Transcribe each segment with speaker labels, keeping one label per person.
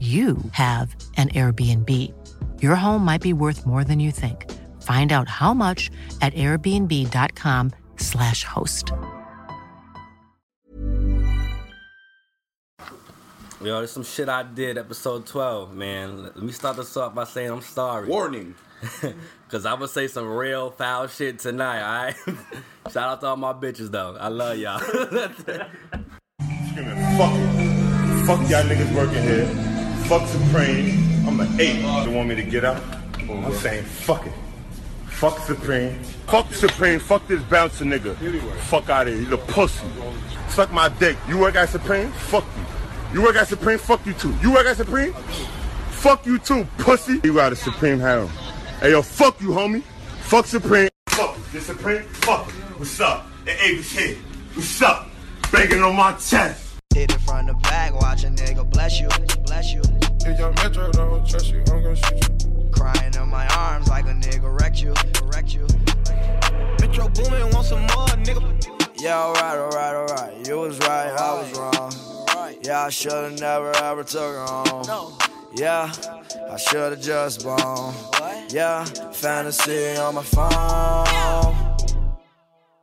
Speaker 1: you have an Airbnb. Your home might be worth more than you think. Find out how much at airbnb.com/slash host.
Speaker 2: Yo, there's some shit I did, episode 12, man. Let me start this off by saying I'm sorry.
Speaker 3: Warning.
Speaker 2: Because I'm going to say some real foul shit tonight, all right? Shout out to all my bitches, though. I love y'all.
Speaker 4: Screaming, fuck it. Fuck y'all niggas working here. Fuck Supreme. I'm an ape. They want me to get out. I'm saying, fuck it. Fuck Supreme. Fuck Supreme. Fuck this bouncer nigga. Fuck out of here. You the pussy. Suck my dick. You work at Supreme? Fuck you. You work at Supreme? Fuck you too. You work at Supreme? Fuck you too, pussy. You out of Supreme Harem. Hey yo, fuck you, homie. Fuck Supreme. Fuck it. The Supreme? Fuck it. What's up? The ape is here. What's up? Banging on my chest.
Speaker 5: Hit it from the back, watch a nigga bless you, bless you.
Speaker 6: If your metro don't trust you, I'm gonna shoot you.
Speaker 5: Crying in my arms like a nigga wrecked you, wrecked you.
Speaker 7: Metro booming, want some more, nigga.
Speaker 5: Yeah, alright, alright, alright. You was right, I was wrong. Yeah, I should've never ever took her home. Yeah, I should've just blown. Yeah, fantasy on my phone.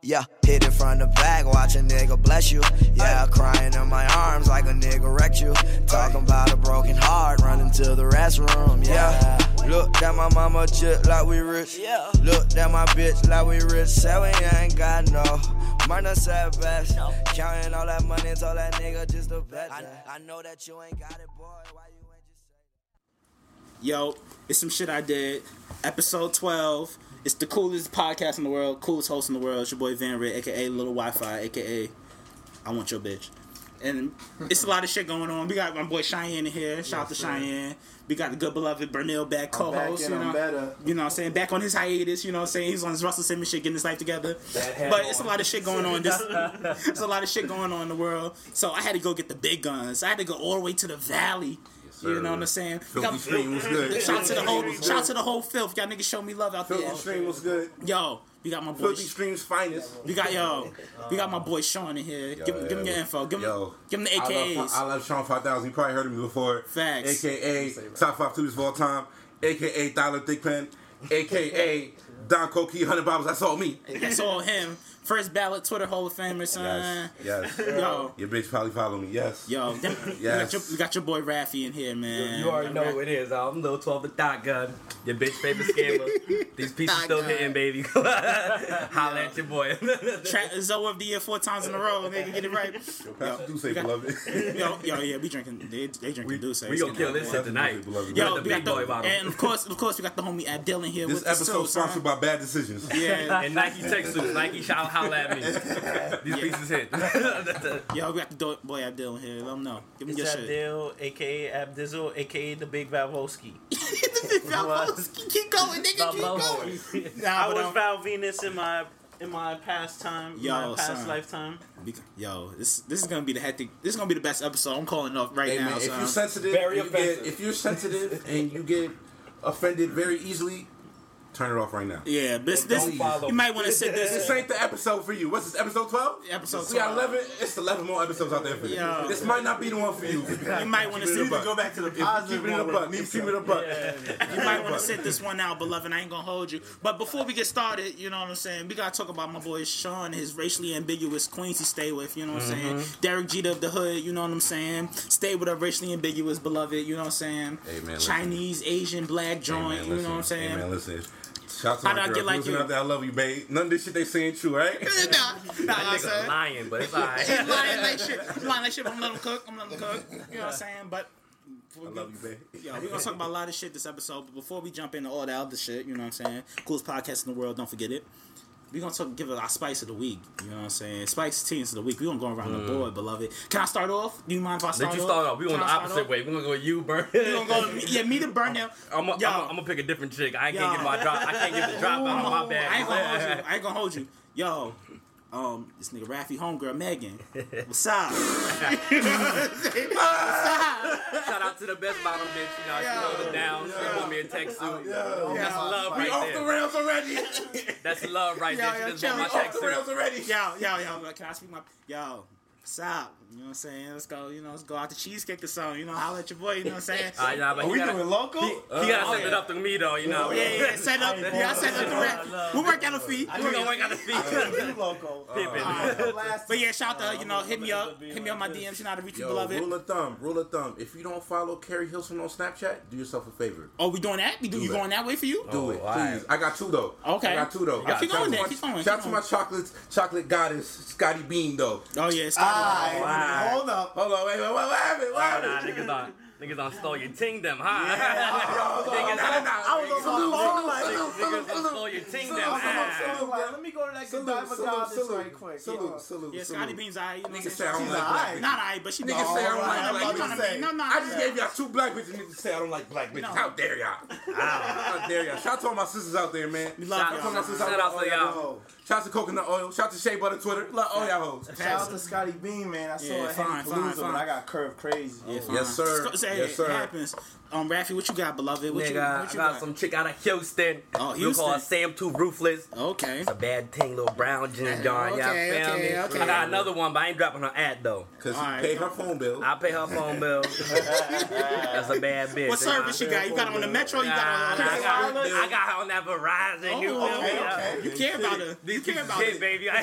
Speaker 5: Yeah, hit it from the back, watch a nigga bless you. Yeah, crying in my arms like a nigga wrecked you. Talking about a broken heart, running to the restroom. Yeah, look at my mama just like we rich. Yeah, look at my bitch like we rich. Said we ain't got no murder setbacks. Counting all that money, told that nigga just a bet. I, I know that you ain't got it, boy. Why you ain't just
Speaker 8: Yo, it's some shit I did. Episode 12. It's the coolest podcast in the world, coolest host in the world. It's your boy Van Red, aka Little Wi Fi, aka I Want Your Bitch. And it's a lot of shit going on. We got my boy Cheyenne in here. Shout out to Cheyenne. We got the good beloved Bernil back co host. You,
Speaker 9: and I'm
Speaker 8: know?
Speaker 9: better.
Speaker 8: you know what I'm saying? Back on his hiatus, you know what I'm saying? He's on his Russell Simmons shit, getting his life together. But it's a lot of shit going on. This, it's a lot of shit going on in the world. So I had to go get the big guns. I had to go all the way to the valley. you know what I'm saying?
Speaker 3: Filthy Stream was good.
Speaker 8: Shout out to the whole, shout out to the whole filth. Y'all niggas show me love out
Speaker 3: Filthy
Speaker 8: there.
Speaker 3: Stream was good.
Speaker 8: Yo, we got my boy.
Speaker 3: Filthy Stream's finest.
Speaker 8: We got yo. We got my boy Sean in here. give, him- give him your info. Give him,
Speaker 3: Yo.
Speaker 8: give him the
Speaker 3: I
Speaker 8: AKAs.
Speaker 3: love, I love Sean 5000. You probably heard of me before.
Speaker 8: Facts.
Speaker 3: AKA Top 5 Tutors of All Time. AKA Dollar Thick Pen. AKA Don Cokie, 100 Bibles. That's all me.
Speaker 8: That's all him. First ballot Twitter Hall of Famer, son.
Speaker 3: Yes. Yes.
Speaker 8: Yo,
Speaker 3: Your bitch probably follow me. Yes.
Speaker 8: yo, them- we, got
Speaker 3: Yes.
Speaker 8: your, we got your boy Raffy in here, man.
Speaker 2: You already know who it is. I'm Lil 12 the Dot Gun, your bitch favorite scammer. These pieces still hitting, baby. Holla at your boy.
Speaker 8: Tra- Zoe of the year four times in a row, nigga, get it right.
Speaker 3: Pastor Duce, beloved.
Speaker 8: Yo, yo, yeah, we drinking, they, they drinking we, Deuce.
Speaker 2: we gonna kill this shit tonight.
Speaker 3: Beloved.
Speaker 8: Yo,
Speaker 2: the
Speaker 8: we got
Speaker 2: big
Speaker 8: the,
Speaker 2: boy bottle.
Speaker 8: and of course, of course, we got the homie Adil in here.
Speaker 3: This
Speaker 8: with us,
Speaker 3: episode
Speaker 8: too, son.
Speaker 3: sponsored by Bad Decisions.
Speaker 8: Yeah,
Speaker 2: And Nike tech suits. Nike, shout, holla at me. These pieces hit.
Speaker 8: yo, we got the do- boy Adil in here. Let him know. Give him your
Speaker 9: It's
Speaker 8: shit.
Speaker 9: Abdil, aka Abdizzle, aka the Big Valvoski.
Speaker 8: keep going, nigga. Keep going. Nah,
Speaker 9: I
Speaker 8: but,
Speaker 9: was
Speaker 8: um,
Speaker 9: Val Venus in my in my past time,
Speaker 8: Yo,
Speaker 9: my past
Speaker 8: son.
Speaker 9: lifetime.
Speaker 8: we- Yo, this this is gonna be the hectic. This is gonna be the best episode. I'm calling it off right
Speaker 3: Hey,
Speaker 8: now.
Speaker 3: man, if
Speaker 8: son.
Speaker 3: you're sensitive,
Speaker 9: Very
Speaker 3: and you get,
Speaker 9: offensive.
Speaker 3: if you're sensitive and you get offended very easily, Turn it off right now.
Speaker 8: Yeah, this, this you might want to sit this.
Speaker 3: This ain't the episode for you. What's this episode twelve?
Speaker 8: Episode
Speaker 3: We got
Speaker 8: 12.
Speaker 3: eleven. It's eleven more episodes out there for you.
Speaker 8: Yo.
Speaker 3: This might not be the one for you.
Speaker 8: You might wanna sit-
Speaker 3: go back to the positive. Keep it in the buck. Keep it in the buck.
Speaker 8: You might want to sit this one out, beloved. I ain't gonna hold you. But before we get started, you know what I'm saying. We gotta talk about my boy Sean, his racially ambiguous queens he stay with. You know what I'm saying.
Speaker 10: Mhm.
Speaker 8: Derek Jeter of the hood. You know what I'm saying. Stay with a racially ambiguous beloved. You know what I'm saying.
Speaker 3: Hey, man, listen.
Speaker 8: Chinese, Asian, black joint.
Speaker 3: Hey, man,
Speaker 8: you know what I'm
Speaker 3: listen. Hey,
Speaker 8: saying.
Speaker 3: man, listen. Shout out to my
Speaker 8: How do I
Speaker 3: girl.
Speaker 8: get like
Speaker 3: Listen
Speaker 8: you?
Speaker 3: out there, I love you, babe. None of this shit they saying true, right?
Speaker 8: That nigga
Speaker 10: lying, but it's
Speaker 8: He's lying like shit. He's lying like shit. I'm letting him cook. I'm letting him cook. You know what I'm saying? But
Speaker 3: I love you, babe.
Speaker 8: Yo, we're gonna talk about a lot of shit this episode, but before we jump into all that other shit, you know what I'm saying? Coolest podcast in the world, don't forget it. We're gonna talk, give it our spice of the week. You know what I'm saying? Spice teams of the week. We're gonna go around the
Speaker 2: Mm.
Speaker 8: board, beloved. Can I start off? Do you mind if I start
Speaker 2: Let you
Speaker 8: off?
Speaker 2: start off. We
Speaker 8: Can
Speaker 2: on the
Speaker 8: I start
Speaker 2: opposite
Speaker 8: off?
Speaker 2: way. We're gonna go you, burn.
Speaker 8: We gonna go- yeah, me to burn down.
Speaker 2: I'm gonna I'm pick a different chick. I can't give my drop. I can't give the drop out. My bad.
Speaker 8: I ain't gonna hold you. I ain't gonna hold you. Yo, um, this nigga Raffy homegirl Megan. What's up?
Speaker 2: Shout out to the best bottom bitch. You know, she rolled it down. She bought me a text suit. That's love
Speaker 3: We
Speaker 2: right
Speaker 3: off
Speaker 2: there.
Speaker 3: the rails already.
Speaker 2: That's love right there. She just bought my
Speaker 8: chill.
Speaker 2: text suit.
Speaker 8: Yo, yo, yo, like, can I speak my yo? What's up? You know what I'm saying? Let's go, you know, let's go out to Cheesecake or something. You know, holla at your boy, you know what I'm saying?
Speaker 2: All right, nah, Ah, but he gotta- He, he
Speaker 3: Uh,
Speaker 2: gotta set it up to me though, you know.
Speaker 8: Yeah, yeah, yeah. Set up. Yeah, I set up the rap. We work out a fee.
Speaker 2: I know I work out a fee. You
Speaker 8: local.
Speaker 2: Pimpin'.
Speaker 8: But yeah, shout out to her, you know, hit me up. Hit me up my DMs, you know how to reach you,
Speaker 3: Yo, rule
Speaker 8: beloved.
Speaker 3: of thumb, rule of thumb. If you don't follow Carrie Hilson on Snapchat, do yourself a favor.
Speaker 8: Oh, we doing that? We do, you going that way for you?
Speaker 2: Oh,
Speaker 3: Do it, please. I got two though.
Speaker 8: Okay.
Speaker 3: I got two though.
Speaker 8: You got Keep
Speaker 3: Shout
Speaker 8: going
Speaker 3: out
Speaker 8: then,
Speaker 3: to
Speaker 8: keep
Speaker 3: my-
Speaker 8: going,
Speaker 3: Shout out
Speaker 8: keep
Speaker 3: to my chocolate chocolate goddess, Scotty Bean though.
Speaker 8: Oh yeah,
Speaker 2: Scotty. Alright, hold
Speaker 3: up, hold on, wait, wait, wait, what happened? What
Speaker 2: Oh,
Speaker 3: happened?
Speaker 2: nah, niggas on niggas on stole your ting them, huh?
Speaker 3: Niggas on- Salute, salute, salute, salute, salute.
Speaker 2: stole your ting
Speaker 3: Salute,
Speaker 2: them.
Speaker 3: salute,
Speaker 2: ah.
Speaker 3: salute.
Speaker 9: Let me go to that
Speaker 3: Salute,
Speaker 9: Godiva
Speaker 3: salute,
Speaker 9: Goddess
Speaker 3: salute,
Speaker 9: right quick.
Speaker 3: salute,
Speaker 9: Yeah.
Speaker 3: salute,
Speaker 8: Yeah,
Speaker 3: salute.
Speaker 8: Scotty Bean's alright. You know
Speaker 3: Niggas
Speaker 8: what
Speaker 3: say I
Speaker 8: I'm
Speaker 3: don't
Speaker 8: saying?
Speaker 3: like black bitches.
Speaker 8: Not alright, but she
Speaker 3: Niggas say I don't like black
Speaker 8: I'm trying to be-
Speaker 3: bitches.
Speaker 8: No, no,
Speaker 3: I just
Speaker 8: yeah.
Speaker 3: gave y'all two black bitches. Niggas say I don't like black bitches.
Speaker 8: No.
Speaker 3: How dare y'all? How dare y'all? Shout out to all my sisters out there, man.
Speaker 8: love
Speaker 3: Shout out
Speaker 8: y'all,
Speaker 3: to all my
Speaker 8: man.
Speaker 3: sisters out
Speaker 2: Shout out to
Speaker 3: there.
Speaker 2: y'all.
Speaker 3: All y'all. Shout out to coconut oil. Shout out to Shea Butter Twitter. Love all y'all hoes.
Speaker 9: Shout out to Scotty Bean, man. I saw
Speaker 8: Yeah,
Speaker 9: a
Speaker 8: fine,
Speaker 9: fine,
Speaker 8: fine,
Speaker 9: but
Speaker 8: fine.
Speaker 9: I got curved crazy.
Speaker 8: Yeah, fine.
Speaker 3: Yes, sir.
Speaker 8: Sc- Say
Speaker 3: Yes,
Speaker 8: Oh,
Speaker 3: sir.
Speaker 8: it happens. Um, Raffy, what you got, beloved? What you,
Speaker 2: Nigga,
Speaker 8: what
Speaker 2: I
Speaker 8: you
Speaker 2: got some chick out of Houston.
Speaker 8: Oh,
Speaker 2: We call her
Speaker 8: Houston.
Speaker 2: Sam Too Ruthless.
Speaker 8: Okay. It's
Speaker 2: a bad thing, little brown gin darn. y'all
Speaker 8: okay,
Speaker 2: feel
Speaker 8: okay,
Speaker 2: me?
Speaker 8: okay.
Speaker 2: I got another one, but I ain't dropping her ad though.
Speaker 3: Cause
Speaker 8: you Alright. pay her
Speaker 3: phone bill.
Speaker 2: I pay her phone bill. That's a bad bitch.
Speaker 8: What service you got? You got her on the Metro? You got her on
Speaker 2: Nah, nah, I got-
Speaker 8: Chris
Speaker 2: I got her on that Verizon. you
Speaker 8: Oh,
Speaker 2: feel me?
Speaker 8: okay, okay. You care about her.
Speaker 2: These
Speaker 8: You care
Speaker 2: pieces
Speaker 8: about
Speaker 2: hit,
Speaker 8: it.
Speaker 2: baby. I,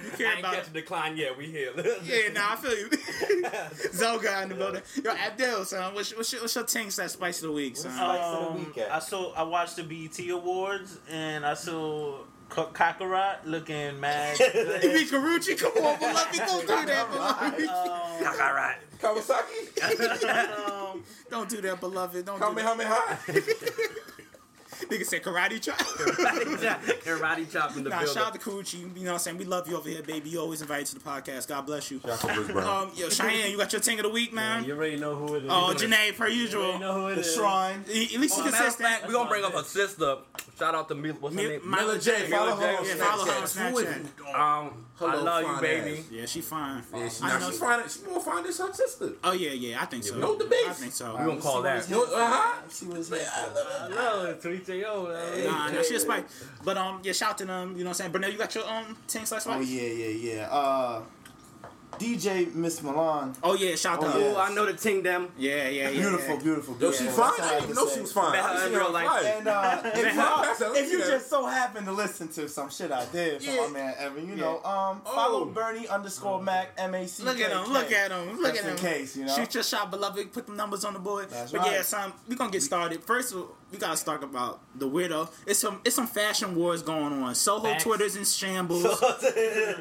Speaker 2: you
Speaker 8: care
Speaker 2: I ain't
Speaker 8: about
Speaker 2: catch a decline yet. We here.
Speaker 8: Yeah, nah, I feel you. Zoga in the building. Yo, Abdel, son, what's, what's, your, what's your tank slash spice of the week, son?
Speaker 11: Um, I saw. I watched the BET Awards and I saw K- Kakarot looking mad.
Speaker 8: You mean Karuchi? Come on, beloved, don't do that, beloved.
Speaker 2: Kakarot.
Speaker 3: Kawasaki?
Speaker 8: Um, don't do that, beloved. Don't do that.
Speaker 3: Kamehameha?
Speaker 8: Nigga said karate chop.
Speaker 2: Karate chop in the
Speaker 8: Nah,
Speaker 2: building.
Speaker 8: shout out to Karuchi. You know what I'm saying? We love you over here, baby. You always invited to the podcast. God bless you.
Speaker 3: out to Chris Brown.
Speaker 8: Um, yo, Cheyenne, you got your tank of the week, man?
Speaker 9: You already know who it is.
Speaker 8: Oh, Janae, per usual.
Speaker 9: already know who it
Speaker 8: the
Speaker 9: is.
Speaker 8: shrine. At least she
Speaker 2: Oh, matter of
Speaker 8: consistent.
Speaker 2: fact, we gonna bring up her sister. Shout out to Mil- what's her name?
Speaker 8: Mila J. Follow her on
Speaker 2: J.
Speaker 8: Snapchat. Follow her on
Speaker 2: Who is- Um, I
Speaker 3: Hello,
Speaker 2: love you,
Speaker 3: fine
Speaker 2: baby.
Speaker 3: ass.
Speaker 8: Yeah, she fine.
Speaker 3: Yeah, she,
Speaker 8: I
Speaker 3: now
Speaker 8: know-
Speaker 3: she's fine. She won't find this her sister.
Speaker 8: Oh yeah, yeah, I think so.
Speaker 3: No debate.
Speaker 8: I think so.
Speaker 2: Oh, We gonna call that.
Speaker 3: No, uh-huh.
Speaker 9: She was
Speaker 2: Hello, Twitch
Speaker 8: Nah, nah, she a spike. But um, yeah, shout to them. You know what I'm saying? Brunel, you got your um tank slash spice.
Speaker 9: Oh yeah, yeah, yeah. Uh, DJ Miss Milan.
Speaker 8: Oh yeah, shout
Speaker 9: Oh,
Speaker 8: to
Speaker 9: yeah.
Speaker 8: them.
Speaker 2: Oh, I know the ting them.
Speaker 8: Yeah, yeah, yeah.
Speaker 9: Beautiful,
Speaker 8: yeah.
Speaker 9: beautiful.
Speaker 3: Yo, she
Speaker 9: beautiful.
Speaker 3: fine.
Speaker 9: That's all
Speaker 3: I didn't
Speaker 9: can
Speaker 3: even know
Speaker 9: say.
Speaker 3: she was fine.
Speaker 2: Met her
Speaker 3: I
Speaker 2: in
Speaker 3: seen her
Speaker 2: real
Speaker 3: on
Speaker 2: life.
Speaker 3: fire.
Speaker 9: And uh,
Speaker 3: Met
Speaker 9: if,
Speaker 3: her on Snapchat.
Speaker 9: you, if you
Speaker 3: Yeah.
Speaker 9: just so happen to listen to some shit I did from
Speaker 3: Yeah. Oh.
Speaker 9: my man Evan, you know, um, follow Bernie underscore Mac M A C.
Speaker 8: Look at him! Look at him! Look
Speaker 9: Just
Speaker 8: at
Speaker 9: in
Speaker 8: him!
Speaker 9: case, you know.
Speaker 8: Shoot your shot, beloved. Put the numbers on the board.
Speaker 9: That's
Speaker 8: but yeah,
Speaker 9: right.
Speaker 8: son, we gonna get started. First, of all, we gotta talk about the weirdo. It's some it's some fashion wars going on. Soho
Speaker 2: Facts.
Speaker 8: Twitter's in shambles.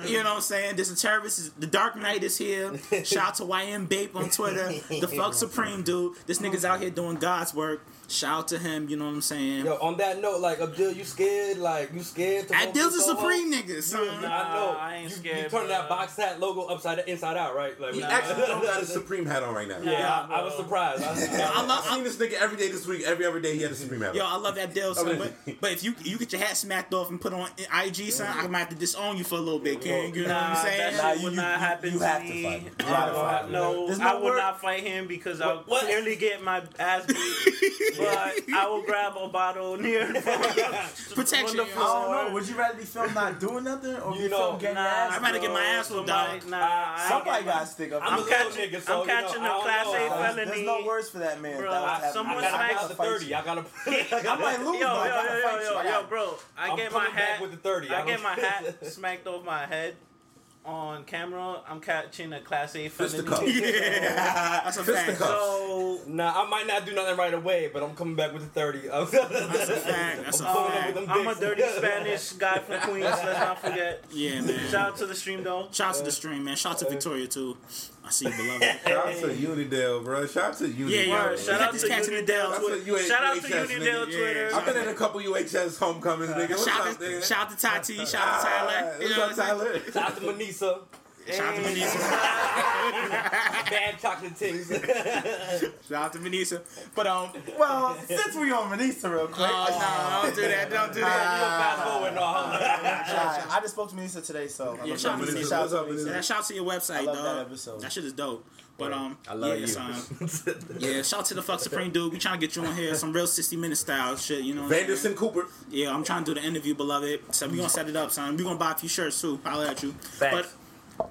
Speaker 8: you know what I'm saying? There's a terrorist. is- The Dark Knight is here. Shout out to YM Bape on Twitter. The fuck supreme dude. This nigga's out here doing God's work. Shout out to him. You know what I'm saying?
Speaker 2: Yo, on that note, like Abdul, you scared? Like you scared? to
Speaker 8: Abdil's a
Speaker 2: vote for Soho?
Speaker 8: supreme nigga, son.
Speaker 2: Nah, I know.
Speaker 11: I ain't
Speaker 2: you, You
Speaker 11: scared,
Speaker 2: turn that
Speaker 11: bruh.
Speaker 2: box hat logo upside inside out, right? Like
Speaker 3: He
Speaker 2: nah.
Speaker 3: actually don't got his Supreme hat on right now.
Speaker 2: Yeah, I, I was surprised. I,
Speaker 8: I
Speaker 3: I've
Speaker 8: love.
Speaker 3: seen this nigga every day this week. Every other day he had a Supreme hat.
Speaker 8: Yo,
Speaker 3: on.
Speaker 8: I love that deal, son.
Speaker 3: Okay.
Speaker 8: But, but if you you get your hat smacked off and put on IG, son, I might have to disown you for a little bit, King. You know what I'm saying?
Speaker 11: That shit would not happen happened
Speaker 8: You
Speaker 11: to
Speaker 8: have to
Speaker 11: me.
Speaker 8: fight him. You
Speaker 11: I
Speaker 8: gotta
Speaker 11: will-
Speaker 8: fight him.
Speaker 11: No,
Speaker 8: There's no
Speaker 11: I will
Speaker 8: work-
Speaker 11: not fight him because I'll clearly get my ass beat. but I will grab a bottle near
Speaker 8: Protection,
Speaker 9: I don't know. Would you rather be filmed not doing nothing or be filmed getting your ass?
Speaker 8: I'd rather get my
Speaker 9: whooped?
Speaker 8: ass whooped out.
Speaker 11: Nah, I ain't
Speaker 9: Somebody
Speaker 11: getting-
Speaker 9: got to stick up.
Speaker 11: I'm
Speaker 9: for
Speaker 11: catching-
Speaker 9: yourself.
Speaker 11: I'm So, you know, catching a I don't class know. A
Speaker 9: There's-
Speaker 11: felony.
Speaker 9: There's no words for that man.
Speaker 11: Bro,
Speaker 9: that was happening.
Speaker 11: someone
Speaker 9: I gotta- I
Speaker 11: smacks
Speaker 9: gotta
Speaker 11: the
Speaker 9: fight
Speaker 11: 30.
Speaker 9: you.
Speaker 11: I
Speaker 2: gotta.
Speaker 9: I might lose,
Speaker 11: yo,
Speaker 9: but
Speaker 11: yo,
Speaker 9: I gotta
Speaker 11: yo,
Speaker 9: fight you.
Speaker 11: yo,
Speaker 9: I
Speaker 11: yo,
Speaker 9: gotta-
Speaker 11: bro. I
Speaker 9: I'm
Speaker 11: get my
Speaker 9: coming back
Speaker 11: hat
Speaker 9: with the 30.
Speaker 11: I,
Speaker 9: I
Speaker 11: get
Speaker 9: don't-
Speaker 11: my hat smacked off my head on camera. I'm catching a class A felony.
Speaker 2: That's
Speaker 11: a fact.
Speaker 2: So, nah, I might not do nothing right away, but I'm coming back with the 30. That's a fact.
Speaker 11: That's a fact. I'm a dirty Spanish guy from Queens. Let's not forget.
Speaker 8: Yeah, man.
Speaker 11: Shout out to the stream though.
Speaker 8: Shout out to the stream, man. Shout out to Victoria too. I see you, beloved.
Speaker 3: Shout out to Unidale, bro. Shout out to Unidale.
Speaker 8: Yeah, yeah. Word. Shout
Speaker 3: Look at
Speaker 8: out
Speaker 3: these
Speaker 8: to
Speaker 3: cats in the
Speaker 8: Unidale
Speaker 3: Dell.
Speaker 8: Twitter.
Speaker 3: That's a
Speaker 8: Shout out to
Speaker 3: UHS
Speaker 8: Unidale
Speaker 3: nigga.
Speaker 8: Twitter.
Speaker 3: I've been in a couple UHS homecomings, nigga. What's
Speaker 8: shout,
Speaker 3: up,
Speaker 8: to,
Speaker 3: nigga?
Speaker 8: shout out to Tati. Shout out to Tyler.
Speaker 3: Ah,
Speaker 8: You know
Speaker 3: What's up,
Speaker 8: what I'm saying?
Speaker 3: Tyler?
Speaker 2: Shout out to Manisa.
Speaker 8: Shout out to Manisa.
Speaker 2: Bad chocolate things.
Speaker 8: Shout out to Manisa. But um,
Speaker 9: Well, since we on Manisa real quick. Ah.
Speaker 8: Oh, no, don't do that, don't do that. You gonna fast forward, no, hold on.
Speaker 9: Nah, I just spoke to Manisa today, so
Speaker 8: yeah, shout out to Manisa.
Speaker 9: Shout out to
Speaker 8: Yeah, shout out to your website,
Speaker 9: I love
Speaker 8: dog.
Speaker 9: that episode.
Speaker 8: shit is dope. But um,
Speaker 9: I love
Speaker 8: yeah,
Speaker 9: you.
Speaker 8: son. yeah, shout out to the fuck supreme dude. We trying to get you on here, some real sixty minute style shit. You know, what I'm
Speaker 3: Vanderson
Speaker 8: saying?
Speaker 3: Cooper.
Speaker 8: Yeah, I'm trying to do the interview, beloved. So we gonna set it up, son. We gonna buy a few shirts too. Probably at you. But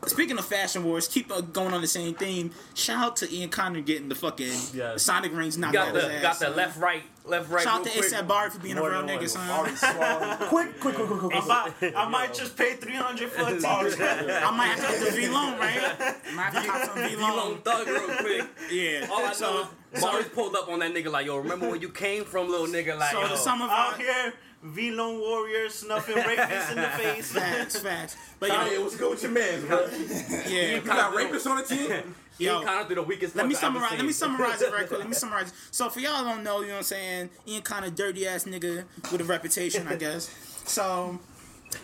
Speaker 8: speaking of fashion wars, keep uh, going on the same theme. Shout out to Ian Connor getting the fucking Sonic rings knocked
Speaker 2: Got
Speaker 8: out
Speaker 2: the-
Speaker 8: his ass.
Speaker 2: got the
Speaker 8: son.
Speaker 2: left, right, left, right
Speaker 8: Shout out to
Speaker 2: real quick.
Speaker 8: ASAP Barry for being a
Speaker 2: More
Speaker 8: real
Speaker 2: than
Speaker 8: nigga,
Speaker 2: one.
Speaker 8: son.
Speaker 9: quick, quick, quick, quick, quick.
Speaker 11: I, might- I might just pay three hundred for a t-shirt.
Speaker 8: I might have to up the V loan, right? Might have to cop some V loan.
Speaker 2: thug real quick.
Speaker 8: Yeah.
Speaker 2: All I
Speaker 8: So-
Speaker 2: know is Mars pulled up on that nigga like, yo, remember when you came from, little nigga? Like, yo.
Speaker 11: out here, V Lone Warrior snuffing rapists in the face.
Speaker 8: Facts, facts.
Speaker 11: But
Speaker 3: But
Speaker 11: yo-
Speaker 3: Kanye, what's good with your man, bro?
Speaker 8: Yeah.
Speaker 3: you got rapists on the team.
Speaker 8: Yo,
Speaker 2: Ian Connor through the weakest.
Speaker 8: Let me
Speaker 2: month I've ever
Speaker 8: summarize. Let me
Speaker 2: seen.
Speaker 8: summarize it right quick. Let me summarize. It. So for y'all don't know, you know what I'm saying? Ian kind of dirty ass nigga with a reputation, I guess. So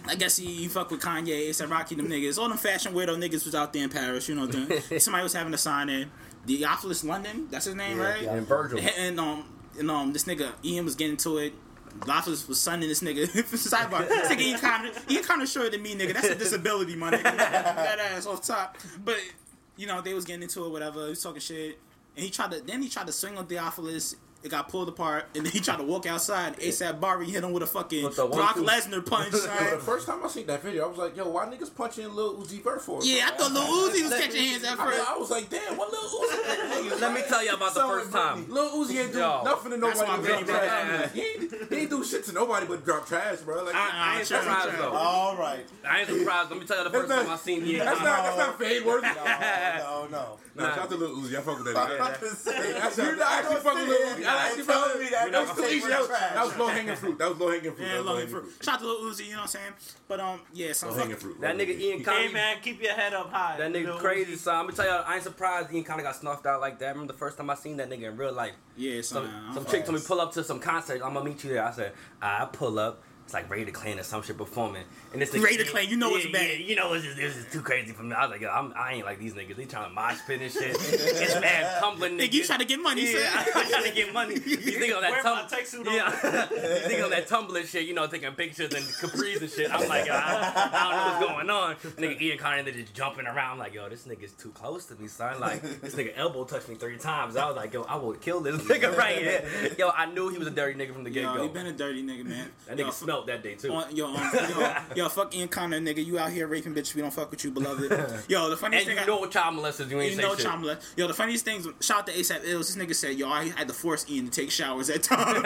Speaker 8: I guess you, you fuck with Kanye, it's Rocky them niggas, all them fashion weirdo niggas was out there in Paris. You know, doing, somebody was having a sign in Theophilus London. That's his name,
Speaker 2: Yeah,
Speaker 8: right?
Speaker 2: yeah, and Virgil.
Speaker 8: And um, and um, this nigga Ian was getting to it. Theophilus was sunning this nigga. Sidebar. This nigga Ian Connor. Ian Connor shorter than me, nigga. That's a disability, my nigga. That ass off top. But you know, they was getting into it, whatever. He was talking shit, and he tried to. Then he tried to swing on Theophilus. It got pulled apart, and then he tried to walk outside. ASAP Barbie hit him with a fucking
Speaker 3: the one,
Speaker 8: Brock
Speaker 3: two.
Speaker 8: Lesnar punch. son.
Speaker 3: the first time I seen that video, I was like, yo, why niggas punching Lil Uzi Vert for?
Speaker 8: Yeah, I thought Lil Uzi was catching hands at
Speaker 3: I mean,
Speaker 8: first.
Speaker 3: I was like, damn, what Lil Uzi?
Speaker 2: Let me tell you about the first time.
Speaker 3: Lil Uzi ain't do
Speaker 2: Yo,
Speaker 3: nothing to
Speaker 2: that's
Speaker 3: nobody
Speaker 2: my
Speaker 3: but drop
Speaker 2: baby, man.
Speaker 3: trash. He ain't, he ain't do shit to nobody but drop trash, bro.
Speaker 8: Uh-uh,
Speaker 3: Like,
Speaker 2: I, I ain't surprised though.
Speaker 9: All right.
Speaker 2: I ain't surprised. Let me tell you the
Speaker 3: That's
Speaker 2: first
Speaker 3: not-
Speaker 2: time I seen Ian
Speaker 3: That's
Speaker 2: Connor.
Speaker 3: not that's not fade worthy.
Speaker 9: No, no.
Speaker 3: Nah, shout out to Lil Uzi. I fuck with that.
Speaker 9: I'm
Speaker 3: nigga.
Speaker 9: about to say,
Speaker 3: That's-
Speaker 9: you're
Speaker 3: I
Speaker 9: not
Speaker 3: actually
Speaker 9: gonna
Speaker 3: fuck with
Speaker 9: sit
Speaker 3: Lil
Speaker 9: here
Speaker 3: Uzi. I actually
Speaker 9: and
Speaker 3: fuck
Speaker 9: tell
Speaker 3: with
Speaker 9: me that
Speaker 3: That was
Speaker 9: that's
Speaker 3: easy. That was-
Speaker 9: trash.
Speaker 3: that was low hanging fruit. That was low hanging fruit.
Speaker 8: Yeah,
Speaker 3: That was
Speaker 8: low
Speaker 3: low-hanging
Speaker 8: hanging fruit. Shout out to Lil Uzi, you know what I'm saying? But um, yeah, so
Speaker 3: Low
Speaker 8: fuck,
Speaker 3: hanging fruit.
Speaker 2: That nigga Ian Connor.
Speaker 11: Hey man, keep your head up high.
Speaker 2: That nigga
Speaker 11: Lil
Speaker 2: crazy,
Speaker 11: Uzi.
Speaker 2: son. I'm gonna tell y'all, I ain't surprised Ian kind of got snuffed out like that. I remember the first time I seen that nigga in real life.
Speaker 8: Yeah,
Speaker 2: some,
Speaker 8: son, I'm
Speaker 2: some chick told me
Speaker 8: fast.
Speaker 2: pull up to some concert. I'm gonna meet you there. I said, I pull up. It's like Ray the Clan or some shit performing, and it's
Speaker 8: Ray the Clan, you know
Speaker 2: yeah,
Speaker 8: it's bad.
Speaker 2: Yeah, you know it's just, this is too crazy for me. I was like, yo, I'm, I ain't like these niggas. They trying to mosh pit and shit. it's mad tumbling.
Speaker 8: Nigga, you trying to get money,
Speaker 2: Yeah,
Speaker 8: son.
Speaker 2: I, am trying to get money. These niggas on that
Speaker 11: Wear my
Speaker 2: tumbling.
Speaker 11: tuxedo.
Speaker 2: Yeah, these niggas on that tumbling shit. You know, taking pictures and capris and shit. I'm like, yo, I, I don't know what's going going on? Nigga Ian Connor they just jumping around like, yo, this nigga's too close to me, son. Like, this nigga elbow touched me three times. I was like, yo, I will kill this nigga right here. Yo, I knew he was a dirty nigga from the get
Speaker 8: yo, he
Speaker 2: go.
Speaker 8: been a dirty nigga, man.
Speaker 2: That
Speaker 8: Yo,
Speaker 2: nigga smelt that day too.
Speaker 8: On, yo, on, yo, yo, fuck Ian Connor, nigga. You out here raping bitches. We don't fuck with you, beloved. Yo, the funniest
Speaker 2: And
Speaker 8: thing
Speaker 2: you
Speaker 8: I
Speaker 2: know what child molesters you ain't
Speaker 8: You know
Speaker 2: say shit.
Speaker 8: Chamla. Yo, the funniest things. Shout out to ASAP Ills. This nigga said, "Yo, I had to force Ian to take showers at times."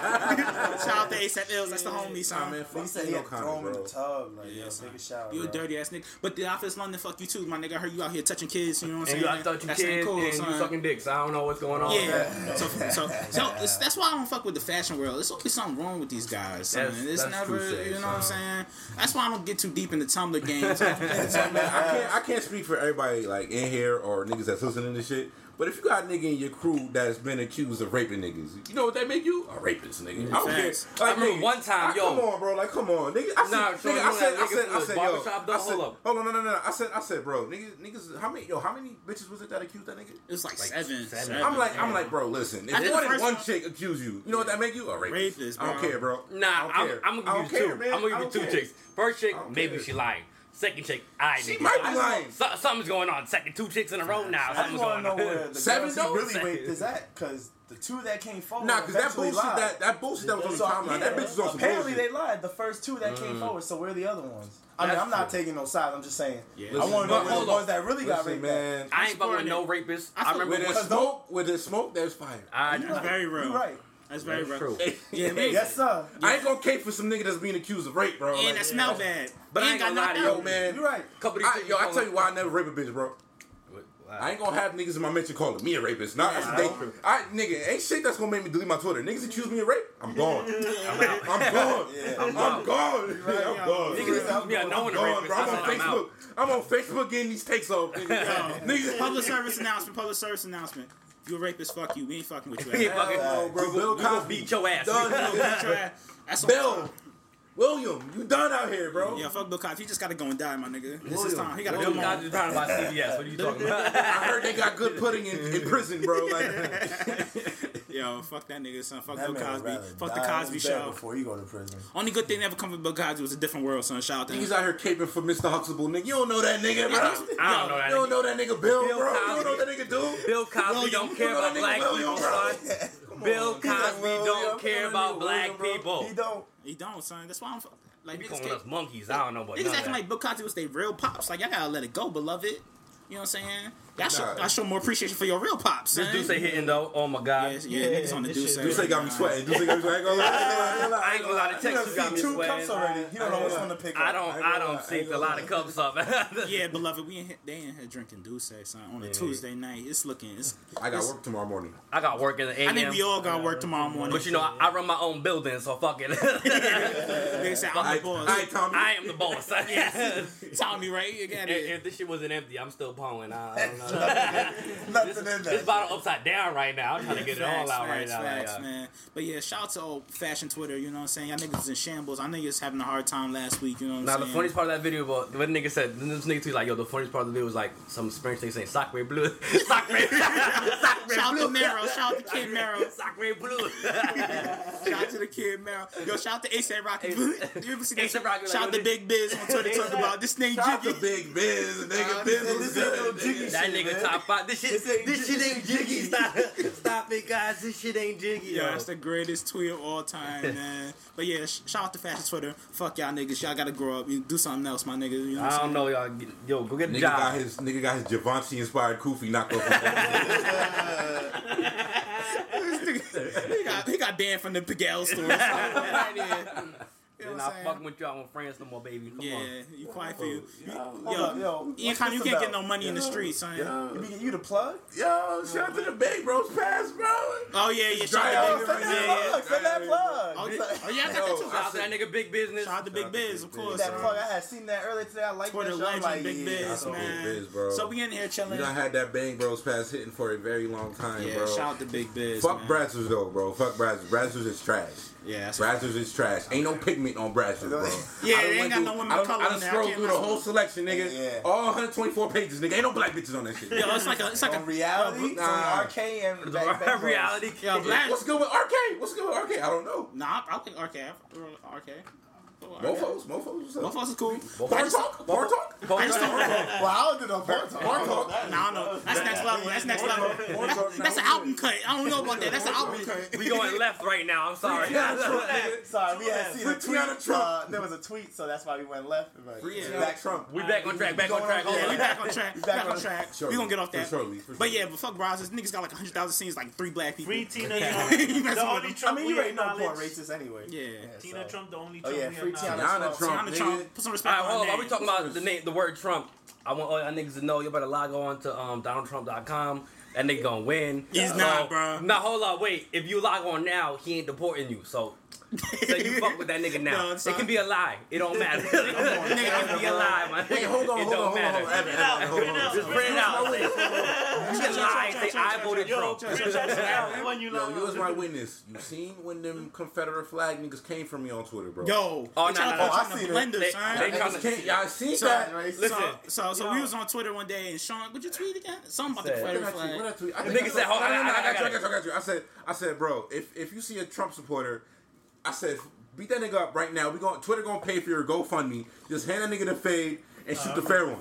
Speaker 8: shout out to ASAP Ills. That's the homie, son.
Speaker 9: He said he had thrown him in the tub. Like, yo, take a shower.
Speaker 8: You a
Speaker 9: bro.
Speaker 8: dirty ass nigga. But the office London fuck you too, my nigga. I heard you out here touching kids, you know what I'm saying?
Speaker 2: And you out touching
Speaker 8: That's ain't
Speaker 2: kids and you
Speaker 8: son.
Speaker 2: sucking dicks. I don't know what's going on.
Speaker 8: Yeah. so, so, so it's, that's why I don't fuck with the fashion world. There's always something wrong with these guys. Son.
Speaker 2: That's-
Speaker 8: it's
Speaker 2: that's
Speaker 8: never,
Speaker 2: true shit,
Speaker 8: you know what I'm saying? That's why I don't get too deep in the Tumblr game.
Speaker 3: Hey, man, I can't I can't speak for everybody like in here or niggas that's listening to shit. But if you got a nigga in your crew that's been accused of raping niggas, you know what that make you? A rapist, nigga. I don't care.
Speaker 2: Facts.
Speaker 3: Like,
Speaker 2: I remember
Speaker 3: nigga,
Speaker 2: one time,
Speaker 3: I-
Speaker 2: yo.
Speaker 3: Come on, bro. Like, come on, nigga. I said,
Speaker 2: Nah, so
Speaker 3: nigga,
Speaker 2: you
Speaker 3: I said,
Speaker 2: had
Speaker 3: I
Speaker 2: niggas
Speaker 3: said,
Speaker 2: in
Speaker 3: I
Speaker 2: the
Speaker 3: said, yo.
Speaker 2: barbershop, though?
Speaker 3: I said,
Speaker 2: Hold up.
Speaker 3: hold on, no, no, no. no. I said, I said, bro, niggas, niggas. How many, yo, how many bitches was it that accused that nigga?
Speaker 8: It was like, seven. seven.
Speaker 3: I'm like, I'm like, bro. Listen,
Speaker 8: I think
Speaker 3: if more
Speaker 8: the
Speaker 3: than
Speaker 8: first
Speaker 3: one
Speaker 8: one-
Speaker 3: chick accuse you, you know what that make you? A rapist.
Speaker 8: Rapist,
Speaker 3: I don't
Speaker 8: bro.
Speaker 3: care, bro.
Speaker 2: Nah,
Speaker 3: I don't
Speaker 2: I'm,
Speaker 3: care.
Speaker 2: I'm
Speaker 3: I
Speaker 2: gonna
Speaker 3: don't
Speaker 2: give you
Speaker 3: care,
Speaker 2: two.
Speaker 3: man.
Speaker 2: I'm
Speaker 3: I
Speaker 2: gonna give
Speaker 3: don't
Speaker 2: you two
Speaker 3: care.
Speaker 2: chicks. First chick,
Speaker 3: I don't
Speaker 2: maybe
Speaker 3: care.
Speaker 2: she lying. Second chick, I
Speaker 3: She might be lying.
Speaker 2: So, something's going on. Second two chicks in a row now.
Speaker 9: I just
Speaker 2: Something's
Speaker 9: want
Speaker 2: going
Speaker 9: to know
Speaker 2: on.
Speaker 9: where the seven girls he really raped is at, because the two that came forward.
Speaker 3: Nah, 'cause that
Speaker 9: eventually
Speaker 3: bullshit
Speaker 9: lied.
Speaker 3: that- that bullshit that was on the timeline, that bitch was on some
Speaker 9: Apparently
Speaker 3: bullshit.
Speaker 9: they lied. The first two that came
Speaker 3: Mm.
Speaker 9: forward. So where are the other ones? I mean,
Speaker 2: That's
Speaker 9: I'm not taking no sides. I'm just saying.
Speaker 3: Yeah.
Speaker 9: I
Speaker 3: Listen, but
Speaker 9: want to know where the
Speaker 3: hold
Speaker 9: ones
Speaker 3: on.
Speaker 9: that really got
Speaker 3: Listen,
Speaker 9: raped.
Speaker 3: man.
Speaker 9: at.
Speaker 2: I ain't fucking with no rapists. I, remember
Speaker 3: with
Speaker 2: when
Speaker 3: the smoke, with the smoke, there's fire.
Speaker 9: Ah,
Speaker 2: I
Speaker 8: That's very real.
Speaker 9: You right.
Speaker 8: That's very
Speaker 2: That's
Speaker 8: real.
Speaker 2: true.
Speaker 8: Yeah, man.
Speaker 3: Yes,
Speaker 9: sir.
Speaker 3: I ain't gonna cape for some nigga that's being accused of rape, bro.
Speaker 8: And
Speaker 3: Like,
Speaker 8: that smell bad.
Speaker 3: But I
Speaker 8: And
Speaker 3: ain't
Speaker 8: got
Speaker 3: gonna lie
Speaker 8: knocked
Speaker 3: to yo,
Speaker 8: out.
Speaker 3: man.
Speaker 9: You right.
Speaker 2: Couple
Speaker 3: I, yo, I tell you why I never rape a bitch, bro. I ain't gonna have niggas in my mention calling me a rapist. Nah, that's the thing. I nigga ain't shit that's gonna make me delete my Twitter. Niggas accuse me of rape. I'm gone. I'm out. I'm gone. I'm, gone. Yeah, I'm gone.
Speaker 2: Niggas accuse me of
Speaker 3: I'm
Speaker 2: knowing a
Speaker 3: gone,
Speaker 2: rapist.
Speaker 3: bro. I'm
Speaker 2: I
Speaker 3: on
Speaker 2: said I'm
Speaker 3: Facebook. I'm on Facebook getting these takes off. Nigga. Niggas-
Speaker 8: public service announcement. Public service announcement. If you a rapist, fuck you. We ain't fucking with you.
Speaker 2: We ain't fucking-
Speaker 8: Hell no,
Speaker 3: bro, Bill
Speaker 2: we gonna
Speaker 3: Cosby.
Speaker 2: beat your ass.
Speaker 3: Done,
Speaker 8: Bill
Speaker 3: nigga.
Speaker 8: Cosby. That's all.
Speaker 3: Bill, William, you done out here, bro?
Speaker 8: Yeah, fuck Bill Cosby. He just gotta go and die, my nigga. This is
Speaker 3: William.
Speaker 8: time. He gotta
Speaker 2: Bill
Speaker 8: come on.
Speaker 2: Cosby's proud about CBS. What are you talking about?
Speaker 3: I heard they got good pudding in, in prison, bro. Like,
Speaker 8: Yo, fuck that nigga, son. Fuck
Speaker 9: That
Speaker 8: Bill
Speaker 9: man would
Speaker 8: Cosby.
Speaker 9: rather
Speaker 8: Fuck the
Speaker 9: die in
Speaker 8: Cosby
Speaker 9: bed
Speaker 8: Show.
Speaker 9: Before you go to prison.
Speaker 8: Only good thing that ever come from Bill Cosby was a different world, son. Shout out to him.
Speaker 3: niggas out here caping for Mr. Huxtable, nigga. You don't know that nigga, bro.
Speaker 2: I don't know that
Speaker 3: You don't
Speaker 2: nigga.
Speaker 3: know that nigga Bill,
Speaker 2: Bill
Speaker 3: bro. You
Speaker 2: Cosby.
Speaker 3: don't know that nigga dude.
Speaker 2: Bill Cosby don't care
Speaker 3: you know
Speaker 2: about
Speaker 3: that nigga
Speaker 2: black
Speaker 3: William,
Speaker 2: people,
Speaker 3: bro.
Speaker 2: son. Bill
Speaker 3: He's like,
Speaker 2: Cosby
Speaker 3: well,
Speaker 2: don't
Speaker 3: yeah,
Speaker 2: care
Speaker 3: I'm
Speaker 2: about
Speaker 3: William,
Speaker 2: black
Speaker 3: bro.
Speaker 2: people.
Speaker 9: He don't.
Speaker 8: He don't, Oh, son. That's why I'm fuck- like
Speaker 2: You
Speaker 8: niggas.
Speaker 2: calling
Speaker 8: Can't,
Speaker 2: us monkeys? I don't know about
Speaker 8: niggas
Speaker 2: none of
Speaker 8: acting
Speaker 2: that.
Speaker 8: like Bill Cosby was they real pops. Like y'all gotta let it go, beloved. You know what I'm saying? Y'all should,
Speaker 3: Nah.
Speaker 8: I show more appreciation for your real pops.
Speaker 2: This
Speaker 8: son.
Speaker 2: dude say hitting though. Oh my god.
Speaker 8: Yeah, yeah, niggas on the dude say.
Speaker 3: You say got me sweating. You say got me sweating. I ain't gonna lie. I ain't gonna lie.
Speaker 2: I ain't gonna lie, the
Speaker 9: You done
Speaker 2: Texas got
Speaker 9: see
Speaker 2: me
Speaker 9: two cups
Speaker 2: sweating.
Speaker 9: already. You don't know which one to pick up.
Speaker 2: I don't, I don't sink a lot of cups up.
Speaker 8: Yeah, beloved, we ain't hit, they ain't here drinking Douce, son. On a Tuesday night, it's looking. It's,
Speaker 3: I got
Speaker 8: it's-
Speaker 3: work tomorrow morning.
Speaker 2: I got work in the AM.
Speaker 8: I think we all got work tomorrow morning.
Speaker 2: But you know, I, I run my own building, so fuck it.
Speaker 8: they say I'm
Speaker 3: I,
Speaker 8: the boss.
Speaker 3: I, Tommy.
Speaker 2: I am the boss. if,
Speaker 8: Tommy, right? You got it.
Speaker 2: if this shit wasn't empty, I'm still pulling. I, I don't know.
Speaker 9: Nothing in
Speaker 2: this
Speaker 9: there.
Speaker 2: bottle upside down right now. I'm trying to get it all
Speaker 8: Facts,
Speaker 2: out right
Speaker 8: facts,
Speaker 2: now.
Speaker 8: facts,
Speaker 2: like, uh,
Speaker 8: man. But yeah, shout out to old fashioned Twitter. You know what I'm saying? Y'all niggas is in shambles. I know you was having a hard time last week. You know what I'm
Speaker 2: Now
Speaker 8: saying?
Speaker 2: the funniest part of that video was when the nigga said then this nigga tweet like yo the funniest part of the video was like some Spanish nigga saying sock red blue sock red sock red
Speaker 8: Shout out
Speaker 2: blue
Speaker 8: to Mero. Shout out to Kid Mero.
Speaker 2: sock red blue
Speaker 8: Shout out to the kid Mero. Yo, shout out to ASAP Rocky. you ever see that?
Speaker 2: A$AP Rocky,
Speaker 8: shout out
Speaker 2: like,
Speaker 8: to Big Biz on Twitter talking about this nigga
Speaker 3: Shout out to
Speaker 8: Jiggy.
Speaker 3: Big Biz, nigga.
Speaker 8: Uh,
Speaker 3: Biz
Speaker 9: this
Speaker 3: was
Speaker 9: ain't no
Speaker 3: good.
Speaker 9: jiggy
Speaker 3: nigga.
Speaker 2: that
Speaker 9: shit,
Speaker 2: nigga
Speaker 9: man.
Speaker 2: top five this shit
Speaker 9: This ain't-
Speaker 2: this shit ain't jiggy stop stop it guys this shit ain't jiggy
Speaker 8: Yo,
Speaker 2: yo.
Speaker 8: that's the greatest tweet of all time, man. But yeah, sh- shout out to Fashion Twitter. Fuck y'all niggas. Y'all gotta grow up. You do something else, my niggas. You know what
Speaker 2: I
Speaker 8: I'm
Speaker 2: don't know y'all Get- yo go get a
Speaker 3: Nigga
Speaker 2: job
Speaker 3: got his nigga got his Givenchy inspired Kofi knocked off.
Speaker 8: saying? He got, he got banned from the Pigalle store. right there. You know
Speaker 2: and
Speaker 8: what
Speaker 2: not
Speaker 8: I'm saying?
Speaker 2: fucking with y'all on France no more baby come
Speaker 8: Yeah,
Speaker 2: on
Speaker 8: you quiet for you.
Speaker 9: Hold
Speaker 8: Yo,
Speaker 9: up, yo,
Speaker 8: Ian
Speaker 9: what's
Speaker 8: Khan, you
Speaker 9: this
Speaker 8: can't get no
Speaker 9: about?
Speaker 8: money in the streets, son.
Speaker 9: You, be- you the plug?
Speaker 3: Yo, shout out to the Big Bros Pass, bro.
Speaker 8: Oh yeah, yeah. Shout
Speaker 3: Yo,
Speaker 8: out to
Speaker 9: Send
Speaker 8: Big Biz. Yeah,
Speaker 9: that plug. Send that
Speaker 8: yeah.
Speaker 9: plug.
Speaker 8: Oh,
Speaker 9: Send
Speaker 8: yeah, oh, yeah, I got that too.
Speaker 2: shout out to that nigga big business
Speaker 8: Shout out to Big Biz, of course.
Speaker 9: That
Speaker 8: son.
Speaker 9: plug. I had seen that earlier today. I like
Speaker 8: Twitter
Speaker 9: that. shit. I'm
Speaker 8: legend,
Speaker 9: like,
Speaker 8: Big
Speaker 9: yeah,
Speaker 8: Biz,
Speaker 3: shout out to
Speaker 8: man.
Speaker 3: Big Biz, bro.
Speaker 8: So we in here
Speaker 3: We
Speaker 8: chilling.
Speaker 3: done
Speaker 8: Yeah,
Speaker 3: had that Bang Bros Pass hitting for a very long time, bro.
Speaker 8: shout out to Big Biz.
Speaker 3: Fuck
Speaker 8: man.
Speaker 3: Brazzers though, bro. Fuck Brazzers. Brazzers is trash.
Speaker 8: Yeah, that's
Speaker 3: Brazzers is trash. Ain't no pigment on Brazzers, bro.
Speaker 8: Yeah,
Speaker 3: I done
Speaker 8: they ain't
Speaker 3: went
Speaker 8: got no women
Speaker 3: I done-
Speaker 8: color
Speaker 3: I done
Speaker 8: in there. I
Speaker 3: scrolled
Speaker 8: can't
Speaker 3: through the
Speaker 8: mess
Speaker 3: whole
Speaker 8: with
Speaker 3: selection, nigga.
Speaker 9: Yeah.
Speaker 3: All 124 pages, nigga. Ain't no black bitches on that shit.
Speaker 8: Yo, it's like a, it's like a
Speaker 9: On reality,
Speaker 8: Nah,
Speaker 3: Nah.
Speaker 9: nah. RK and Bang Bang Bros.
Speaker 2: reality
Speaker 8: Yo, black.
Speaker 3: What's good with RK? What's good with RK? I don't know.
Speaker 8: Nah, I think RK. RK.
Speaker 3: Mofos, mofos, what's up?
Speaker 8: Mofos is cool. I
Speaker 3: Porn
Speaker 8: just-
Speaker 3: talk? Porn talk?
Speaker 8: I just don't.
Speaker 9: Well, I don't do no porn talk.
Speaker 3: Porn talk?
Speaker 8: Nah, I don't know. That's next level. That's next level. That's, that's an album cut. I don't know about that. That's an album cut.
Speaker 2: we going left right now I'm sorry
Speaker 9: Sorry, we had seen a
Speaker 3: Free
Speaker 9: tweet.
Speaker 3: Tiana Trump.
Speaker 9: Uh, there was a tweet, so that's why we went left. But
Speaker 3: Free
Speaker 9: yeah.
Speaker 3: Tiana Trump.
Speaker 2: we back on track back on track
Speaker 8: Yeah,
Speaker 2: hold
Speaker 8: we
Speaker 2: on.
Speaker 8: back on track. We back on track. We gonna get off that.
Speaker 3: For sure, for sure.
Speaker 8: But yeah, but fuck Bros. This niggas got like hundred thousand scenes, like three black people.
Speaker 12: Free Tina
Speaker 8: You
Speaker 12: Trump. the
Speaker 8: messing with
Speaker 12: only
Speaker 8: him.
Speaker 9: I
Speaker 12: Trump
Speaker 9: mean,
Speaker 12: we
Speaker 9: you already know porn
Speaker 12: acknowledge.
Speaker 9: racist anyway.
Speaker 8: Yeah.
Speaker 12: Tina
Speaker 9: so.
Speaker 12: Trump, the only
Speaker 9: Oh
Speaker 12: Trump
Speaker 9: yeah,
Speaker 12: we
Speaker 9: free
Speaker 12: acknowledge.
Speaker 9: Tiana
Speaker 3: Tiana
Speaker 9: Trump.
Speaker 3: Trump.
Speaker 8: Tiana Trump. Put some
Speaker 2: All
Speaker 8: respect
Speaker 2: right,
Speaker 8: on
Speaker 2: hold
Speaker 8: her
Speaker 2: on. Are we
Speaker 8: name.
Speaker 2: talking about the name, the word Trump? I want all y'all niggas to know. You better log on to um, DonaldTrump.com. That nigga gonna win.
Speaker 8: He's not, bro.
Speaker 2: Now hold on, wait. If you log on now, he ain't deporting you. So, so you fuck with that nigga
Speaker 8: No,
Speaker 2: now.
Speaker 8: it's
Speaker 2: it
Speaker 8: not.
Speaker 2: can be a lie. It don't matter. it can be a lie, man.
Speaker 3: Hey, hold on,
Speaker 2: it
Speaker 3: hold
Speaker 2: don't
Speaker 3: on, hold on,
Speaker 2: matter.
Speaker 3: hold on. Evan, Evan, hold on.
Speaker 2: Just print it out. Say, you can lie and say I voted
Speaker 12: Yo,
Speaker 2: Trump.
Speaker 12: Prince Jackson out when you
Speaker 3: Yo,
Speaker 12: love
Speaker 3: you was my witness. You seen when them Confederate flag niggas came for me on Twitter, bro?
Speaker 8: Yo, they
Speaker 2: Oh, nah,
Speaker 8: tryna put
Speaker 2: nah, nah.
Speaker 8: you
Speaker 9: I
Speaker 8: in
Speaker 9: seen
Speaker 8: the
Speaker 9: it.
Speaker 8: blender, son.
Speaker 2: They
Speaker 3: Niggas
Speaker 2: tryna-
Speaker 3: can't. Y'all seen
Speaker 8: So,
Speaker 3: that?
Speaker 9: Right, so-
Speaker 2: Listen,
Speaker 8: So, so we was on Twitter one day and Sean, what you tweet again? Something about the
Speaker 2: Said-
Speaker 3: What did
Speaker 8: Confederate
Speaker 3: I tweet? What
Speaker 8: flag.
Speaker 3: did I tweet? I
Speaker 2: The
Speaker 3: think I
Speaker 2: nigga said, hold on,
Speaker 3: no, no, no,
Speaker 2: I- I
Speaker 3: I got you, I
Speaker 2: got
Speaker 3: got you, I got you. I said, I said, bro, if if you see a Trump supporter, I said, beat that nigga up right now. We going Twitter gonna pay for your GoFundMe. Just hand that nigga the fade. and shoot the fair one.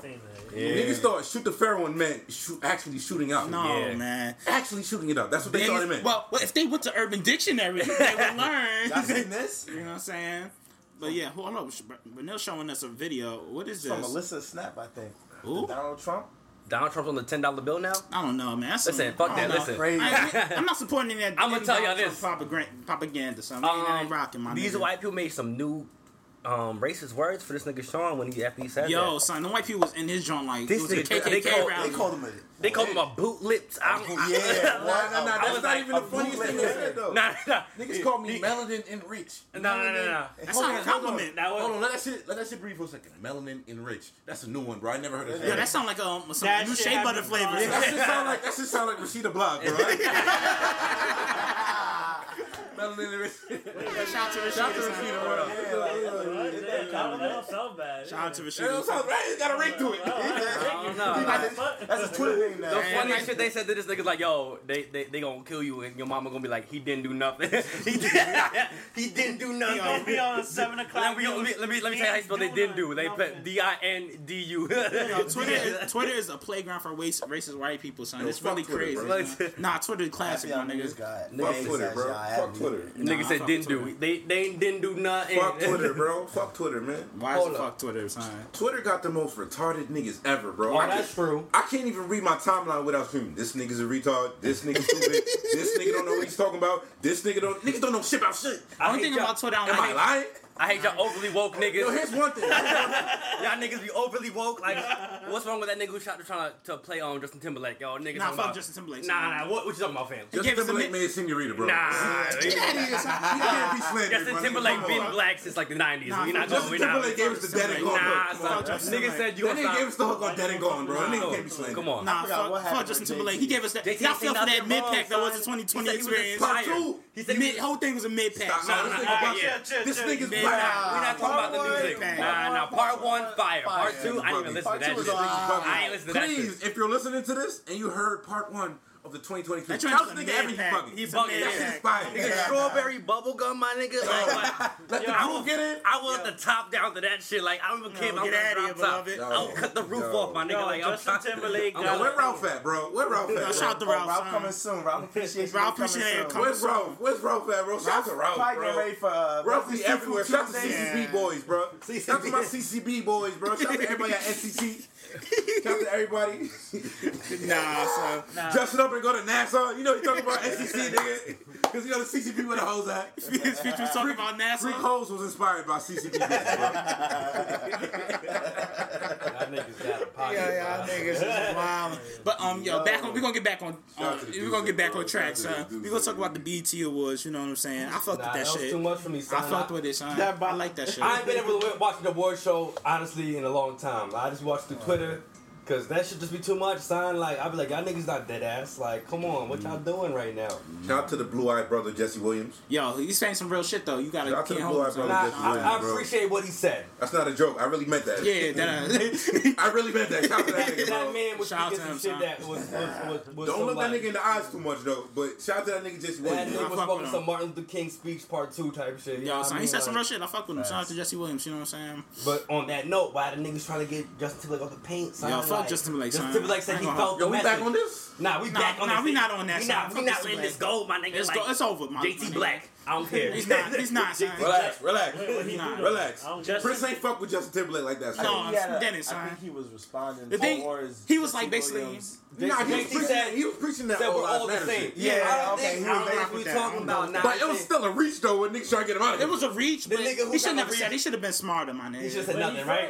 Speaker 8: Yeah.
Speaker 3: Niggas thought shoot the fair one meant shoot, actually shooting out.
Speaker 8: No, Yeah. man.
Speaker 3: Actually shooting it up. That's what they thought it meant.
Speaker 8: Well, well, if they went to Urban Dictionary, they would learn. Y'all seen this? You know what I'm saying? But yeah, hold on. Vanille showing us a video. What is
Speaker 9: It's from
Speaker 8: this?
Speaker 9: Melissa Snap, I think.
Speaker 8: Who?
Speaker 9: Donald Trump.
Speaker 2: Donald Trump's on the ten dollar bill now.
Speaker 8: I don't know, man. That's
Speaker 2: listen,
Speaker 8: some-
Speaker 2: fuck
Speaker 8: I
Speaker 2: that.
Speaker 8: don't know.
Speaker 2: Listen,
Speaker 8: Crazy. I- I'm not supporting that.
Speaker 2: I'm gonna tell y'all
Speaker 8: Donald
Speaker 2: this
Speaker 8: Trump propaganda. propaganda something. Ain't- that ain't rocking, my
Speaker 2: Um, These
Speaker 8: nigga.
Speaker 2: white people made some new um, racist words for this nigga Sean when he after he said
Speaker 8: Yo,
Speaker 2: that.
Speaker 8: son, the white people was in his joint like
Speaker 2: This
Speaker 8: it was a
Speaker 2: nigga-
Speaker 8: KKK
Speaker 2: Um, they call-
Speaker 8: rally.
Speaker 2: they called
Speaker 8: him a
Speaker 2: They called him a boot lips. I'm,
Speaker 8: Oh,
Speaker 3: Yeah, nah, nah, nah,
Speaker 2: I, I was
Speaker 3: that's not
Speaker 2: like,
Speaker 3: even the
Speaker 2: a boot
Speaker 3: funniest thing they
Speaker 2: lip.
Speaker 3: said though.
Speaker 2: Nah, nah.
Speaker 3: Niggas call me melanin enriched.
Speaker 2: No, no, no, no, no.
Speaker 3: Melanin-
Speaker 2: That's
Speaker 3: Hold
Speaker 2: not
Speaker 3: on, hold
Speaker 2: a
Speaker 3: on.
Speaker 2: compliment. That was-
Speaker 3: Hold on, let that shit let that shit breathe for a second. Melanin enriched. That's a new one, bro. I never heard of that.
Speaker 8: Yeah, that sound like um some
Speaker 3: That
Speaker 8: new
Speaker 3: shit
Speaker 8: shea butter
Speaker 3: happened.
Speaker 8: flavor.
Speaker 3: Yeah, that shit sound like that shit sound like Rashida Block, bro. melanin enriched.
Speaker 8: Shout out to Rashida.
Speaker 3: Shout out to Rashida, bro.
Speaker 8: Shout out to Rashida.
Speaker 3: That don't sound right. It's got a ring to it.
Speaker 9: That's a Twitter thing
Speaker 2: The
Speaker 9: now.
Speaker 2: funniest shit they said to this nigga's like, yo, they, they they gonna kill you and your mama gonna be like, he didn't do nothing. he, did, he didn't do nothing.
Speaker 13: gonna be on 7 o'clock
Speaker 2: Let me, let me, let me, let me tell you how you spell they didn't do. They put D I N D U.
Speaker 8: You know, Twitter, is, Twitter is a playground for waste, racist white people, son.
Speaker 2: Yo,
Speaker 8: it's
Speaker 2: fuck
Speaker 8: really
Speaker 2: Twitter,
Speaker 8: crazy.
Speaker 2: bro.
Speaker 8: man. nah, Twitter classic, my
Speaker 9: niggas
Speaker 8: nigga.
Speaker 9: got-
Speaker 8: Nigga,
Speaker 3: Fuck Twitter, bro. Fuck Twitter.
Speaker 2: Nigga said didn't do. They they didn't do nothing.
Speaker 3: Fuck Twitter, bro. Fuck Twitter, man.
Speaker 8: Why
Speaker 3: Hold
Speaker 8: is it
Speaker 3: up.
Speaker 8: fuck Twitter, son?
Speaker 3: Twitter got the most retarded niggas ever, bro.
Speaker 8: Oh,
Speaker 3: I can't-
Speaker 8: that's true.
Speaker 3: I can't even read my timeline without screaming. This nigga's a retard. This nigga's stupid. this nigga don't know what he's talking about. This nigga don't. Niggas don't know shit about shit.
Speaker 2: I Only hate thing y'all- about Twitter I
Speaker 3: Am
Speaker 2: don't
Speaker 3: I
Speaker 2: like-
Speaker 3: lying?
Speaker 2: I hate y'all overly woke niggas.
Speaker 3: Yo, here's one thing.
Speaker 2: y'all niggas be overly woke. Like, what's wrong with that nigga who shot trying to, to play on Justin Timberlake? Yo, niggas.
Speaker 8: Nah,
Speaker 2: talking
Speaker 8: fuck
Speaker 2: about-
Speaker 8: Justin Timberlake.
Speaker 2: Nah, nah. What, what you talking about, fam?
Speaker 3: Justin Timberlake made Senorita, bro.
Speaker 2: Nah,
Speaker 3: Get outta here, son. You can't be slandered, my
Speaker 2: Justin
Speaker 3: nigga.
Speaker 2: Timberlake
Speaker 3: Come
Speaker 2: been
Speaker 3: on.
Speaker 2: black since like the nineties.
Speaker 3: Nah,
Speaker 2: we not
Speaker 3: Justin
Speaker 2: going. We not.
Speaker 3: Timberlake gave us the dead and gone.
Speaker 2: Nah,
Speaker 3: hook. Come on,
Speaker 2: son.
Speaker 3: Justin
Speaker 2: Nigga said you
Speaker 3: That
Speaker 2: gonna
Speaker 3: nigga
Speaker 2: stop.
Speaker 3: gave us the hook on dead and gone, bro. That nigga can't be slandered.
Speaker 2: Come on.
Speaker 8: Nah, fuck, fuck Justin Timberlake. He gave us that.
Speaker 2: JT
Speaker 8: Y'all fell
Speaker 2: said
Speaker 8: for that
Speaker 2: nothing
Speaker 8: mid
Speaker 2: wrong,
Speaker 8: pack that was
Speaker 2: son.
Speaker 8: the 2020
Speaker 2: He said he was
Speaker 8: experience.
Speaker 2: inspired. He said he
Speaker 8: Mid-
Speaker 2: was-
Speaker 8: whole thing was a mid pack.
Speaker 2: Nah, nah, nah, yeah.
Speaker 3: This nigga's
Speaker 2: Nah,
Speaker 3: black.
Speaker 2: We're not talking about the music. Nah, nah. Part one, fire. Part two, I didn't even listen to that shit. I ain't listen to that shit.
Speaker 3: Please, if you're listening to this and you heard part one of the 2020 clip,
Speaker 8: That
Speaker 3: tell
Speaker 8: joint
Speaker 3: this
Speaker 8: is a
Speaker 3: nigga every
Speaker 8: man
Speaker 3: fucking.
Speaker 2: He bugging.
Speaker 3: That shit's fire.
Speaker 2: Nigga, strawberry bubble gum, my nigga. Like, what?
Speaker 3: Let
Speaker 2: Yo,
Speaker 3: the
Speaker 2: I will
Speaker 3: groove get in.
Speaker 2: I was at the top down to that shit. Like I don't even care.
Speaker 8: No,
Speaker 2: about
Speaker 8: get outta
Speaker 2: the
Speaker 8: here,
Speaker 2: drop top.
Speaker 8: beloved.
Speaker 2: I'll cut the roof off, my nigga.
Speaker 13: Yo,
Speaker 2: like
Speaker 13: Justin
Speaker 2: I'm
Speaker 13: Timberlake
Speaker 2: I'm
Speaker 3: Yo,
Speaker 2: like,
Speaker 3: where Ralph at, bro? Where Ralph at?
Speaker 8: Nah, shout out to
Speaker 9: Oh,
Speaker 8: Ralph.
Speaker 9: Ralph
Speaker 8: son.
Speaker 9: coming soon. Ralph appreciation.
Speaker 8: Ralph
Speaker 9: coming
Speaker 8: appreciate
Speaker 9: soon.
Speaker 8: it coming
Speaker 3: Where's Ralph? Where's Ralph at, bro? Shout out to Ralph,
Speaker 9: Probably getting
Speaker 3: bro.
Speaker 9: ready for uh,
Speaker 3: Ralph is
Speaker 9: Seafood
Speaker 3: everywhere. Shout out to
Speaker 9: Tuesday.
Speaker 3: CCB boys, bro. Shout out to my CCB boys, bro. Shout out to everybody at SCC. Shout out to everybody.
Speaker 8: Nah, son.
Speaker 3: Dressing up and go to Nassau. You know you talking about SCC, nigga. Because you know the CCB where the hoes at.
Speaker 8: His feature was talking about
Speaker 3: Freak
Speaker 8: NASA.
Speaker 3: Hoes was inspired by CCB boys, bro.
Speaker 9: Yeah, yeah, niggas.
Speaker 8: Wow. But um, yo, back on. We're gonna get back on.
Speaker 3: Shout
Speaker 8: on
Speaker 3: out to the
Speaker 8: we're gonna get
Speaker 3: Deuce,
Speaker 8: back
Speaker 3: bro.
Speaker 8: on track,
Speaker 3: Shout out to
Speaker 8: son.
Speaker 3: the Deuce,
Speaker 8: We're gonna talk about the BT Awards. You know what I'm saying? I fucked with that shit.
Speaker 2: too much for me. Son.
Speaker 8: I fucked with it, son.
Speaker 2: That-
Speaker 8: I like that shit.
Speaker 2: I ain't been able to watch the award show honestly in a long time. I just watched
Speaker 8: Oh,
Speaker 2: through Twitter because that should just be too much. Sign like I be like, y'all niggas not dead ass. Like, come on, what y'all doing right now?
Speaker 3: Shout out to the blue eyed brother Jesse Williams.
Speaker 8: Yo, he's Oh, saying some real shit though. You gotta
Speaker 3: Shout out to
Speaker 8: can't
Speaker 3: the
Speaker 8: hold
Speaker 3: blue eyed
Speaker 8: him, son.
Speaker 3: brother
Speaker 2: I,
Speaker 3: Jesse Williams,
Speaker 2: I, I
Speaker 3: bro.
Speaker 2: appreciate what he said.
Speaker 3: That's not a joke. I really meant that.
Speaker 8: Yeah, that.
Speaker 3: I really meant that. Shout out to that nigga, bro.
Speaker 2: That man was
Speaker 8: Shout out
Speaker 2: speaking
Speaker 8: to him,
Speaker 2: some shit
Speaker 8: son.
Speaker 2: that was, was, was, was
Speaker 3: Don't
Speaker 2: some,
Speaker 3: look that
Speaker 2: like-
Speaker 3: nigga in the eyes too much though. But shout out to that nigga Jesse
Speaker 2: That
Speaker 3: Williams.
Speaker 2: nigga
Speaker 8: fuck
Speaker 2: was
Speaker 8: with
Speaker 2: fucking
Speaker 8: him.
Speaker 2: some Martin Luther King speech part two type shit. you know
Speaker 8: Yo,
Speaker 2: what I
Speaker 8: son, he
Speaker 2: mean?
Speaker 8: said some
Speaker 2: Like-
Speaker 8: real shit. I fuck with him. Shout out to Jesse Williams. You know what I'm saying?
Speaker 2: But on that note, why the niggas trying to get Justin Timberlake off the paint? Son?
Speaker 8: Yo, fuck Justin Timberlake,
Speaker 2: Justin
Speaker 8: son.
Speaker 2: Timberlake said he
Speaker 8: Hang on.
Speaker 2: felt
Speaker 3: Yo,
Speaker 2: the
Speaker 3: we
Speaker 2: message.
Speaker 3: back on this?
Speaker 2: Nah, we
Speaker 8: Nah,
Speaker 2: back on
Speaker 8: nah,
Speaker 2: this.
Speaker 8: we
Speaker 2: thing.
Speaker 8: not on that
Speaker 2: We
Speaker 8: side.
Speaker 2: not, we
Speaker 8: Fuck
Speaker 2: not
Speaker 8: this
Speaker 2: in
Speaker 8: way.
Speaker 2: this gold, my nigga.
Speaker 8: It's
Speaker 2: like,
Speaker 8: go- it's over, my- my
Speaker 2: JT
Speaker 8: nigga.
Speaker 2: Black. I don't care.
Speaker 8: He's not. He's not, son.
Speaker 3: Relax, relax,
Speaker 8: Nah.
Speaker 3: relax.
Speaker 13: Justin-
Speaker 3: Prince ain't fuck with Justin Timberlake like that.
Speaker 8: No,
Speaker 3: son.
Speaker 9: He had a-
Speaker 8: Dennis,
Speaker 9: I
Speaker 8: huh?
Speaker 9: think he was responding
Speaker 8: The thing,
Speaker 9: towards
Speaker 8: he was like
Speaker 9: Jesse
Speaker 8: basically.
Speaker 9: Williams.
Speaker 3: nah, he was
Speaker 2: JT
Speaker 3: preaching
Speaker 2: said-
Speaker 3: that. He was preaching that
Speaker 2: Said
Speaker 3: all
Speaker 2: we're all
Speaker 3: lives
Speaker 2: the
Speaker 3: matter
Speaker 2: same.
Speaker 3: shit.
Speaker 9: Yeah,
Speaker 2: I don't
Speaker 9: okay, he
Speaker 2: think, I
Speaker 9: was
Speaker 2: don't
Speaker 9: back
Speaker 2: think we
Speaker 9: with that.
Speaker 2: talking
Speaker 9: I don't
Speaker 2: about. Nah,
Speaker 3: But it
Speaker 2: I
Speaker 3: was
Speaker 2: think-
Speaker 3: still a reach though when niggas tried to get him out of
Speaker 8: It
Speaker 3: here.
Speaker 8: was a reach,
Speaker 2: The
Speaker 8: but
Speaker 2: nigga who
Speaker 8: he should
Speaker 2: got
Speaker 8: never
Speaker 2: the
Speaker 8: said.
Speaker 2: reach-
Speaker 8: He should have been smarter, my nigga.
Speaker 2: He should have said nothing, right?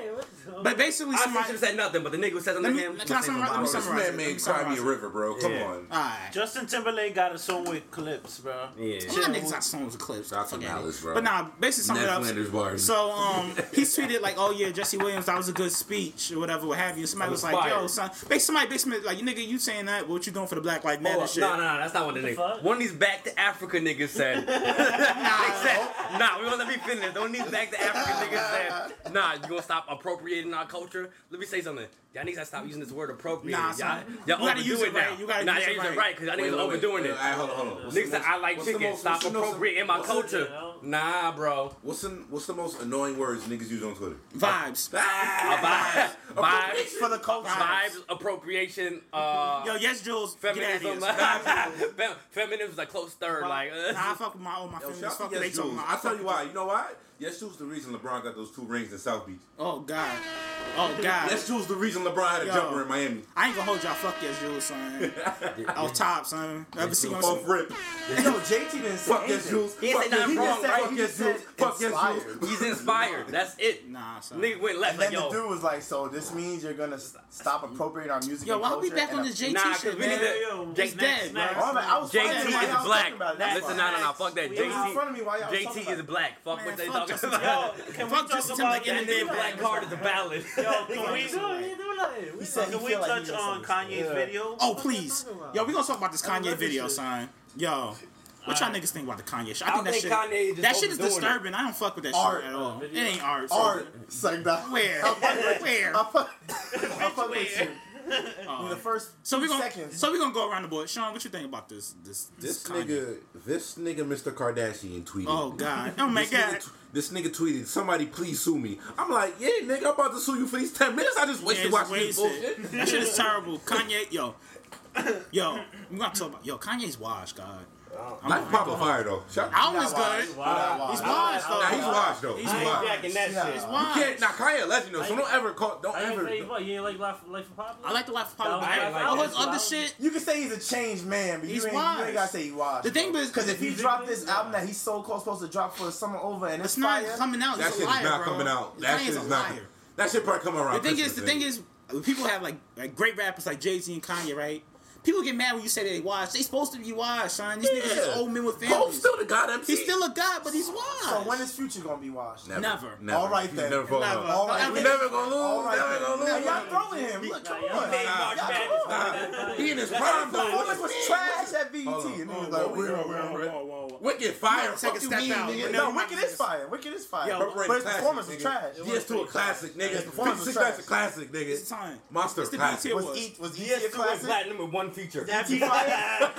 Speaker 8: But basically,
Speaker 2: I should
Speaker 8: somebody.
Speaker 2: have said nothing, but the nigga said
Speaker 8: Let
Speaker 2: something
Speaker 8: me-
Speaker 2: to him.
Speaker 8: can I summarize- let me
Speaker 3: Bro, this
Speaker 8: summarize it.
Speaker 3: man
Speaker 8: Let
Speaker 3: made
Speaker 8: me
Speaker 3: Cry Me
Speaker 8: summarize
Speaker 3: a
Speaker 8: it.
Speaker 3: River, bro. Come
Speaker 2: Yeah.
Speaker 3: on.
Speaker 8: All right.
Speaker 13: Justin Timberlake got a song with clips, bro.
Speaker 2: Yeah.
Speaker 8: Yeah, niggas got songs with clips.
Speaker 3: Shout out to
Speaker 8: Fuck
Speaker 3: Malice,
Speaker 8: it.
Speaker 3: bro.
Speaker 8: But nah, basically something
Speaker 3: Ned
Speaker 8: else.
Speaker 3: Flanders bars.
Speaker 8: So um, he tweeted like, "Oh yeah, Jesse Williams, that was a good speech or whatever, what have you." Somebody
Speaker 2: I'm
Speaker 8: was like, "Yo,
Speaker 2: inspired.
Speaker 8: son," basically somebody basically like, "You nigga, you saying that? What you doing for the Black Lives Matter
Speaker 2: Hold up.
Speaker 8: shit?"
Speaker 2: Oh, No, no, no, that's not what the nigga. One of these back to Africa niggas said. nah, they said, nah, we gonna let me finish. One of these back to Africa niggas said, nah, you gonna stop appropriating our culture? Let me say something. Y'all niggas gotta stop using this word appropriate.
Speaker 8: Nah,
Speaker 2: y'all,
Speaker 8: son.
Speaker 2: y'all
Speaker 8: You gotta
Speaker 2: overdoing
Speaker 8: use it
Speaker 2: it now.
Speaker 8: right. You gotta
Speaker 2: nah,
Speaker 8: use
Speaker 2: y'all
Speaker 8: it
Speaker 2: using it
Speaker 8: right.
Speaker 2: right because y'all
Speaker 3: Wait,
Speaker 2: niggas
Speaker 3: wait, wait.
Speaker 2: overdoing
Speaker 3: All
Speaker 2: it.
Speaker 3: right, hold on, hold on. What's the
Speaker 2: Niggas said,
Speaker 3: most-
Speaker 2: I like
Speaker 3: what's the
Speaker 2: chicken.
Speaker 3: most-
Speaker 2: Stop
Speaker 3: what's the most-
Speaker 2: appropriating my culture.
Speaker 3: Nah, bro. What's the What's the most annoying words niggas use on Twitter? Ah!
Speaker 8: Vibes.
Speaker 14: vibes. Vibes
Speaker 3: for the culture.
Speaker 14: Vibes appropriation. Uh,
Speaker 8: Yo, yes, Jules. Get outta
Speaker 14: Feminism. Fem- feminism's a close third. like, uh,
Speaker 8: Nah, Oh, I fuck with my old my
Speaker 3: Yo,
Speaker 8: feelings.
Speaker 3: shout
Speaker 8: Fuck
Speaker 3: out
Speaker 8: what
Speaker 3: to
Speaker 8: they
Speaker 3: Yes
Speaker 8: talking
Speaker 3: Jules.
Speaker 8: about.
Speaker 3: I tell you why. You know why? Yes Jules the reason LeBron got those two rings in South Beach.
Speaker 8: Oh God. Oh God.
Speaker 3: Yes Jules the reason LeBron had a
Speaker 8: Yo.
Speaker 3: jumper in Miami.
Speaker 8: I ain't gonna hold y'all. Fuck yes, Jules, son. I was top, son. Ever seen on
Speaker 3: Off rip.
Speaker 9: No, JT didn't say
Speaker 3: Fuck yes
Speaker 9: anything.
Speaker 3: Jules.
Speaker 9: He didn't
Speaker 3: Fuck
Speaker 9: say nothing
Speaker 3: yes
Speaker 9: wrong,
Speaker 3: Jules.
Speaker 9: right?
Speaker 3: Fuck
Speaker 9: He
Speaker 3: yes
Speaker 9: just said
Speaker 3: Jules. Fuck yes
Speaker 9: inspired.
Speaker 3: Jules.
Speaker 14: he's inspired. That's it.
Speaker 8: Nah, son.
Speaker 14: Nigga went left.
Speaker 9: And then
Speaker 14: Like, yo.
Speaker 9: the dude was like, "So this means you're gonna s- stop appropriating our music."
Speaker 8: Yo,
Speaker 9: and
Speaker 8: why we
Speaker 9: culture
Speaker 8: back
Speaker 9: and
Speaker 8: on
Speaker 9: a-
Speaker 8: this JT
Speaker 14: Nah, 'cause
Speaker 8: shit,
Speaker 14: we
Speaker 8: man?
Speaker 14: need to.
Speaker 8: It's
Speaker 14: J-
Speaker 8: dead, bro.
Speaker 9: Oh, man, I was
Speaker 14: JT
Speaker 9: fucking- why y'all
Speaker 14: is
Speaker 9: was
Speaker 14: black.
Speaker 9: talking about it. That's
Speaker 14: Listen,
Speaker 9: why.
Speaker 14: no, no, no. Fuck that.
Speaker 9: It was in front
Speaker 14: JT.
Speaker 9: of me while y'all was
Speaker 14: JT
Speaker 9: talking about
Speaker 14: is
Speaker 9: it.
Speaker 14: black. Fuck
Speaker 9: Man,
Speaker 14: what they
Speaker 9: fuck
Speaker 14: talking
Speaker 9: Justin
Speaker 14: about.
Speaker 15: Can
Speaker 8: Fuck
Speaker 15: we talk
Speaker 8: Justin
Speaker 15: about
Speaker 8: Timberlake
Speaker 14: And
Speaker 8: and
Speaker 14: then
Speaker 8: then
Speaker 14: Black Card is a ballad.
Speaker 15: Yo, can we,
Speaker 9: He said-
Speaker 15: can we
Speaker 9: said he feel like he
Speaker 15: touch
Speaker 9: was
Speaker 15: on
Speaker 9: something.
Speaker 15: Kanye's
Speaker 9: Yeah.
Speaker 15: video?
Speaker 8: Oh please. Yo, we gonna talk about this Kanye
Speaker 15: love this
Speaker 8: video,
Speaker 15: shit.
Speaker 8: son. Yo. What y'all niggas think about the Kanye shit? I
Speaker 14: I
Speaker 8: think that
Speaker 14: think
Speaker 8: shit.
Speaker 14: Kanye just
Speaker 8: That shit is
Speaker 14: overdoing it.
Speaker 8: disturbing. I don't fuck with that
Speaker 9: Art.
Speaker 8: shit at all. It ain't art. son.
Speaker 9: Art, it's like that.
Speaker 8: Where?
Speaker 9: I fuck with-
Speaker 8: Where?
Speaker 9: I fuck, I fuck with you.
Speaker 3: Um,
Speaker 9: In the first
Speaker 8: So we
Speaker 9: two
Speaker 8: gonna
Speaker 9: seconds,
Speaker 8: so we gonna go around the board. Sean, what you think about this? This
Speaker 3: This
Speaker 8: Kanye?
Speaker 3: nigga, this nigga, Mr. Kardashian tweeted.
Speaker 8: Oh God! Oh my
Speaker 3: this nigga
Speaker 8: God!
Speaker 3: tw- this nigga tweeted, "Somebody please sue me." I'm like, "Yeah, nigga, I'm about to sue you for these ten minutes I just wasted
Speaker 8: Yeah, it's
Speaker 3: watching this
Speaker 8: wasted.
Speaker 3: bullshit."
Speaker 8: That shit is terrible. Kanye, yo, yo, we gonna talk about yo. Kanye's washed, God. I'm
Speaker 3: Like Papa Fire though. Shout-
Speaker 8: Album is good. He's
Speaker 9: Wow.
Speaker 8: washed though.
Speaker 3: Nah, he's washed though. He's
Speaker 14: I ain't
Speaker 3: washed.
Speaker 14: jacking that
Speaker 9: Nah.
Speaker 14: shit.
Speaker 9: It's
Speaker 3: You can't. Nah, Kanye a legend though, so don't ever call. Don't
Speaker 14: I
Speaker 3: ever.
Speaker 14: ain't say fuck. You ain't like Life, Life of Pablo?
Speaker 8: I like the life of Pablo.
Speaker 14: That was
Speaker 8: All
Speaker 14: like-
Speaker 8: all
Speaker 14: like
Speaker 8: his
Speaker 14: his
Speaker 8: other
Speaker 14: album?
Speaker 8: shit.
Speaker 9: you can say he's a changed man, but you
Speaker 8: He's
Speaker 9: ain't, you
Speaker 8: washed.
Speaker 9: ain't gotta say he washed.
Speaker 8: The thing is-
Speaker 9: because if he dropped this album that he's so close supposed to drop for summer over and it's,
Speaker 8: It's not
Speaker 9: fire,
Speaker 8: coming out.
Speaker 3: That
Speaker 8: He's
Speaker 3: shit
Speaker 8: a
Speaker 3: is
Speaker 8: liar,
Speaker 3: not
Speaker 8: bro.
Speaker 3: coming out. That
Speaker 8: Kanye's
Speaker 3: shit
Speaker 8: a
Speaker 3: is not.
Speaker 8: liar.
Speaker 3: That shit probably come around.
Speaker 8: The thing is,
Speaker 3: Christmas,
Speaker 8: the thing
Speaker 3: nigga.
Speaker 8: is, when people have like, like great rappers like Jay Z and Kanye, right? People get mad when you say they washed. They supposed to be washed, son. These niggas is
Speaker 3: Yeah.
Speaker 8: old men with
Speaker 3: Pope's
Speaker 8: families.
Speaker 3: still the god MC.
Speaker 8: He's still a god, but he's washed.
Speaker 9: So when is Future gonna be washed?
Speaker 8: Never.
Speaker 9: All right
Speaker 3: He's
Speaker 9: then.
Speaker 3: Never falling
Speaker 8: Never.
Speaker 3: off.
Speaker 9: All right,
Speaker 3: We
Speaker 8: Never.
Speaker 3: never gonna lose.
Speaker 9: all right.
Speaker 3: never gonna lose.
Speaker 9: Now y'all throwing him. Look, come on.
Speaker 14: Hey,
Speaker 9: Y'all
Speaker 14: March Madness.
Speaker 9: throwing him.
Speaker 3: He in his prime though.
Speaker 9: Oh, this
Speaker 3: What
Speaker 9: was
Speaker 3: the-
Speaker 9: trash at E BET.
Speaker 3: Hold on.
Speaker 9: And
Speaker 3: Hold
Speaker 9: then
Speaker 3: on.
Speaker 9: like,
Speaker 3: We're-
Speaker 9: we're-
Speaker 3: we're-
Speaker 9: we're-
Speaker 8: Whoa, whoa, whoa.
Speaker 3: Wicked fire.
Speaker 8: Take
Speaker 3: Fuck
Speaker 8: a
Speaker 3: you
Speaker 8: step
Speaker 3: mean,
Speaker 8: out.
Speaker 3: nigga.
Speaker 8: No,
Speaker 9: No,
Speaker 8: Wicked
Speaker 9: Wicked is
Speaker 8: is-
Speaker 9: fire. Wicked is fire.
Speaker 8: Yo,
Speaker 9: But
Speaker 3: Perpetrated
Speaker 9: but his
Speaker 3: classic,
Speaker 9: performance was
Speaker 3: nigga.
Speaker 9: trash.
Speaker 3: Yes, to a classic, nigga.
Speaker 9: His performance was
Speaker 3: 56 That's a
Speaker 9: trash.
Speaker 3: classic, nigga.
Speaker 8: It's time.
Speaker 3: Monster
Speaker 8: It's the
Speaker 3: classic.
Speaker 8: BET
Speaker 9: Was
Speaker 8: Awards.
Speaker 9: E was E
Speaker 14: Yes,
Speaker 9: a
Speaker 14: he went
Speaker 9: classic?
Speaker 14: platinum with one feature.
Speaker 9: ET fire?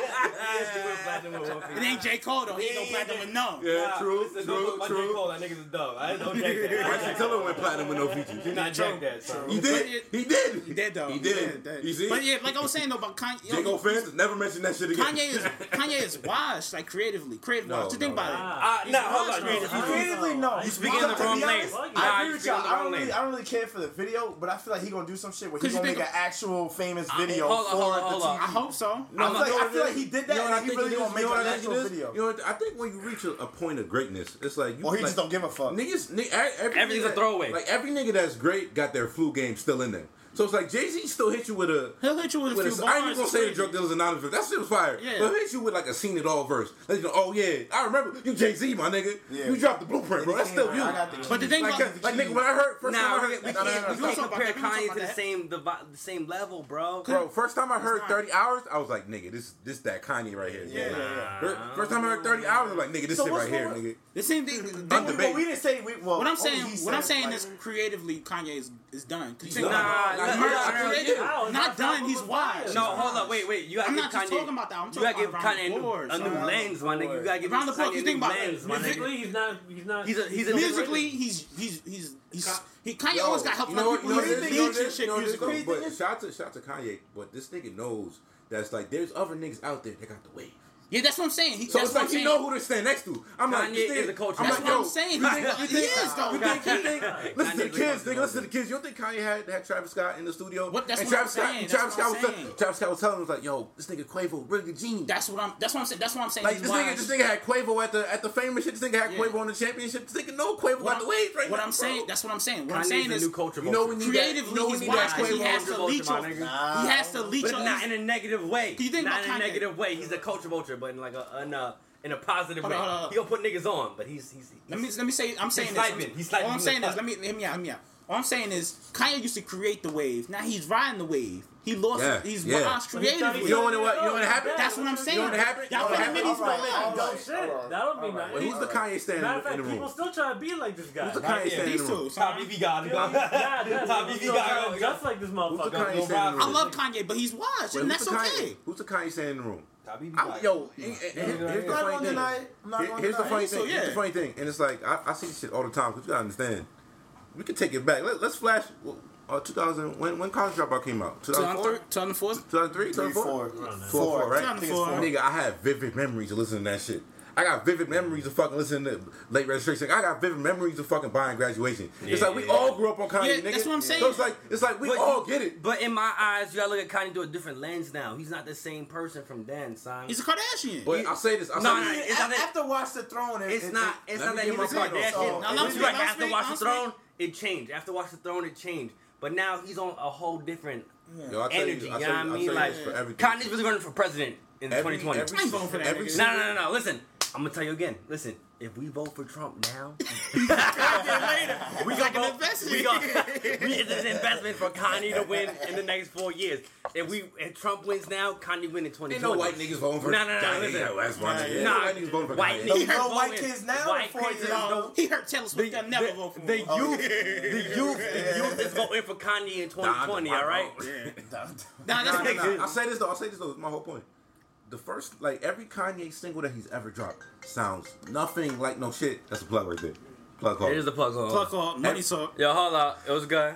Speaker 14: Yes, he went platinum with one feature.
Speaker 8: It ain't J. Cole though. He ain't no
Speaker 14: Yeah,
Speaker 8: platinum with no.
Speaker 3: Yeah, true,
Speaker 14: Listen, don't
Speaker 3: true,
Speaker 14: look at my J.
Speaker 3: true.
Speaker 14: Cole, that nigga's a dub. I don't jack that.
Speaker 3: Bryson Tiller went platinum with no features.
Speaker 14: Do not jack that, son.
Speaker 3: He did.
Speaker 8: But
Speaker 3: He did.
Speaker 8: He did though.
Speaker 3: He did.
Speaker 8: that.
Speaker 3: You see?
Speaker 8: But yeah, like I was saying though about Kanye.
Speaker 3: J. Cole fans never mention that shit again.
Speaker 8: Kanye is Kanye is washed like creatively, creative
Speaker 3: No,
Speaker 8: wise. To think
Speaker 3: no, no.
Speaker 8: about it.
Speaker 14: Ah, nah, hold
Speaker 8: washed,
Speaker 14: on.
Speaker 8: bro.
Speaker 14: Creative.
Speaker 9: Creatively, no.
Speaker 14: You speaking in the
Speaker 9: To be
Speaker 14: wrong
Speaker 9: honest,
Speaker 14: lane.
Speaker 9: I
Speaker 14: Nah,
Speaker 9: agree
Speaker 14: you
Speaker 9: with
Speaker 14: speaking
Speaker 9: y'all.
Speaker 14: in the wrong
Speaker 9: I don't really,
Speaker 14: lane.
Speaker 9: I don't really care for the video, but I feel like he gonna do some shit where
Speaker 8: Cause
Speaker 9: he
Speaker 8: you
Speaker 9: gonna make
Speaker 8: think
Speaker 9: an
Speaker 8: of-
Speaker 9: actual famous
Speaker 14: I-
Speaker 9: video
Speaker 14: hold on,
Speaker 9: for
Speaker 14: hold on,
Speaker 9: the
Speaker 14: hold
Speaker 9: TV.
Speaker 14: on.
Speaker 8: I hope so.
Speaker 3: No,
Speaker 9: I feel
Speaker 3: no,
Speaker 9: like-
Speaker 3: you know
Speaker 9: I
Speaker 3: what
Speaker 9: feel
Speaker 3: it
Speaker 9: like
Speaker 3: is?
Speaker 9: he did that
Speaker 3: You know what
Speaker 9: and
Speaker 3: I
Speaker 9: he
Speaker 3: think
Speaker 9: really
Speaker 3: it is?
Speaker 9: gonna make
Speaker 3: You know what
Speaker 9: an
Speaker 3: I think
Speaker 9: actual
Speaker 3: it is?
Speaker 9: video.
Speaker 3: You know what? I think when you reach a, a point of greatness, it's like you.
Speaker 9: Or he
Speaker 3: like,
Speaker 9: just don't give a fuck.
Speaker 3: Niggas, ni- every
Speaker 14: Everything's
Speaker 3: nigga-
Speaker 14: a throwaway.
Speaker 3: Like every nigga that's great got their flu game still in them. So it's like Jay Z still hit you with a.
Speaker 8: He'll hit you with a
Speaker 3: with
Speaker 8: few
Speaker 3: a- I ain't even gonna
Speaker 8: bars.
Speaker 3: say the drug dealers anonymous. verse. That shit was fire.
Speaker 8: Yeah.
Speaker 3: But he'll hit you with like a seen it all verse. Like, you know, oh yeah, I remember you Jay Z, my nigga.
Speaker 9: Yeah.
Speaker 3: You dropped the blueprint, bro. That's still you.
Speaker 9: I got the
Speaker 8: But the thing
Speaker 3: Like,
Speaker 8: about
Speaker 3: 'cause- like, nigga, when I heard first
Speaker 14: Nah,
Speaker 3: time I
Speaker 14: we,
Speaker 3: heard,
Speaker 14: we
Speaker 3: Nah, nah, nah,
Speaker 14: can't, we
Speaker 3: nah.
Speaker 14: can't
Speaker 8: stop.
Speaker 14: compare
Speaker 8: We don't talk
Speaker 14: Kanye
Speaker 8: about
Speaker 14: to the
Speaker 8: that.
Speaker 14: same the, vi- the same level, bro.
Speaker 3: Bro, first time I heard
Speaker 8: not.
Speaker 3: 30 hours, I was like, nigga, this this that Kanye right here.
Speaker 9: Yeah,
Speaker 3: nigga.
Speaker 9: yeah, yeah.
Speaker 3: Fir- First time I heard 30 hours, I was like, nigga, this
Speaker 9: So
Speaker 3: shit
Speaker 9: what's
Speaker 3: right here,
Speaker 9: wrong
Speaker 3: nigga.
Speaker 9: with-
Speaker 8: the same thing. the
Speaker 3: I'm
Speaker 8: thing-
Speaker 3: debating.
Speaker 9: But we didn't say we. Well,
Speaker 8: What I'm
Speaker 9: only
Speaker 8: saying,
Speaker 9: he
Speaker 8: what
Speaker 9: said
Speaker 8: I'm
Speaker 9: it,
Speaker 8: saying
Speaker 9: like-
Speaker 8: is creatively Kanye is, is done. 'Cause
Speaker 3: He's
Speaker 8: think
Speaker 3: done.
Speaker 8: about it.
Speaker 3: Nah,
Speaker 8: Like,
Speaker 3: nah,
Speaker 8: merch
Speaker 3: nah, nah,
Speaker 8: creative,
Speaker 3: yeah.
Speaker 8: not, done. He's washed.
Speaker 14: No, hold up, wait, wait. You gotta
Speaker 8: I'm
Speaker 14: give
Speaker 8: not
Speaker 14: Kanye.
Speaker 8: just talking about that. I'm
Speaker 14: you gotta
Speaker 8: talking
Speaker 14: give
Speaker 8: about around
Speaker 14: Kanye
Speaker 8: the board,
Speaker 14: a new
Speaker 8: son.
Speaker 14: lens, my nigga. You gotta give
Speaker 8: Around the board,
Speaker 14: Kanye
Speaker 8: you
Speaker 14: a
Speaker 8: think
Speaker 14: new
Speaker 8: about it.
Speaker 14: lens, my
Speaker 15: Musically,
Speaker 14: nigga.
Speaker 15: he's not. He's not.
Speaker 14: He's a he's a
Speaker 8: Musically, he's he's he's he's he Kanye
Speaker 3: Yo,
Speaker 8: always got help
Speaker 3: you
Speaker 8: from
Speaker 3: know
Speaker 8: other
Speaker 3: what- you know
Speaker 8: people. He's
Speaker 3: this-
Speaker 8: big
Speaker 3: you know
Speaker 8: and
Speaker 3: this- you
Speaker 8: shit
Speaker 3: know this
Speaker 8: musically.
Speaker 3: though? But shout out to shout out to Kanye, but this nigga knows that's like there's other niggas out there that got the wave.
Speaker 8: Yeah, that's what I'm saying. He,
Speaker 3: So
Speaker 8: that's
Speaker 3: it's
Speaker 8: what
Speaker 3: like
Speaker 8: I'm
Speaker 3: you
Speaker 8: saying.
Speaker 3: know who to stand next to. I'm like,
Speaker 14: Kanye
Speaker 3: this nigga-
Speaker 14: is a culture.
Speaker 3: I'm
Speaker 8: That's
Speaker 3: like,
Speaker 8: what
Speaker 3: yo,
Speaker 8: I'm saying.
Speaker 3: You
Speaker 8: He's
Speaker 3: think,
Speaker 8: a-
Speaker 3: you
Speaker 8: he
Speaker 3: think,
Speaker 8: is, though.
Speaker 3: You think, you think, listen to
Speaker 14: Kanye's a
Speaker 3: the kids,
Speaker 14: culture.
Speaker 3: nigga. Listen to the kids. You don't think Kanye had, had Travis Scott in the studio?
Speaker 8: What- that's
Speaker 3: and
Speaker 8: what I'm
Speaker 3: Travis Scott,
Speaker 8: saying.
Speaker 3: and
Speaker 8: That's
Speaker 3: Travis
Speaker 8: what I'm
Speaker 3: Scott was tell-
Speaker 8: saying.
Speaker 3: Travis Scott was telling him was like, yo, this nigga Quavo, really genius.
Speaker 8: That's what I'm. That's what I'm saying. That's what I'm saying.
Speaker 3: Like
Speaker 8: he's
Speaker 3: this nigga,
Speaker 8: washed.
Speaker 3: this nigga had Quavo at the at the famous shit. This nigga had
Speaker 8: Yeah.
Speaker 3: Quavo on the championship. This nigga know Quavo got
Speaker 8: What
Speaker 3: the
Speaker 8: I'm-
Speaker 3: wave right
Speaker 8: What
Speaker 3: now,
Speaker 8: I'm
Speaker 3: bro.
Speaker 8: saying. That's what I'm saying. What I'm
Speaker 14: Kanye's
Speaker 8: saying
Speaker 14: a
Speaker 8: is
Speaker 14: new culture.
Speaker 3: you know
Speaker 14: monster.
Speaker 3: when you
Speaker 8: creatively
Speaker 3: you know
Speaker 8: he's
Speaker 3: we need that
Speaker 8: washed. 'cause He
Speaker 3: Quavo
Speaker 8: has
Speaker 3: on the
Speaker 8: to
Speaker 14: vulture,
Speaker 8: leech
Speaker 14: my
Speaker 8: off.
Speaker 14: nigga.
Speaker 8: He has to leech
Speaker 14: But
Speaker 8: off.
Speaker 14: not in a negative way.
Speaker 8: You think
Speaker 14: not
Speaker 8: about
Speaker 14: in a
Speaker 8: Kanye.
Speaker 14: negative way. He's a culture vulture, but in like a in a, in a positive
Speaker 8: Hold
Speaker 14: way.
Speaker 8: on, hold on, hold on.
Speaker 14: He gonna put niggas on, but he's he's.
Speaker 8: Let me let me say. I'm saying
Speaker 14: He's
Speaker 8: this.
Speaker 14: sniping. He's sniping
Speaker 8: All I'm
Speaker 14: from the
Speaker 8: saying is
Speaker 14: top.
Speaker 8: let me hear me out. Hear me out. All I'm saying is Kanye used to create the wave. Now he's riding the wave. He lost.
Speaker 3: Yeah,
Speaker 8: He's
Speaker 3: yeah.
Speaker 8: lost
Speaker 3: But he's
Speaker 8: creative.
Speaker 3: not-
Speaker 8: with
Speaker 3: you know
Speaker 8: it.
Speaker 3: when it wa- you know when it happened?
Speaker 8: That's what I'm
Speaker 3: You
Speaker 8: saying.
Speaker 3: know when it happened?
Speaker 8: Y'all put
Speaker 3: Alright,
Speaker 8: him in these
Speaker 3: alright,
Speaker 8: balls.
Speaker 2: Oh,
Speaker 3: alright.
Speaker 2: That'll be nice.
Speaker 3: Well, who's the Kanye stand
Speaker 2: Matter of
Speaker 3: in
Speaker 2: fact,
Speaker 3: the room?
Speaker 2: people still trying to be like this guy.
Speaker 3: Who's the Kanye Yeah, stand in the these room? two.
Speaker 2: Top BB got Top BB got Just like this
Speaker 3: Who's the
Speaker 2: motherfucker.
Speaker 3: Kanye stand in the room?
Speaker 8: I love Kanye, but he's washed,
Speaker 3: Wait,
Speaker 8: and
Speaker 3: who's
Speaker 8: that's
Speaker 3: the Kanye-
Speaker 8: okay.
Speaker 3: Who's the Kanye stand in the room? I'm, yo, and- and- and here's the funny
Speaker 8: I'm not gonna
Speaker 3: thing.
Speaker 8: deny it. I'm not
Speaker 3: Here-
Speaker 8: gonna
Speaker 3: Here's the
Speaker 8: deny
Speaker 3: funny
Speaker 8: it. So,
Speaker 3: thing. Here's the
Speaker 8: yeah.
Speaker 3: funny thing, and it's like I, I see this shit all the time. Cause you gotta understand, we can take it back. Let, let's flash. well, Uh, 2000. When when college dropout came out? 2004.
Speaker 8: 2004.
Speaker 3: 2003. 2004.
Speaker 9: Four. Four.
Speaker 3: 2004. Right.
Speaker 9: I think it's four.
Speaker 3: Nigga, I have vivid memories of listening to that shit. I got vivid memories of fucking listening to late registration. I got vivid memories of fucking buying graduation. It's like we
Speaker 2: Yeah.
Speaker 3: all grew up on Kanye,
Speaker 2: Yeah,
Speaker 3: nigga.
Speaker 2: that's what I'm saying.
Speaker 3: So it's like it's like we
Speaker 2: But
Speaker 3: all
Speaker 2: you-
Speaker 3: get it.
Speaker 2: But in my eyes, you gotta look at Kanye through a different lens now. He's not the same person from then, son.
Speaker 8: He's a Kardashian.
Speaker 3: But I'll say this. I'll
Speaker 2: No,
Speaker 3: say
Speaker 2: no,
Speaker 3: this.
Speaker 2: it's not that-
Speaker 9: After Watch the Throne, it,
Speaker 2: It's
Speaker 9: it-
Speaker 2: not.
Speaker 9: it-
Speaker 2: It's
Speaker 3: Let
Speaker 2: not
Speaker 3: me
Speaker 2: that he
Speaker 3: get my
Speaker 2: was a
Speaker 3: point Oh, off.
Speaker 2: Kardashian.
Speaker 3: So-
Speaker 2: Now,
Speaker 3: Let
Speaker 2: let
Speaker 3: me-
Speaker 2: me like
Speaker 3: let me
Speaker 2: after
Speaker 3: speak,
Speaker 2: Watch
Speaker 3: let
Speaker 2: the
Speaker 3: me
Speaker 2: Throne, it changed. After Watch the Throne, it changed. But now he's on a whole different
Speaker 3: Yo, I tell you-
Speaker 2: energy. You,
Speaker 3: I tell
Speaker 2: know what I
Speaker 3: you- I
Speaker 2: mean?
Speaker 3: tell you
Speaker 2: Like
Speaker 3: this for everything.
Speaker 2: Kanye's really running for president in
Speaker 3: Every-
Speaker 2: 2020.
Speaker 3: every- I ain't voting for that every nigga.
Speaker 2: no, no, no, no. Listen, I'm gonna tell you again. Listen, if we vote for Trump now, we gonna vote, we gonna we, it's an investment for Kanye to win in the next four years. If we if Trump wins now, Kanye win in 2020.
Speaker 3: Ain't no white niggas voting for
Speaker 2: no, no, no,
Speaker 3: Kanye.
Speaker 2: listen.
Speaker 3: Yeah, that's why, nigga. Ain't no
Speaker 2: Nah,
Speaker 3: white niggas voting for
Speaker 2: white
Speaker 3: Kanye.
Speaker 2: niggas
Speaker 3: He
Speaker 9: No
Speaker 2: voting.
Speaker 9: white kids now
Speaker 2: White
Speaker 9: before
Speaker 2: kids
Speaker 9: you
Speaker 2: is
Speaker 9: know.
Speaker 2: no-
Speaker 8: He heard Taylor Swift. I never vote for
Speaker 2: The
Speaker 8: him.
Speaker 2: youth, the youth, the youth is voting for Kanye in 2020.
Speaker 3: Nah, I
Speaker 2: all right.
Speaker 3: don't-
Speaker 8: Nah, that's
Speaker 3: Nah, nah, nah. I'll say this though. I'll say this though. It's my whole point. The first, like every Kanye single that he's ever dropped, sounds nothing like no shit. That's a plug right there. Plug call.
Speaker 2: It is a plug call.
Speaker 8: Plug call. Money
Speaker 3: Every-
Speaker 8: talk.
Speaker 2: Yo, hold up. It was good.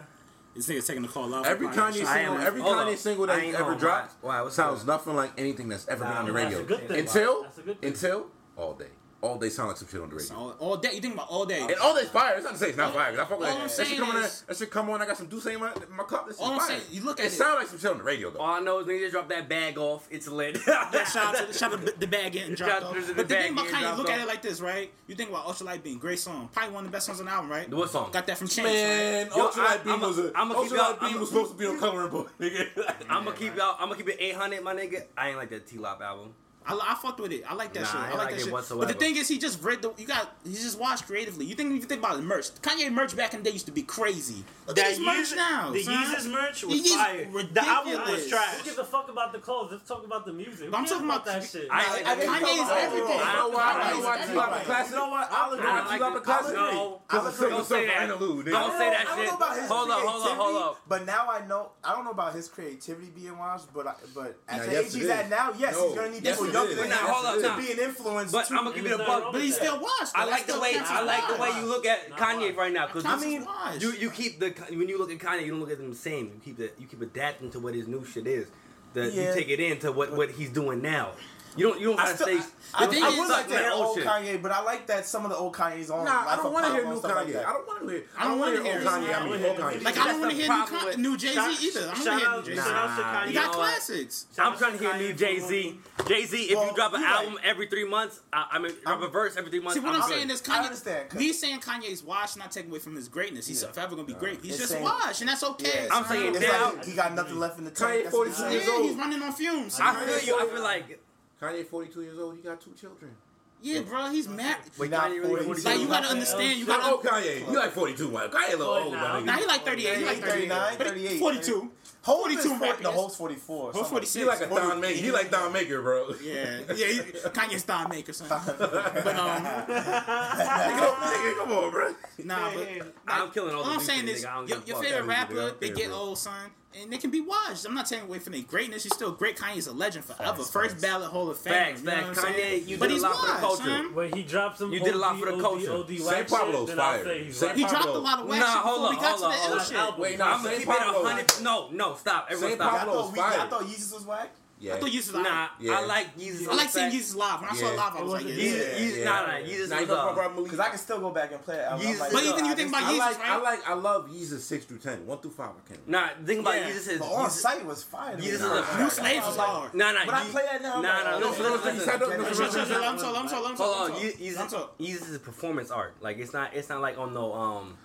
Speaker 8: This nigga's taking the call out.
Speaker 3: Every
Speaker 8: I
Speaker 3: Kanye
Speaker 8: am-
Speaker 3: single, every
Speaker 2: hold
Speaker 3: Kanye
Speaker 2: up.
Speaker 3: single
Speaker 2: I
Speaker 3: that he's
Speaker 2: ain't
Speaker 3: ever
Speaker 2: on
Speaker 3: dropped
Speaker 2: my- why, what's
Speaker 3: sounds nothing like anything that's ever been on the
Speaker 2: that's
Speaker 3: radio.
Speaker 2: a good thing.
Speaker 3: Until
Speaker 2: That's a good thing.
Speaker 3: until all day, all day sound like some shit on the radio.
Speaker 8: All, all day. You think about all day.
Speaker 3: And all that's fire. It's not to say it's not fire. 'cause I fuck with
Speaker 8: All
Speaker 3: that.
Speaker 8: I'm
Speaker 3: That
Speaker 8: saying
Speaker 3: shit come on.
Speaker 8: is-
Speaker 3: That that shit come on. I got some Duce in my, in my cup. This is
Speaker 8: All I'm
Speaker 3: fire.
Speaker 8: saying, you look
Speaker 3: it
Speaker 8: at it.
Speaker 3: sound like some shit on the radio though.
Speaker 2: All I know is niggas dropped that bag off. It's lit.
Speaker 8: Yeah, shout out to shout out to the bag getting dropped.
Speaker 2: Shout out
Speaker 8: off.
Speaker 2: to the
Speaker 8: But the
Speaker 2: bag
Speaker 8: thing about
Speaker 2: getting
Speaker 8: Kanye,
Speaker 2: dropped
Speaker 8: look at
Speaker 2: off.
Speaker 8: it like this, right? You think about Ultra Light Beam, great song, probably one of the best songs on the album, right?
Speaker 2: What song?
Speaker 8: Got that from Chance.
Speaker 3: Man,
Speaker 8: right?
Speaker 2: Yo,
Speaker 3: Ultra
Speaker 2: I-
Speaker 3: Light Beam
Speaker 2: I'ma-
Speaker 3: was a
Speaker 2: I'ma keep
Speaker 3: Ultra Light
Speaker 2: y'all-
Speaker 3: Beam
Speaker 2: I'ma-
Speaker 3: was supposed to be on coloring book, nigga.
Speaker 2: I'm gonna keep y'all. I'm gonna keep it 800, my nigga. I ain't like that T Lop album.
Speaker 8: I, I fucked with it. I like that
Speaker 2: Nah,
Speaker 8: shit.
Speaker 2: I
Speaker 8: I
Speaker 2: ain't
Speaker 8: like,
Speaker 2: like
Speaker 8: that
Speaker 2: it
Speaker 8: shit. But
Speaker 2: whatsoever.
Speaker 8: the thing is, he just read the. You got. He just watched creatively. You think you think about it, merch. Kanye merch back in the day used to be crazy. Look at
Speaker 11: That
Speaker 8: his merch
Speaker 11: Yeezus-
Speaker 8: now.
Speaker 11: the
Speaker 8: son.
Speaker 11: Yeezus merch was
Speaker 8: Yeezus
Speaker 11: fire. The album was
Speaker 8: ridiculous.
Speaker 11: trash.
Speaker 8: Look
Speaker 11: Who
Speaker 8: at-
Speaker 11: gives a fuck about the clothes? Let's talk about the music. Who
Speaker 8: I'm
Speaker 11: cares
Speaker 8: talking about
Speaker 11: that
Speaker 8: the-
Speaker 11: shit.
Speaker 8: I-
Speaker 2: I-
Speaker 8: Kanye is everything.
Speaker 3: You know why? I know why T-Lop a classic.
Speaker 9: You know what? I'll agree.
Speaker 3: You know why T-Lop a classic?
Speaker 2: I know.
Speaker 3: Because it's
Speaker 2: Don't
Speaker 3: silver surfer
Speaker 2: say that.
Speaker 3: and a loo, nigga.
Speaker 2: Don't say that
Speaker 9: I don't
Speaker 2: shit.
Speaker 9: know about his
Speaker 2: Hold up,
Speaker 9: creativity,
Speaker 2: hold up, hold up.
Speaker 9: but now I know I don't know about his creativity being watched, but I, but at
Speaker 3: Now,
Speaker 9: the
Speaker 3: yes, it
Speaker 9: age he's
Speaker 3: is.
Speaker 9: at now, yes,
Speaker 3: No,
Speaker 9: he's gonna need
Speaker 3: yes,
Speaker 9: people
Speaker 3: it
Speaker 9: younger
Speaker 3: is.
Speaker 9: than
Speaker 3: Nah,
Speaker 9: him
Speaker 3: hold up,
Speaker 9: to
Speaker 3: nah.
Speaker 9: be an influence.
Speaker 2: But
Speaker 9: to-
Speaker 2: I'ma give you the
Speaker 9: Nah,
Speaker 2: buck.
Speaker 8: But he's still washed.
Speaker 2: I
Speaker 8: though.
Speaker 2: like
Speaker 8: That's
Speaker 2: the
Speaker 8: still
Speaker 2: way
Speaker 8: counts
Speaker 2: I
Speaker 8: as
Speaker 2: like the
Speaker 8: washed.
Speaker 2: way you look at Kanye right now. Because
Speaker 8: I
Speaker 2: I mean,
Speaker 8: mean, washed.
Speaker 2: you you keep the when you look at Kanye, you don't look at them the same. You keep the you keep adapting to what his new shit is. The,
Speaker 9: Yeah.
Speaker 2: You take it into what what he's doing now. You don't you don't
Speaker 9: I,
Speaker 2: gotta
Speaker 9: still,
Speaker 2: stay.
Speaker 9: I, I,
Speaker 2: you don't
Speaker 8: thing
Speaker 9: I
Speaker 2: stay
Speaker 8: is-
Speaker 9: would
Speaker 2: stuck
Speaker 9: like
Speaker 2: in that
Speaker 9: that old
Speaker 2: shit.
Speaker 9: Kanye, but I like that some of the old Kanye's on.
Speaker 3: Nah, I
Speaker 9: Life
Speaker 3: don't
Speaker 9: of
Speaker 3: want to hear
Speaker 9: Pablo
Speaker 3: new
Speaker 9: and stuff like
Speaker 3: Kanye.
Speaker 9: that.
Speaker 3: I don't want to hear. I don't
Speaker 8: I
Speaker 3: want to
Speaker 8: don't
Speaker 3: hear old
Speaker 8: wanna
Speaker 3: Kanye.
Speaker 8: hear
Speaker 3: I mean,
Speaker 11: his-
Speaker 3: old Kanye.
Speaker 8: Like I don't
Speaker 2: That's
Speaker 8: want
Speaker 2: the
Speaker 8: to hear new,
Speaker 2: problem with-
Speaker 8: Con- new Jay
Speaker 11: Shout
Speaker 8: Z either. I don't
Speaker 11: shout
Speaker 8: want to hear
Speaker 11: out
Speaker 8: new Jay
Speaker 11: shout
Speaker 8: Z.
Speaker 11: out to
Speaker 2: Nah,
Speaker 11: Kanye.
Speaker 8: You got
Speaker 2: know what?
Speaker 8: classics.
Speaker 2: I'm trying to hear new Jay Z. Jay Z, if you drop an
Speaker 9: you right.
Speaker 2: album every three months, I, I mean, drop a verse every three months.
Speaker 8: See what I'm
Speaker 2: good.
Speaker 8: saying is
Speaker 9: I
Speaker 8: Kanye.
Speaker 9: understand, 'cause-
Speaker 8: me saying Kanye's washed not taking away from his greatness. He's forever gonna be great. He's
Speaker 9: It's
Speaker 8: just
Speaker 9: saying-
Speaker 8: washed, and that's okay.
Speaker 9: Yeah,
Speaker 2: I'm
Speaker 9: it's
Speaker 2: saying
Speaker 9: like
Speaker 2: now-
Speaker 9: he got nothing left in the tank.
Speaker 3: Kanye
Speaker 9: That's
Speaker 3: 42
Speaker 9: what
Speaker 8: yeah,
Speaker 9: he
Speaker 3: years
Speaker 9: said.
Speaker 3: old.
Speaker 8: he's running on fumes.
Speaker 2: I feel you. I feel like
Speaker 3: Kanye, forty-two years old. He got two children.
Speaker 8: yeah, bro, he's mad.
Speaker 2: wait,
Speaker 9: Nah,
Speaker 2: Kanye really
Speaker 9: 42.
Speaker 8: Like you gotta
Speaker 9: Yeah.
Speaker 8: understand, you
Speaker 3: Not old
Speaker 8: gotta.
Speaker 3: Kanye. You like forty-two, man. Kanye a little old, my
Speaker 8: Now
Speaker 3: nigga.
Speaker 8: he like 38, he like
Speaker 9: 39,
Speaker 8: 38,
Speaker 9: 38.
Speaker 8: 42.
Speaker 9: Hope is
Speaker 8: 42
Speaker 9: 40,
Speaker 8: rapping
Speaker 9: the
Speaker 8: is-
Speaker 9: host 44.
Speaker 8: Host
Speaker 9: something like
Speaker 8: 46.
Speaker 3: He like a Don Maker. He like Don Maker, bro.
Speaker 8: Yeah, yeah, he, Kanye's style maker, son. But um,
Speaker 3: Nigga, come on, bro.
Speaker 8: nah, but
Speaker 2: I'm killing all
Speaker 8: all
Speaker 2: the
Speaker 8: I'm
Speaker 2: beef
Speaker 8: saying
Speaker 2: nigga.
Speaker 8: is
Speaker 2: I don't
Speaker 8: your,
Speaker 2: give a
Speaker 8: your
Speaker 2: fuck.
Speaker 8: favorite
Speaker 3: Everything they
Speaker 8: rapper,
Speaker 3: out
Speaker 8: they
Speaker 3: there,
Speaker 8: get
Speaker 3: bro.
Speaker 8: old, son, and they can be washed. I'm not taking away from their greatness. He's still great. Kanye's a legend forever. First ballot Hall of Fame.
Speaker 2: Facts,
Speaker 8: you know what
Speaker 2: facts.
Speaker 8: I'm saying?
Speaker 2: Kanye, you
Speaker 8: but
Speaker 2: did a
Speaker 8: he's
Speaker 2: lot for the
Speaker 8: washed,
Speaker 2: culture.
Speaker 8: son.
Speaker 11: When he dropped some,
Speaker 2: You did a lot
Speaker 11: OD,
Speaker 2: for the culture.
Speaker 11: OD, OD,
Speaker 3: Saint
Speaker 11: whack shit,
Speaker 3: Pablo's
Speaker 11: then I'll
Speaker 3: fire.
Speaker 11: say he's
Speaker 3: Saint
Speaker 8: He
Speaker 11: right.
Speaker 8: dropped a
Speaker 3: Pablo.
Speaker 8: lot of whack
Speaker 2: Nah,
Speaker 8: shit
Speaker 2: hold
Speaker 8: before we
Speaker 2: on,
Speaker 8: got
Speaker 2: hold
Speaker 8: to the
Speaker 2: on,
Speaker 8: ill
Speaker 2: hold
Speaker 8: shit.
Speaker 11: on.
Speaker 3: Wait,
Speaker 2: I'm
Speaker 3: no,
Speaker 2: gonna
Speaker 3: Saint
Speaker 2: keep it a
Speaker 3: Pablo.
Speaker 2: hundred. No, no, stop. Everyone
Speaker 3: Saint
Speaker 9: I
Speaker 2: stop.
Speaker 3: Pablo.
Speaker 9: thought, we, I
Speaker 3: Fire.
Speaker 9: thought Yeezus was whack.
Speaker 3: Yeah.
Speaker 8: I thought Yeezus was
Speaker 2: Nah,
Speaker 3: Yeah.
Speaker 2: I like Yeezus.
Speaker 8: I like seeing
Speaker 2: Effect.
Speaker 8: Yeezus live. When I saw
Speaker 3: Yeah.
Speaker 8: it live, I was like, yeah.
Speaker 2: Yeezus,
Speaker 9: Yeah,
Speaker 2: Yeezus,
Speaker 3: yeah.
Speaker 2: nah, nah, Yeezus
Speaker 3: Now you
Speaker 2: was
Speaker 3: know
Speaker 2: up.
Speaker 3: problem with
Speaker 9: Because I can still go back and play it. I'm, I'm
Speaker 2: Yeezus-
Speaker 9: like,
Speaker 2: But
Speaker 9: nah,
Speaker 8: even you
Speaker 9: I
Speaker 8: think
Speaker 9: just-
Speaker 8: about
Speaker 3: I
Speaker 8: Yeezus,
Speaker 3: like, I
Speaker 8: right?
Speaker 3: like, I love Yeezus six through ten, one through five. I can't.
Speaker 2: Nah, the thing about
Speaker 8: Yeah.
Speaker 2: Yeezus is
Speaker 9: But on
Speaker 2: Yeezus-
Speaker 9: site was fire. to
Speaker 2: Yeezus is
Speaker 9: me.
Speaker 2: a
Speaker 8: New Slaves was hard.
Speaker 2: Nah, nah.
Speaker 9: When I
Speaker 2: Ye-
Speaker 9: play that now, I'm
Speaker 2: Nah,
Speaker 9: like,
Speaker 2: nah.
Speaker 9: oh, no,
Speaker 2: Listen, listen,
Speaker 9: no,
Speaker 2: listen.
Speaker 9: no, no, no,
Speaker 8: Shut, shut, shut,
Speaker 9: no,
Speaker 8: I'm sorry, I'm sorry, I'm sorry,
Speaker 2: Hold
Speaker 8: I'm
Speaker 2: on,
Speaker 8: sorry.
Speaker 2: Ye-
Speaker 8: I'm sorry.
Speaker 2: Yeezus Yeezus is a performance art. Like it's not, it's not like on no um.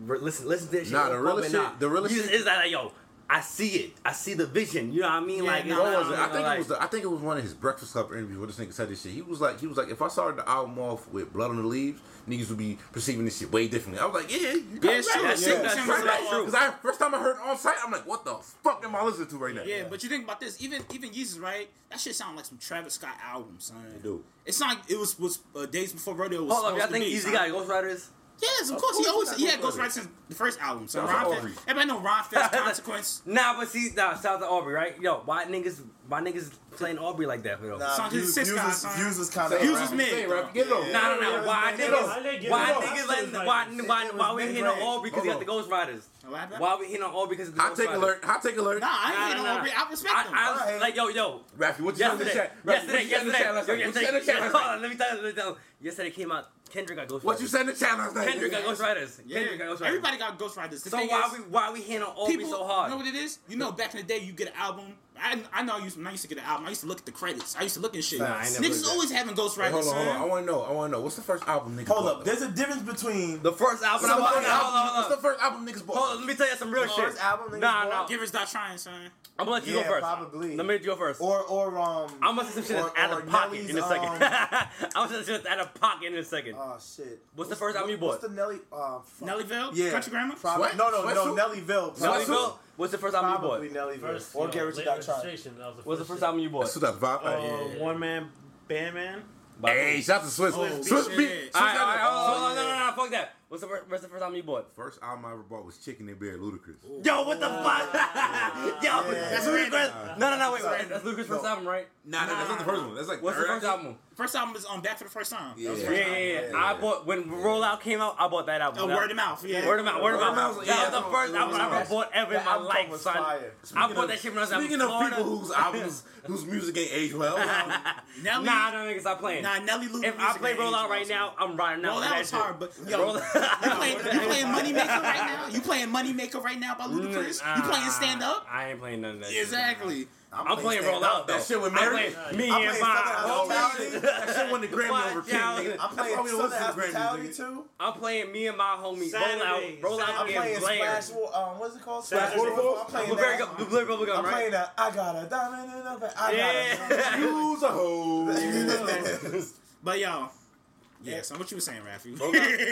Speaker 2: re- Listen, listen to this. shit.
Speaker 3: Nah, the
Speaker 2: Oh,
Speaker 3: real
Speaker 2: fuck it,
Speaker 3: shit-
Speaker 2: nah.
Speaker 3: the real
Speaker 2: Yeezus
Speaker 3: shit-
Speaker 2: is that like yo.
Speaker 16: I see it. I see the vision. You know what I mean? like, it's
Speaker 3: What
Speaker 16: not-
Speaker 3: was it? I think
Speaker 16: like-
Speaker 3: it was. The, I think it was one of his Breakfast Club interviews where this nigga said this shit. He was like, he was like, if I started the album off with Blood on the Leaves, niggas would be perceiving this shit way differently. I was like, yeah, you
Speaker 8: Yeah,
Speaker 3: right. That
Speaker 8: sure, yeah.
Speaker 3: shit
Speaker 8: That's
Speaker 3: was right.
Speaker 8: true.
Speaker 3: That's true. Because I first time I heard on site, I'm like, what the fuck am I listening to right now?
Speaker 8: Yeah, but you think about this, even even Yeezus, right? That shit sound like some Travis Scott album, son. It
Speaker 3: do.
Speaker 8: It's not. It was was uh, days before rodeo. Was
Speaker 2: Hold up, y'all
Speaker 8: supposed to
Speaker 2: think
Speaker 8: be,
Speaker 2: Easy
Speaker 8: son.
Speaker 2: got ghostwriters?
Speaker 8: Yes, of,
Speaker 2: Of
Speaker 8: course,
Speaker 2: course
Speaker 8: He always
Speaker 2: he got
Speaker 8: he had
Speaker 2: Ghostwriters.
Speaker 8: Ghostwriters since the first album. So
Speaker 2: Shout out to
Speaker 8: Ron
Speaker 2: Aubrey.
Speaker 8: Fitz, everybody know Ron Fitz consequence.
Speaker 2: Nah, but see, nah, shout out to Aubrey, right? Yo, why niggas, why niggas playing Aubrey like that, though?
Speaker 9: Nah, Son, his Views- sis Views got, is- son. Views is kinda
Speaker 2: Views
Speaker 9: rap.
Speaker 2: is
Speaker 9: Say
Speaker 2: mid.
Speaker 9: it, rap. Get it off.
Speaker 2: Nah,
Speaker 9: Yeah,
Speaker 2: nah, nah. Why
Speaker 9: it was mid
Speaker 2: niggas?
Speaker 9: grade.
Speaker 2: Why
Speaker 9: It was
Speaker 2: niggas?
Speaker 9: mid
Speaker 2: Letting,
Speaker 9: grade.
Speaker 2: why, why,
Speaker 9: It was
Speaker 2: why we
Speaker 9: mid
Speaker 2: hitting on
Speaker 9: grade.
Speaker 2: Aubrey because he got the Ghost Riders?
Speaker 8: Elaborate.
Speaker 2: Why we hitting on Aubrey because of the
Speaker 3: Hot
Speaker 2: Ghost
Speaker 3: take
Speaker 2: Riders?
Speaker 3: alert. Hot take alert.
Speaker 8: Nah, I ain't hitting on Aubrey. I respect him.
Speaker 2: I, I, like yo, yo.
Speaker 3: Rafi, what you said in the
Speaker 2: Yesterday,
Speaker 3: chat? Rafi, what
Speaker 2: yesterday,
Speaker 3: you said in the chat
Speaker 2: yesterday,
Speaker 3: last
Speaker 2: yo,
Speaker 3: night? What you
Speaker 2: yesterday,
Speaker 3: said in the chat last
Speaker 2: yesterday. Hold on, let me tell you. Let me tell you. Yesterday came out. Kendrick got Ghost
Speaker 3: What you said in the chat last night?
Speaker 2: Kendrick got Ghost Riders.
Speaker 8: Yeah,
Speaker 2: Kendrick got Ghost Riders.
Speaker 8: everybody got Ghost Riders. The
Speaker 2: So
Speaker 8: thing
Speaker 2: why
Speaker 8: is,
Speaker 2: we why we hitting on Aubrey
Speaker 8: people,
Speaker 2: so hard?
Speaker 8: You know what it is? You know, back in the day, you get an album. I, I know I used, when I used to get an album. I used to look at the credits. I used to look at shit.
Speaker 3: Nah, I ain't never
Speaker 8: Niggas
Speaker 3: looked at-
Speaker 8: always having Ghost
Speaker 3: Wait,
Speaker 8: Riders.
Speaker 3: hold on, hold
Speaker 8: son.
Speaker 3: on. I want to know. I want to know. What's the first album niggas?
Speaker 9: Hold
Speaker 3: bought,
Speaker 9: up.
Speaker 3: though?
Speaker 9: There's a difference between
Speaker 2: The first album.
Speaker 3: What's the
Speaker 2: I bought-
Speaker 3: first
Speaker 2: hold on,
Speaker 3: album-
Speaker 2: hold on.
Speaker 3: What's the first album niggas bought?
Speaker 2: Hold on, let me tell you some real shit. Nah, nah.
Speaker 8: Givers not trying, son.
Speaker 2: I'm gonna let you
Speaker 9: Yeah,
Speaker 2: go first.
Speaker 9: probably.
Speaker 2: Let me let you go first.
Speaker 9: or or um.
Speaker 2: I'm gonna say some shit that's
Speaker 9: or-
Speaker 2: out
Speaker 9: or
Speaker 2: of pocket in a
Speaker 9: Nelly's,
Speaker 2: second.
Speaker 9: um,
Speaker 2: I'm gonna say some shit that's out of pocket in a second.
Speaker 9: Oh shit.
Speaker 2: What's the first album you
Speaker 9: What's
Speaker 2: bought?
Speaker 9: the Nelly? Uh, fuck.
Speaker 8: Nellyville?
Speaker 9: Yeah.
Speaker 8: Country Grammar?
Speaker 9: Probably.
Speaker 8: Sweat?
Speaker 9: No, no, no.
Speaker 8: Sweatsuit?
Speaker 9: Nellyville. probably.
Speaker 2: Nellyville? What's the first album you bought?
Speaker 9: Probably Nellyville. Or Get Rich or Die Trying.
Speaker 2: What's the first album you bought? Oh,
Speaker 3: That's 2005.
Speaker 17: Uh, One man, band man.
Speaker 3: Hey, shout out to Swiss.
Speaker 17: Oh,
Speaker 3: Swiss
Speaker 17: shit.
Speaker 3: beat.
Speaker 2: All right, all right, hold on, hold on, no, no, no, fuck that. What's the first, what's the first album you bought?
Speaker 3: First album I ever bought was Chicken and Bear Ludacris.
Speaker 2: Yo, what the fuck? Yo, that's Ludacris.
Speaker 3: Nah.
Speaker 2: No, no, no, wait, wait. That's Ludacris' first
Speaker 3: No.
Speaker 2: album, right?
Speaker 3: Uh-huh. Nah, nah, that's not the first one. That's like
Speaker 2: What's the first album?
Speaker 8: First album is on Back for the First Time. That
Speaker 2: Yeah,
Speaker 8: was the
Speaker 2: yeah,
Speaker 8: first
Speaker 2: yeah.
Speaker 8: album.
Speaker 2: yeah. I bought when Rollout came out. I bought that album.
Speaker 8: Oh,
Speaker 2: That-
Speaker 8: Word of Mouth, yeah.
Speaker 2: Word of mouth. Word of
Speaker 8: Word of
Speaker 2: mouth.
Speaker 8: Mouth,
Speaker 2: That
Speaker 8: yeah.
Speaker 2: was the first
Speaker 8: It
Speaker 2: album
Speaker 8: was
Speaker 2: I ever
Speaker 8: nice.
Speaker 2: bought ever in
Speaker 9: That
Speaker 2: my
Speaker 9: album
Speaker 2: life,
Speaker 9: was
Speaker 2: son.
Speaker 9: fire.
Speaker 2: I bought that shit when I was out in
Speaker 3: Speaking of
Speaker 2: Florida.
Speaker 3: people whose albums, whose music ain't aged well,
Speaker 8: Nelly,
Speaker 2: Oh, Nah, no niggas, I playing.
Speaker 8: Nah, Nelly Lou
Speaker 2: If I
Speaker 8: music
Speaker 2: play
Speaker 8: ain't aged
Speaker 2: Rollout
Speaker 8: well,
Speaker 2: right
Speaker 8: son.
Speaker 2: now, I'm riding out.
Speaker 8: Rollout
Speaker 2: with that
Speaker 8: was hard,
Speaker 2: shit.
Speaker 8: but yo, you playing, you playing Moneymaker right now? You playing Moneymaker right now by Ludacris? you playing Stand Up?
Speaker 2: I ain't playing none of that. shit.
Speaker 8: Exactly.
Speaker 2: I'm, playing,
Speaker 9: Stand
Speaker 2: Rollout.
Speaker 9: Up.
Speaker 2: though.
Speaker 3: That shit with
Speaker 2: I'm
Speaker 3: Mary?
Speaker 2: playing Me
Speaker 9: I'm
Speaker 2: and
Speaker 9: playing
Speaker 2: my.
Speaker 9: Southern Hospitality.
Speaker 3: that shit won the Grammy over King. nigga.
Speaker 9: I'm
Speaker 3: That's why we
Speaker 9: playing
Speaker 3: don't
Speaker 9: Southern
Speaker 3: listen to Grammys,
Speaker 9: Hospitality
Speaker 3: nigga.
Speaker 9: too.
Speaker 2: I'm playing me and my homie.
Speaker 17: Saturday.
Speaker 2: Rollout, rollout,
Speaker 9: I'm
Speaker 2: and
Speaker 9: playing
Speaker 2: Blair.
Speaker 9: Splash. Wa- Um, what's it called?
Speaker 2: Splash
Speaker 3: Waterfall?
Speaker 9: I'm playing
Speaker 2: Blueberry,
Speaker 9: that.
Speaker 2: blueberry bubblegum,
Speaker 9: I'm
Speaker 2: right?
Speaker 9: playing that. I got a diamond in the ba- I got a.
Speaker 2: Yeah.
Speaker 3: Use a hoe.
Speaker 8: But yo, yeah. So what you were saying, Rafi?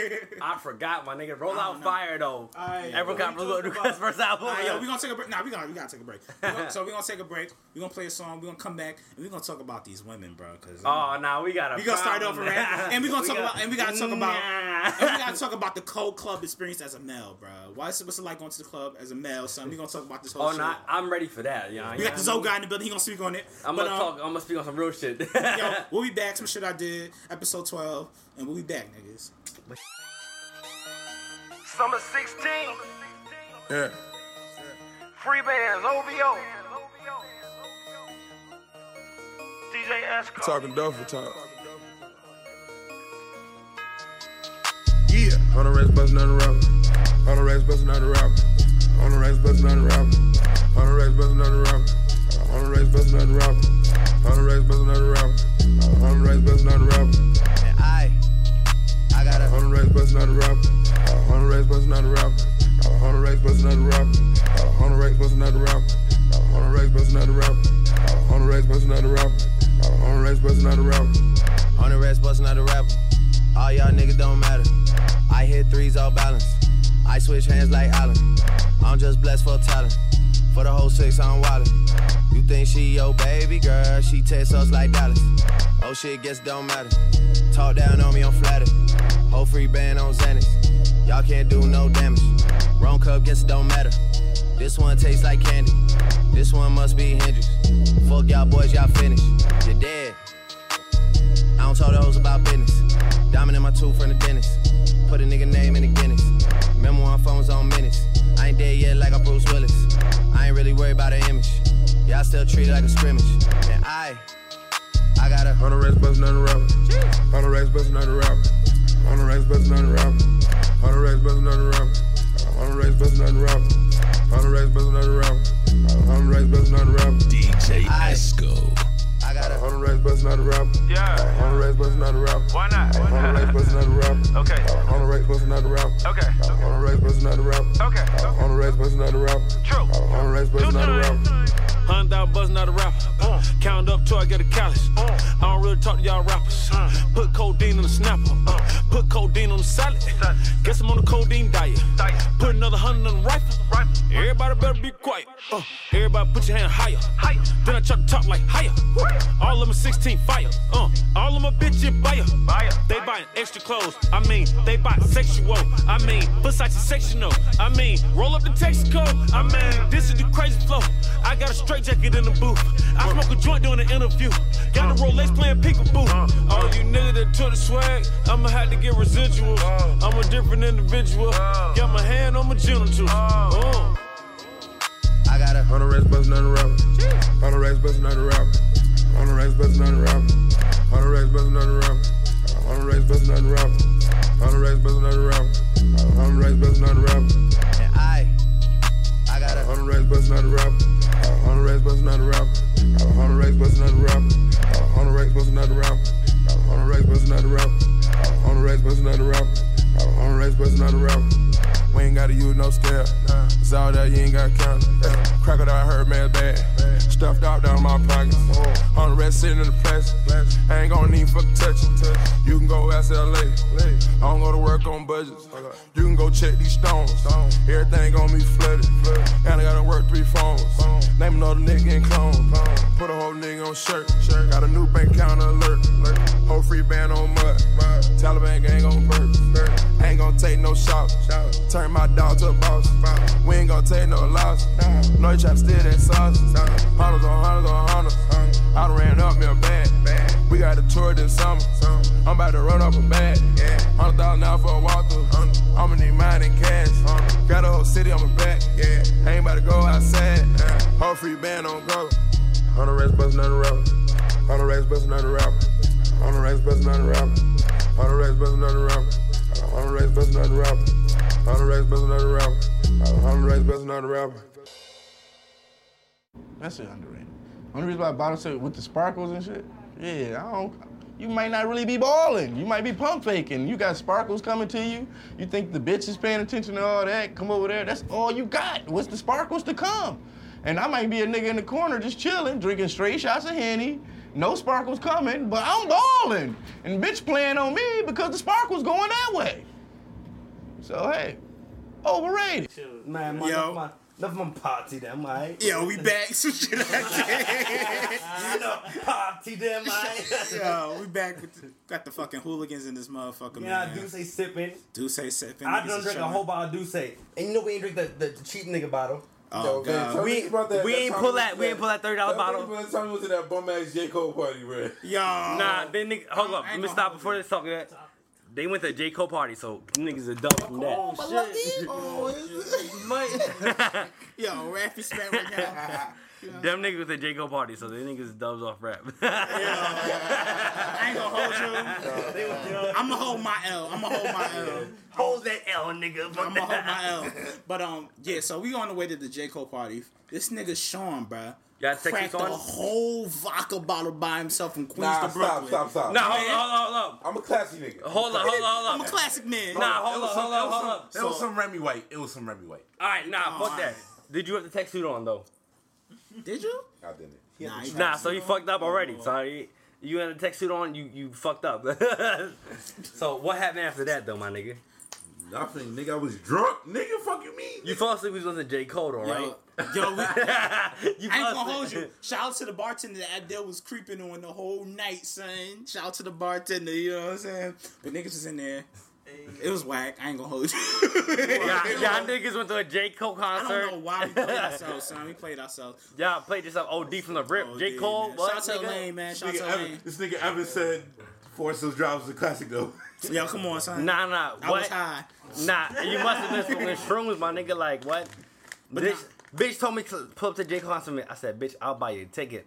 Speaker 2: I forgot my nigga. Roll
Speaker 8: don't
Speaker 2: out
Speaker 8: know.
Speaker 2: fire though.
Speaker 9: Alright,
Speaker 2: Everyone got
Speaker 9: what we
Speaker 2: Rollout
Speaker 9: talking
Speaker 2: Lucas
Speaker 9: about?
Speaker 2: first album.
Speaker 8: All right,
Speaker 2: yo.
Speaker 8: yo, we gonna take a break. Nah, we gonna we gotta take a break. We gonna- so we gonna take a break. We gonna play a song. We gonna come back and we gonna talk about these women, bro. Cause um,
Speaker 2: Oh nah, we got a.
Speaker 8: we gonna start over,
Speaker 2: problem.
Speaker 8: right? And we gonna talk
Speaker 2: got-
Speaker 8: about and we gotta talk about
Speaker 2: Nah.
Speaker 8: and we gotta talk about the cold club experience as a male, bro. Why is it, what's it like going to the club as a male? Son, we gonna talk about this whole.
Speaker 2: Oh
Speaker 8: shit.
Speaker 2: nah, I'm ready for that. Yeah.
Speaker 8: We got this old guy in the building. He gonna speak on it.
Speaker 2: I'm
Speaker 8: But,
Speaker 2: gonna
Speaker 8: um,
Speaker 2: talk. I'm gonna speak on some real shit.
Speaker 8: Yo, we'll be back. Some shit I did, episode twelve, and we'll be back, niggas.
Speaker 11: Summer 16,
Speaker 3: Yeah.
Speaker 11: free bands, OVO. DJ Esco.
Speaker 18: Talking Duffy talk. Yeah. On the rest bus, none rapper. On the rest bus, none rapper. On the rest bus, none rapper. On the rest bus, none rapper. On the rest bus, none rapper. On the rest bus, none rapper. On the rest bus, none rapper.
Speaker 19: And I, I got a
Speaker 18: On the rest bus, none rapper. On the rest bus, none rapper. On the rest bus, none rapper. On the rest bus, none rapper. On the rest bus, none rapper. On the rest bus, none rapper. On the rest bus, none rapper.
Speaker 19: on the rest bustin' out the rapper. All y'all niggas don't matter. I hit threes all balance. I switch hands like Allen. I'm just blessed for talent. For the whole six, I'm wildin'. You think she your baby girl? She text us like Dallas. Oh shit, guess it don't matter. Talk down on me, I'm flattered. Whole free band on Xanax. Y'all can't do no damage. Wrong cup, guess it don't matter. This one tastes like candy. This one must be Hendrix. Fuck y'all boys, y'all finished. You're dead. I don't tell those about business. Diamond in my tooth from the dentist. Put a nigga name in the Guinness. Memo on phones on minutes. I ain't dead yet like I'm Bruce Willis. I ain't really worried about the image. Y'all still treat it like a scrimmage. And I, I got a
Speaker 18: On the rest bus, none rapper. On the rest bus, none rapper. On the rest bus, none rapper. On the rest bus, none rapper. On the rest bus, none rapper. On the rest bus, none rapper. On the rest bus, none rapper.
Speaker 19: DJ Esco. I got
Speaker 18: A hundred racks bustin' out the rapper. Yeah. A hundred racks bustin' out the rapper. Why not? A hundred racks bustin' out the rapper. Okay. A hundred racks bustin' out the rapper. Okay. A hundred racks bustin' out the rapper. Okay. A hundred racks bustin' out the rapper. True. A hundred racks bustin' out the rapper.
Speaker 11: Hundred dollar buzzing out a rapper. Count up till I get a callus. I don't really talk to y'all rappers. Put codeine on the snapper. Put codeine on the Uh. salad. Guess I'm on the codeine diet. Put another hundred on the rifle. Everybody better be quiet. Uh, Everybody put your hand higher. Then I try to talk like higher. All of them 16 fire. Uh, all of my bitches buyer. They buying extra clothes. I mean, they buy sexual. I mean, Versace sectional. I mean, roll up the Texaco. I mean, this is the crazy flow. I got a straight jacket in the booth. I smoke a joint during the interview. Got a Rolex playing peekaboo. All you niggas that took the swag, I'ma have to get residuals. I'm a different individual. Got my hand on my
Speaker 2: Oh.
Speaker 11: genitals. Uh.
Speaker 18: I got a hundred racks bustin' out the rapper. Hundred racks bustin' out the rapper. Hundred racks bustin' out the rapper. Hundred racks bustin' out the rapper. Hundred racks bustin' out the rapper. Hundred racks bustin' out the rapper. Hundred racks bustin' out the rapper. And I, I got a hundred racks bustin' out the rapper. Hundred racks bustin' out the rapper. Hundred racks bustin' out the rapper. Hundred racks bustin' out the rapper. Hundred racks bustin' out the rapper. Hundred racks bustin' out the rapper. Hundred racks bustin' out the rapper. We ain't gotta use no scale. It's all that you ain't gotta count. it. Crocodile hurt man bad. Stuffed out down my pockets. On the rest sitting in the plastic. I ain't gonna need fucking touch it. You can go SLA. I don't go to work on budgets. You can go check these stones. Everything gonna be flooded. And I gotta work three phones. Name another nigga and clone. Put a whole nigga on shirt. Got a new bank account alert. Whole free band on mud. Taliban gang on burp. Ain't gonna take no shots. Turn my dog to a boss. We ain't gonna take no loss. No, you try to steal that sauce. Hunters on hunters on hunters. I done ran up me a bag. We got a tour this summer. I'm about to run up a bag. Hundred thousand out for a walkthrough. I'ma need mine in cash. Got a whole city on my back. Ain't about to go outside. Whole free band on go. Hundred racks bustin' out the rapper. Hundred racks bustin' out the rapper. Hundred racks bustin' out the rapper. Hundred racks bustin' out the rapper. Hundred racks bustin' out the rapper. Hundred racks bustin' out the rapper. Hundred racks bustin' out the rapper.
Speaker 20: That shit underrated. Only reason why I bought it so- with the sparkles and shit. Yeah, I don't. You might not really be balling. You might be pump faking. You got sparkles coming to you. You think the bitch is paying attention to all that? Come over there. That's all you got. What's the sparkles to come? And I might be a nigga in the corner just chilling, drinking straight shots of henny. No sparkles coming, but I'm balling. And bitch playing on me because the sparkles going that way. So hey,
Speaker 21: Oh,
Speaker 20: overrated.
Speaker 21: Man, my,
Speaker 20: Yo.
Speaker 21: Yo. my, love my party them, alright?
Speaker 8: Yo, we back. Some shit like
Speaker 21: that. Love party them, alright?
Speaker 8: Yo, we back with the, got the fucking hooligans in this motherfucker.
Speaker 21: Yeah,
Speaker 8: man.
Speaker 21: I do say sipping.
Speaker 8: do say sipping.
Speaker 21: I
Speaker 8: niggas
Speaker 21: done
Speaker 8: is
Speaker 21: drink a
Speaker 8: showing.
Speaker 21: whole bottle of Douce. And you know we ain't drink the, the, the cheap nigga bottle.
Speaker 8: Oh, God.
Speaker 21: We, ain't- we ain't pull that. We ain't pull that $30 bottle.
Speaker 3: That time you went to that bum ass J Cole party, bro.
Speaker 14: Nah, they nigga, hold up. Let me stop before they talk that. They went to a J. Cole party, so them niggas are dumb from that.
Speaker 2: Oh,
Speaker 8: Yo, rap is back right now.
Speaker 14: Them niggas with a J. Cole party, so they niggas dubs off rap.
Speaker 8: I ain't gonna hold you. I'm gonna hold my L. I'm gonna hold my L.
Speaker 14: Hold that L, nigga.
Speaker 8: I'm gonna hold my L. But um, yeah. So we on the way to the J Cole party. This nigga Sean, bruh.
Speaker 14: Got sex
Speaker 8: cracked a
Speaker 14: on?
Speaker 8: whole vodka bottle by himself from Queens
Speaker 3: Nah,
Speaker 8: to Brooklyn.
Speaker 3: stop, stop, stop.
Speaker 8: Man,
Speaker 14: hold up, hold
Speaker 3: up. I'm a classy nigga.
Speaker 14: Hold up, hold up, hold up.
Speaker 8: I'm a classic man.
Speaker 14: Nah, hold
Speaker 3: It was
Speaker 14: up,
Speaker 3: some-
Speaker 14: hold
Speaker 3: it
Speaker 14: up,
Speaker 3: was
Speaker 14: hold
Speaker 3: some-
Speaker 14: up.
Speaker 3: It was some Remy White. It was some Remy White.
Speaker 14: All right, nah, fuck that. Did you have the tech suit on though?
Speaker 8: Did you?
Speaker 3: I didn't.
Speaker 8: Nah, you
Speaker 14: Nah, so you fucked up already. So you- you had a tech suit on, you you fucked up. so what happened after that though, my nigga?
Speaker 3: Nothing, nigga. I was drunk, nigga. Fuck you, mean?
Speaker 14: You fell asleep. We was on the J Cole, though, right?
Speaker 8: Yo,
Speaker 14: You
Speaker 8: we, I ain't
Speaker 14: busted.
Speaker 8: gonna hold you. Shout out to the bartender that Adele was creeping on the whole night, son. Shout out to the bartender, you know what I'm saying? But niggas was in there. It was whack. I ain't gonna hold you.
Speaker 14: yeah, y'all niggas went to a J Cole
Speaker 8: I
Speaker 14: concert.
Speaker 8: don't know why we played ourselves, son. We played ourselves.
Speaker 14: Y'all played this up OD from the rip. J Cole,
Speaker 8: man.
Speaker 14: what?
Speaker 8: Shout out to
Speaker 14: nigga?
Speaker 8: Lane, man. Shout out
Speaker 3: Nigga,
Speaker 8: to
Speaker 3: Evan-
Speaker 8: Lane.
Speaker 3: this nigga Evan said Four Hills Drive was a classic though.
Speaker 8: Yo, come on, son.
Speaker 14: Nah, nah.
Speaker 8: I
Speaker 14: what?
Speaker 8: was high.
Speaker 14: Nah, you must have been smoking shrooms, my nigga. Like what? bitch, bitch told me to pull up to J Cole concert. I said, bitch, I'll buy you a ticket,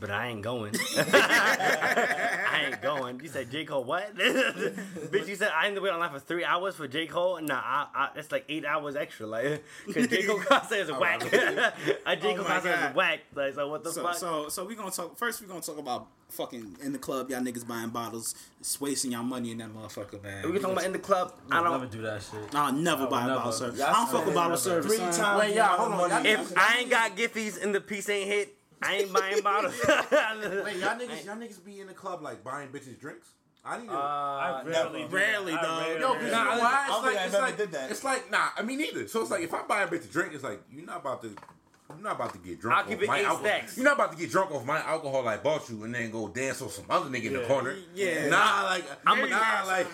Speaker 14: but I ain't going. I ain't
Speaker 2: going. You said J Cole what? Bitch, you said I had to wait online for three hours for J Cole. Nah, I, I, that's like eight hours extra. Like, cause J Cole
Speaker 14: Oh,
Speaker 2: concert is whack. A J Cole
Speaker 8: Oh my
Speaker 2: concert is
Speaker 8: God.
Speaker 2: whack. Like, so what the
Speaker 8: so,
Speaker 2: fuck?
Speaker 8: So, so we gonna talk first. We gonna talk about fucking in the club. Y'all niggas buying bottles, just wasting y'all money in that motherfucker, man.
Speaker 14: We can talk about in the club. I don't do that shit.
Speaker 8: I'll never buy a bottle service. I don't fuck with bottle service.
Speaker 14: Three
Speaker 8: son.
Speaker 14: times Wait, y'all, hold on.
Speaker 2: If I ain't got Giffies and the piece ain't hit, I ain't buying bottles.
Speaker 3: Wait, y'all niggas, y'all niggas be in the club like buying bitches drinks. I need to.
Speaker 2: Uh, I rarely
Speaker 3: never.
Speaker 2: do that. Rarely, I dog.
Speaker 3: Yo,
Speaker 2: rarely do
Speaker 3: cause you
Speaker 2: that.
Speaker 3: know
Speaker 2: Nah,
Speaker 3: why?
Speaker 2: I
Speaker 3: It's
Speaker 2: don't think I
Speaker 3: like, it's
Speaker 2: never
Speaker 3: like,
Speaker 2: did that.
Speaker 3: it's like, nah, I mean, neither. So it's like, if I buy a bitch a drink, it's like, you're not about to, you're not about to get drunk.
Speaker 2: I'll keep
Speaker 3: off
Speaker 2: it
Speaker 3: my
Speaker 2: eight
Speaker 3: alcohol.
Speaker 2: stacks.
Speaker 3: You're not about to get drunk off my alcohol I bought you and then go dance with some other nigga in the
Speaker 2: Yeah.
Speaker 3: corner.
Speaker 2: Yeah.
Speaker 3: Nah, like,
Speaker 2: I'm
Speaker 3: I'm
Speaker 2: gonna
Speaker 3: nah, like,